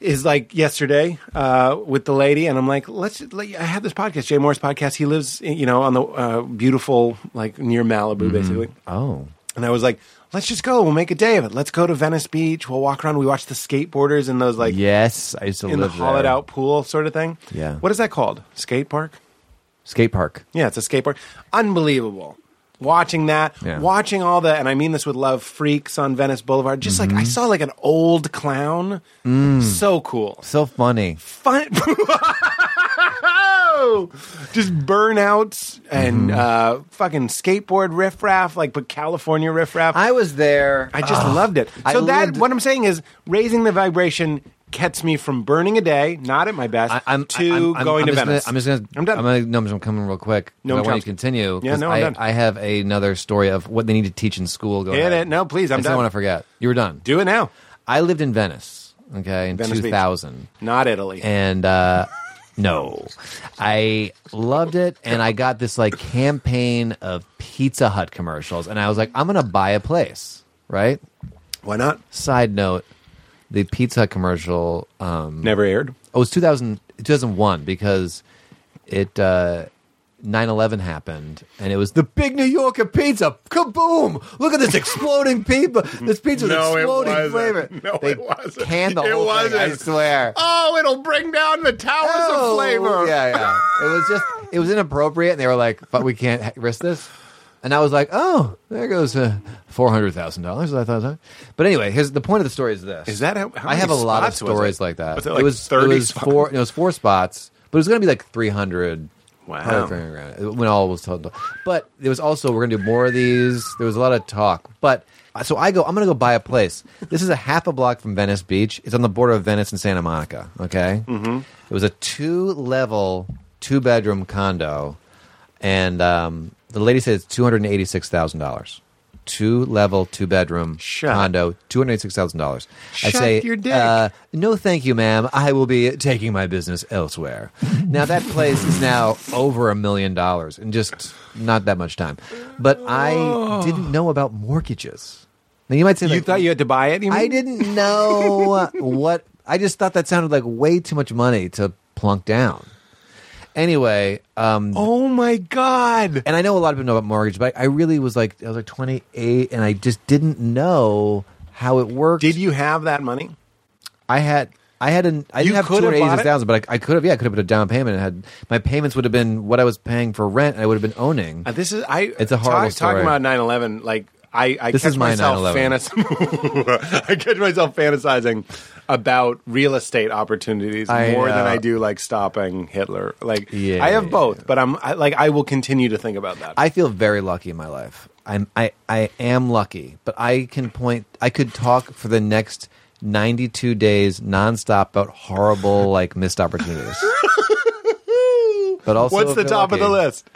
is like yesterday uh, with the lady, and I'm like, let's. Let, I have this podcast, Jay Moore's podcast. He lives, you know, on the uh, beautiful like near Malibu, basically. Oh, And I was like, let's just go. We'll make a day of it. Let's go to Venice Beach. We'll walk around. We watch the skateboarders and those like yes, I used to in the live hollowed there. out pool sort of thing. Yeah. what is that called? Skate park. skate park. Yeah, it's a skateboard. Unbelievable. Watching that, Yeah. watching all the, and I mean this with love, freaks on Venice Boulevard. Just Mm-hmm. like I saw like an old clown. Mm. So cool. So funny. Fun. <laughs> just burnouts and Mm-hmm. uh, fucking skateboard riffraff, like but California riffraff. I, I was there. I just Ugh. loved it. So I that lived- what I'm saying is raising the vibration gets me from burning a day, not at my best, I, I'm I- to I'm- I'm- going I'm to just Venice. Gonna, I'm just gonna. I'm done. I'm gonna, no, I'm just gonna come in real quick. 'cause No, I I'm want you chomped. to continue. Yeah, 'cause no, I'm I, done. I have another story of what they need to teach in school. Go Hit ahead. it. No, please, I'm I just don't done. want to forget. You were done. Do it now. I lived in Venice Okay, in Venice Beach. two thousand. Not Italy. and uh, no, I loved it. And I got this like campaign of Pizza Hut commercials, and I was like, I'm gonna buy a place, right? Why not? Side note: the Pizza Hut commercial. Um, Never aired. oh, it was 2000, 2001 because it. Uh, 9-11 happened and it was the big new yorker pizza kaboom look at this exploding pizza this pizza with No, it exploding wasn't. flavor No, they it wasn't. canned the It whole thing i wasn't. swear Oh, it'll bring down the towers Oh, of flavor. Yeah, yeah. It was just it was inappropriate, and they were like, "But we can't ha- risk this." And I was like, "Oh, there goes uh, four hundred thousand dollars." I thought, that. but anyway, here's the point of the story is this: Is that how- how I have a many lot of spots was stories it? like that. Was it like was 30 it was spots? four. It was four spots, but it was going to be like three hundred. Wow. When all was told, but there was also we're going to do more of these. There was a lot of talk, but uh, so I go. I'm going to go buy a place. This is a half a block from Venice Beach. It's on the border of Venice and Santa Monica. Okay, mm-hmm. it was a two level, two bedroom condo, and um, the lady said it's two hundred eighty six thousand dollars. Two level, two bedroom Shut. condo, two hundred eighty six thousand dollars. I Shut say, your dick. Uh, no, thank you, ma'am. I will be taking my business <laughs> elsewhere. now that place is now over a million dollars in just not that much time. But I didn't know about mortgages. Now you might say Oh. You like, thought you had to buy it? you I mean? didn't <laughs> know what. I just thought that sounded like way too much money to plunk down. Anyway, um, Oh my god. and I know a lot of people know about mortgage, but I really was like, I was like 28, and I just didn't know how it worked. Did you have that money? I had I had an I You didn't have two could have hundred bought eighty it? six thousand, but I, I could have yeah I could have put a down payment and had my payments would have been what I was paying for rent. and I would have been owning. Uh, This is I. It's a horrible talk- story. Talking about 9/11, like I, I This catch is my myself 9/11. fantasizing. <laughs> I catch myself fantasizing about real estate opportunities I more than know. I do like stopping Hitler. Like Yeah, I have yeah, both, but I'm I, like I will continue to think about that. I feel very lucky in my life. I'm I I am lucky, but I can point. I could talk for the next ninety two days nonstop about horrible like missed <laughs> opportunities. but also, What's the feel top of the lucky. list?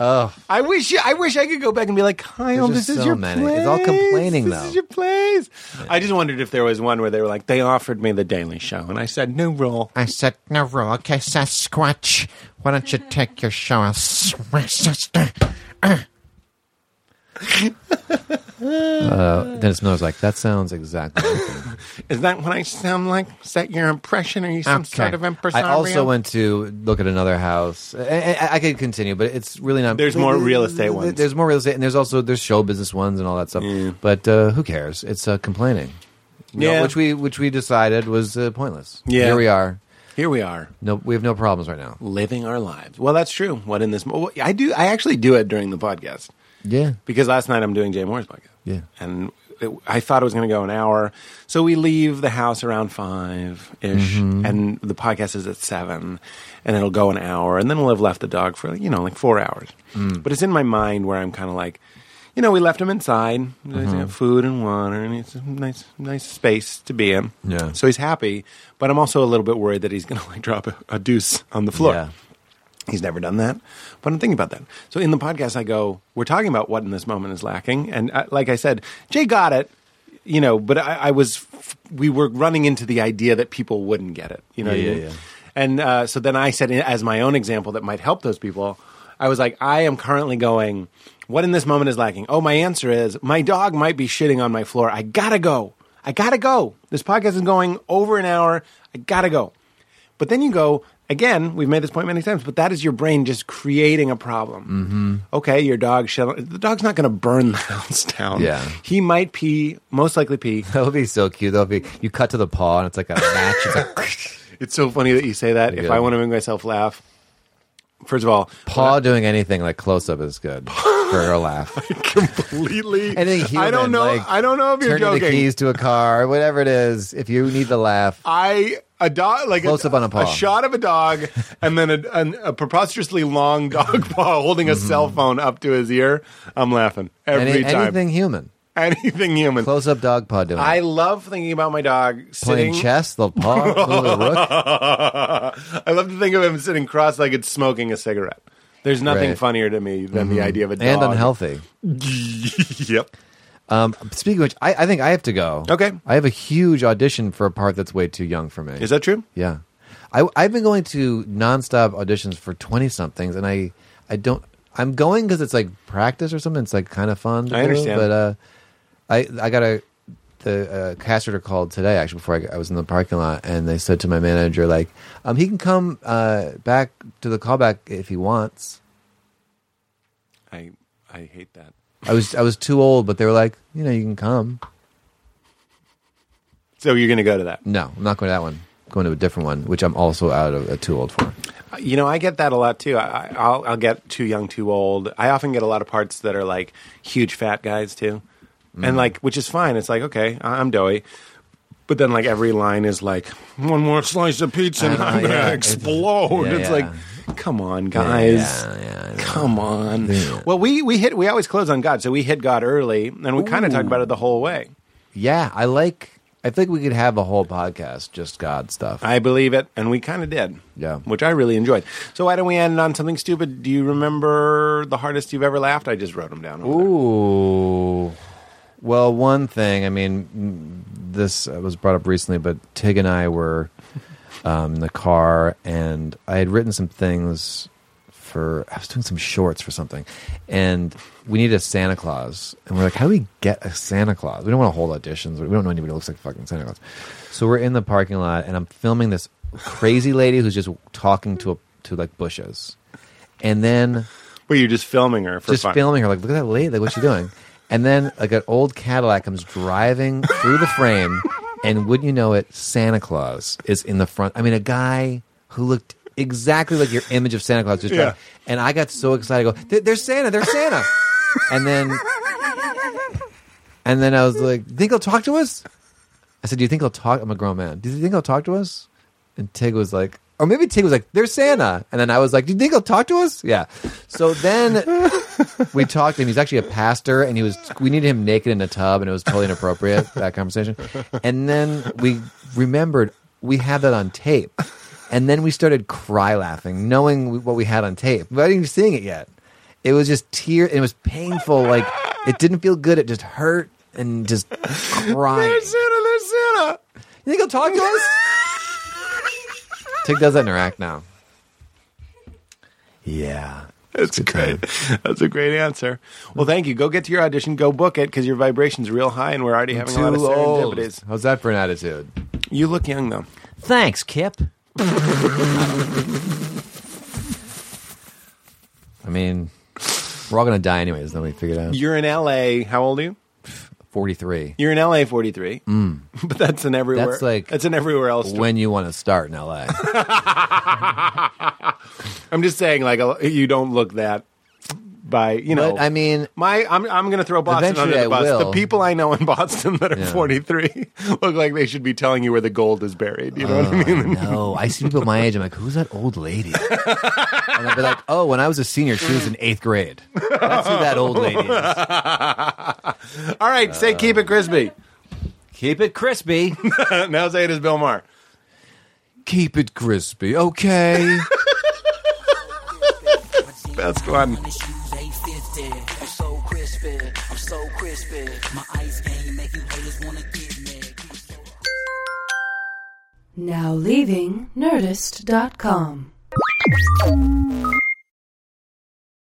I wish you, I wish I could go back and be like Kyle. Oh. There's just This is so your many. place. It's all complaining, This though. is your place. I just wondered if there was one where they were like they offered me the Daily Show, and I said no rule. I said, no rule. Okay, Sasquatch, why don't you take your show? I'll swear, sister. Dennis Miller's like that sounds exactly. like me." Is that what I sound like? Is that your impression? Are you some Okay. sort of impresario? I also went to look at another house. I, I, I could continue, but it's really not. There's more real estate ones. There's more real estate, and there's also there's show business ones and all that stuff. But uh, who cares? It's uh, complaining. You know, Yeah. which we which we decided was uh, pointless. Yeah. here we are. Here we are, No, we have no problems right now. living our lives. Well, that's true. What in this? Well, I do. I actually do it during the podcast Yeah, because last night I'm doing Jay Moore's podcast. Yeah. and it, I thought it was going to go an hour, so we leave the house around five ish, Mm-hmm. and the podcast is at seven, and it'll go an hour, and then we'll have left the dog for you know like four hours. Mm. But it's in my mind where I'm kind of like. You know, we left him inside. There's, Mm-hmm. you know, Food and water, and it's a nice, nice space to be in. Yeah. So he's happy, but I'm also a little bit worried that he's going to like drop a, a deuce on the floor. Yeah. He's never done that, but I'm thinking about that. So in the podcast, I go, we're talking about what in this moment is lacking, and I, like I said, Jay got it, you know. But I, I was, f- we were running into the idea that people wouldn't get it, you know. what I Yeah, mean? yeah, yeah. And uh, so then I said, as my own example that might help those people, I was like, I am currently going, what in this moment is lacking? Oh, my answer is my dog might be shitting on my floor. I gotta go. I gotta go. This podcast is going over an hour. I gotta go. But then you go, again, we've made this point many times, but that is your brain just creating a problem. Mm-hmm. Okay, your dog, shall, the dog's not gonna burn the <laughs> house down. Yeah. He might pee, most <laughs> likely <laughs> pee. that would be so cute. That would be you cut to the paw, and it's like a match. It's like It's so funny that you say that. If Yeah. I wanna make myself laugh, first of all, <laughs> paw doing anything like close up is good for a laugh. completely. Anything human, I don't know. like, I don't know if you're turning the joking. keys to a car, whatever it is. If you need the laugh, I a dog like Close a, up on a paw. shot of a dog, and then a, an, a preposterously long dog <laughs> paw holding a cell phone up to his ear. I'm laughing every any, time. anything human. <laughs> Anything human. Close up dog paw doing. I it. love thinking about my dog playing sitting. chess, the paw, the <laughs> rook. I love to think of him sitting cross-legged smoking a cigarette. There's nothing Right. Mm-hmm. funnier to me than the idea of a dog and unhealthy. <laughs> Yep. Um, speaking of which, I, I think I have to go. Okay. I have a huge audition for a part that's way too young for me. Is that true? Yeah, I, I've been going to nonstop auditions for twenty somethings, and I, I don't. I'm going because it's like practice or something. It's like kind of fun. To I do, understand. but uh, I I got a the uh, castrator called today actually before I, I was in the parking lot, and they said to my manager like, um, he can come uh back to the callback if he wants. I I hate that. I was I was too old, but they were like, you know, you can come. So you're going to go to that. No, I'm not going to that one. I'm going to a different one, which I'm also out of uh, too old <laughs> for. You know, I get that a lot too. I, I- I'll, I'll get too young, too old. I often get a lot of parts that are like huge fat guys too, Mm. and like which is fine. It's like okay, I- I'm doughy, but then like every line is like one more slice of pizza and I know, I'm gonna yeah. It's- explode. yeah, Uh, It's, yeah. like, come on, guys. Yeah, yeah, yeah. Come on. Well, we, we hit we always close on God, so we hit God early, and we kind of talked about it the whole way. Yeah, I like. I think we could have a whole podcast just God stuff. I believe it, and we kind of did. Yeah. Which I really enjoyed. So why don't we end on something stupid? Do you remember the hardest you've ever laughed? I just wrote them down. over there. Ooh. Well, one thing. I mean, mm, this uh, was brought up recently, but Tig and I were um, in the car, and I had written some things for. I was doing some shorts for something, and we needed a Santa Claus, and we're like, "How do we get a Santa Claus? We don't want to hold auditions. We don't know anybody who looks like fucking Santa Claus." So we're in the parking lot, and I'm filming this crazy lady who's just talking to a, to like bushes, and then Well, you're just filming her for just fun. filming her. Like, look at that lady. Like, what's she doing? and then, like, an old Cadillac comes driving through the frame, and wouldn't you know it, Santa Claus is in the front. I mean, a guy who looked exactly like your image of Santa Claus just driving. And I got so excited. I go, "There- there's Santa. There's Santa. and then, and then I was like, "You think he'll talk to us? I said, "Do you think he'll talk?" I'm a grown man. Do you think he'll talk to us? And Tig was like, or maybe Tig was like, "There's Santa," and then I was like, "Do you think he'll talk to us?" Yeah. So then we talked to him. He's actually a pastor, and he was. We needed him naked in a tub, and it was totally inappropriate that conversation. And then we remembered we had that on tape, and then we started cry laughing, knowing we- what we had on tape, but I didn't even seeing it yet. It was just tear. It was painful. Like it didn't feel good. It just hurt and just crying. Santa, there's Santa. You think he'll talk to us? Tig does that in her act now. Yeah. That's great. <laughs> That's a great answer. Well, thank you. Go get to your audition. Go book it because your vibration's real high, and we're already having a lot of serendipities. How's that for an attitude? You look young though. Thanks, Kip. I mean, we're all going to die anyways, then we figured out. You're in LA. How old are you? 43. You're in LA, 43. Mm. <laughs> But that's an everywhere. That's like- that's an everywhere else. story. When you want to start in <laughs> LA. I'm just saying, like a- you don't look that by you know. But I mean, My, I'm, I'm going to throw Boston Eventually under the I bus. The will. people I know in Boston <laughs> that are Yeah. 43 <laughs> look like they should be telling you where the gold is buried. You know what I mean? no, I see people my age. I'm like, who's that old lady? And I'll be like, oh, when I was a senior, she was in eighth grade. That's who that old lady is. <laughs> <laughs> All right, say keep it crispy. Keep it crispy. <laughs> now say it is Bill Maher. Keep it crispy, okay? Best one. His shoes ain't fitting. I'm so crispy. I'm so crispy. My ice game make you haters wanna get mad. Keep it so- Now leaving Nerdist.com.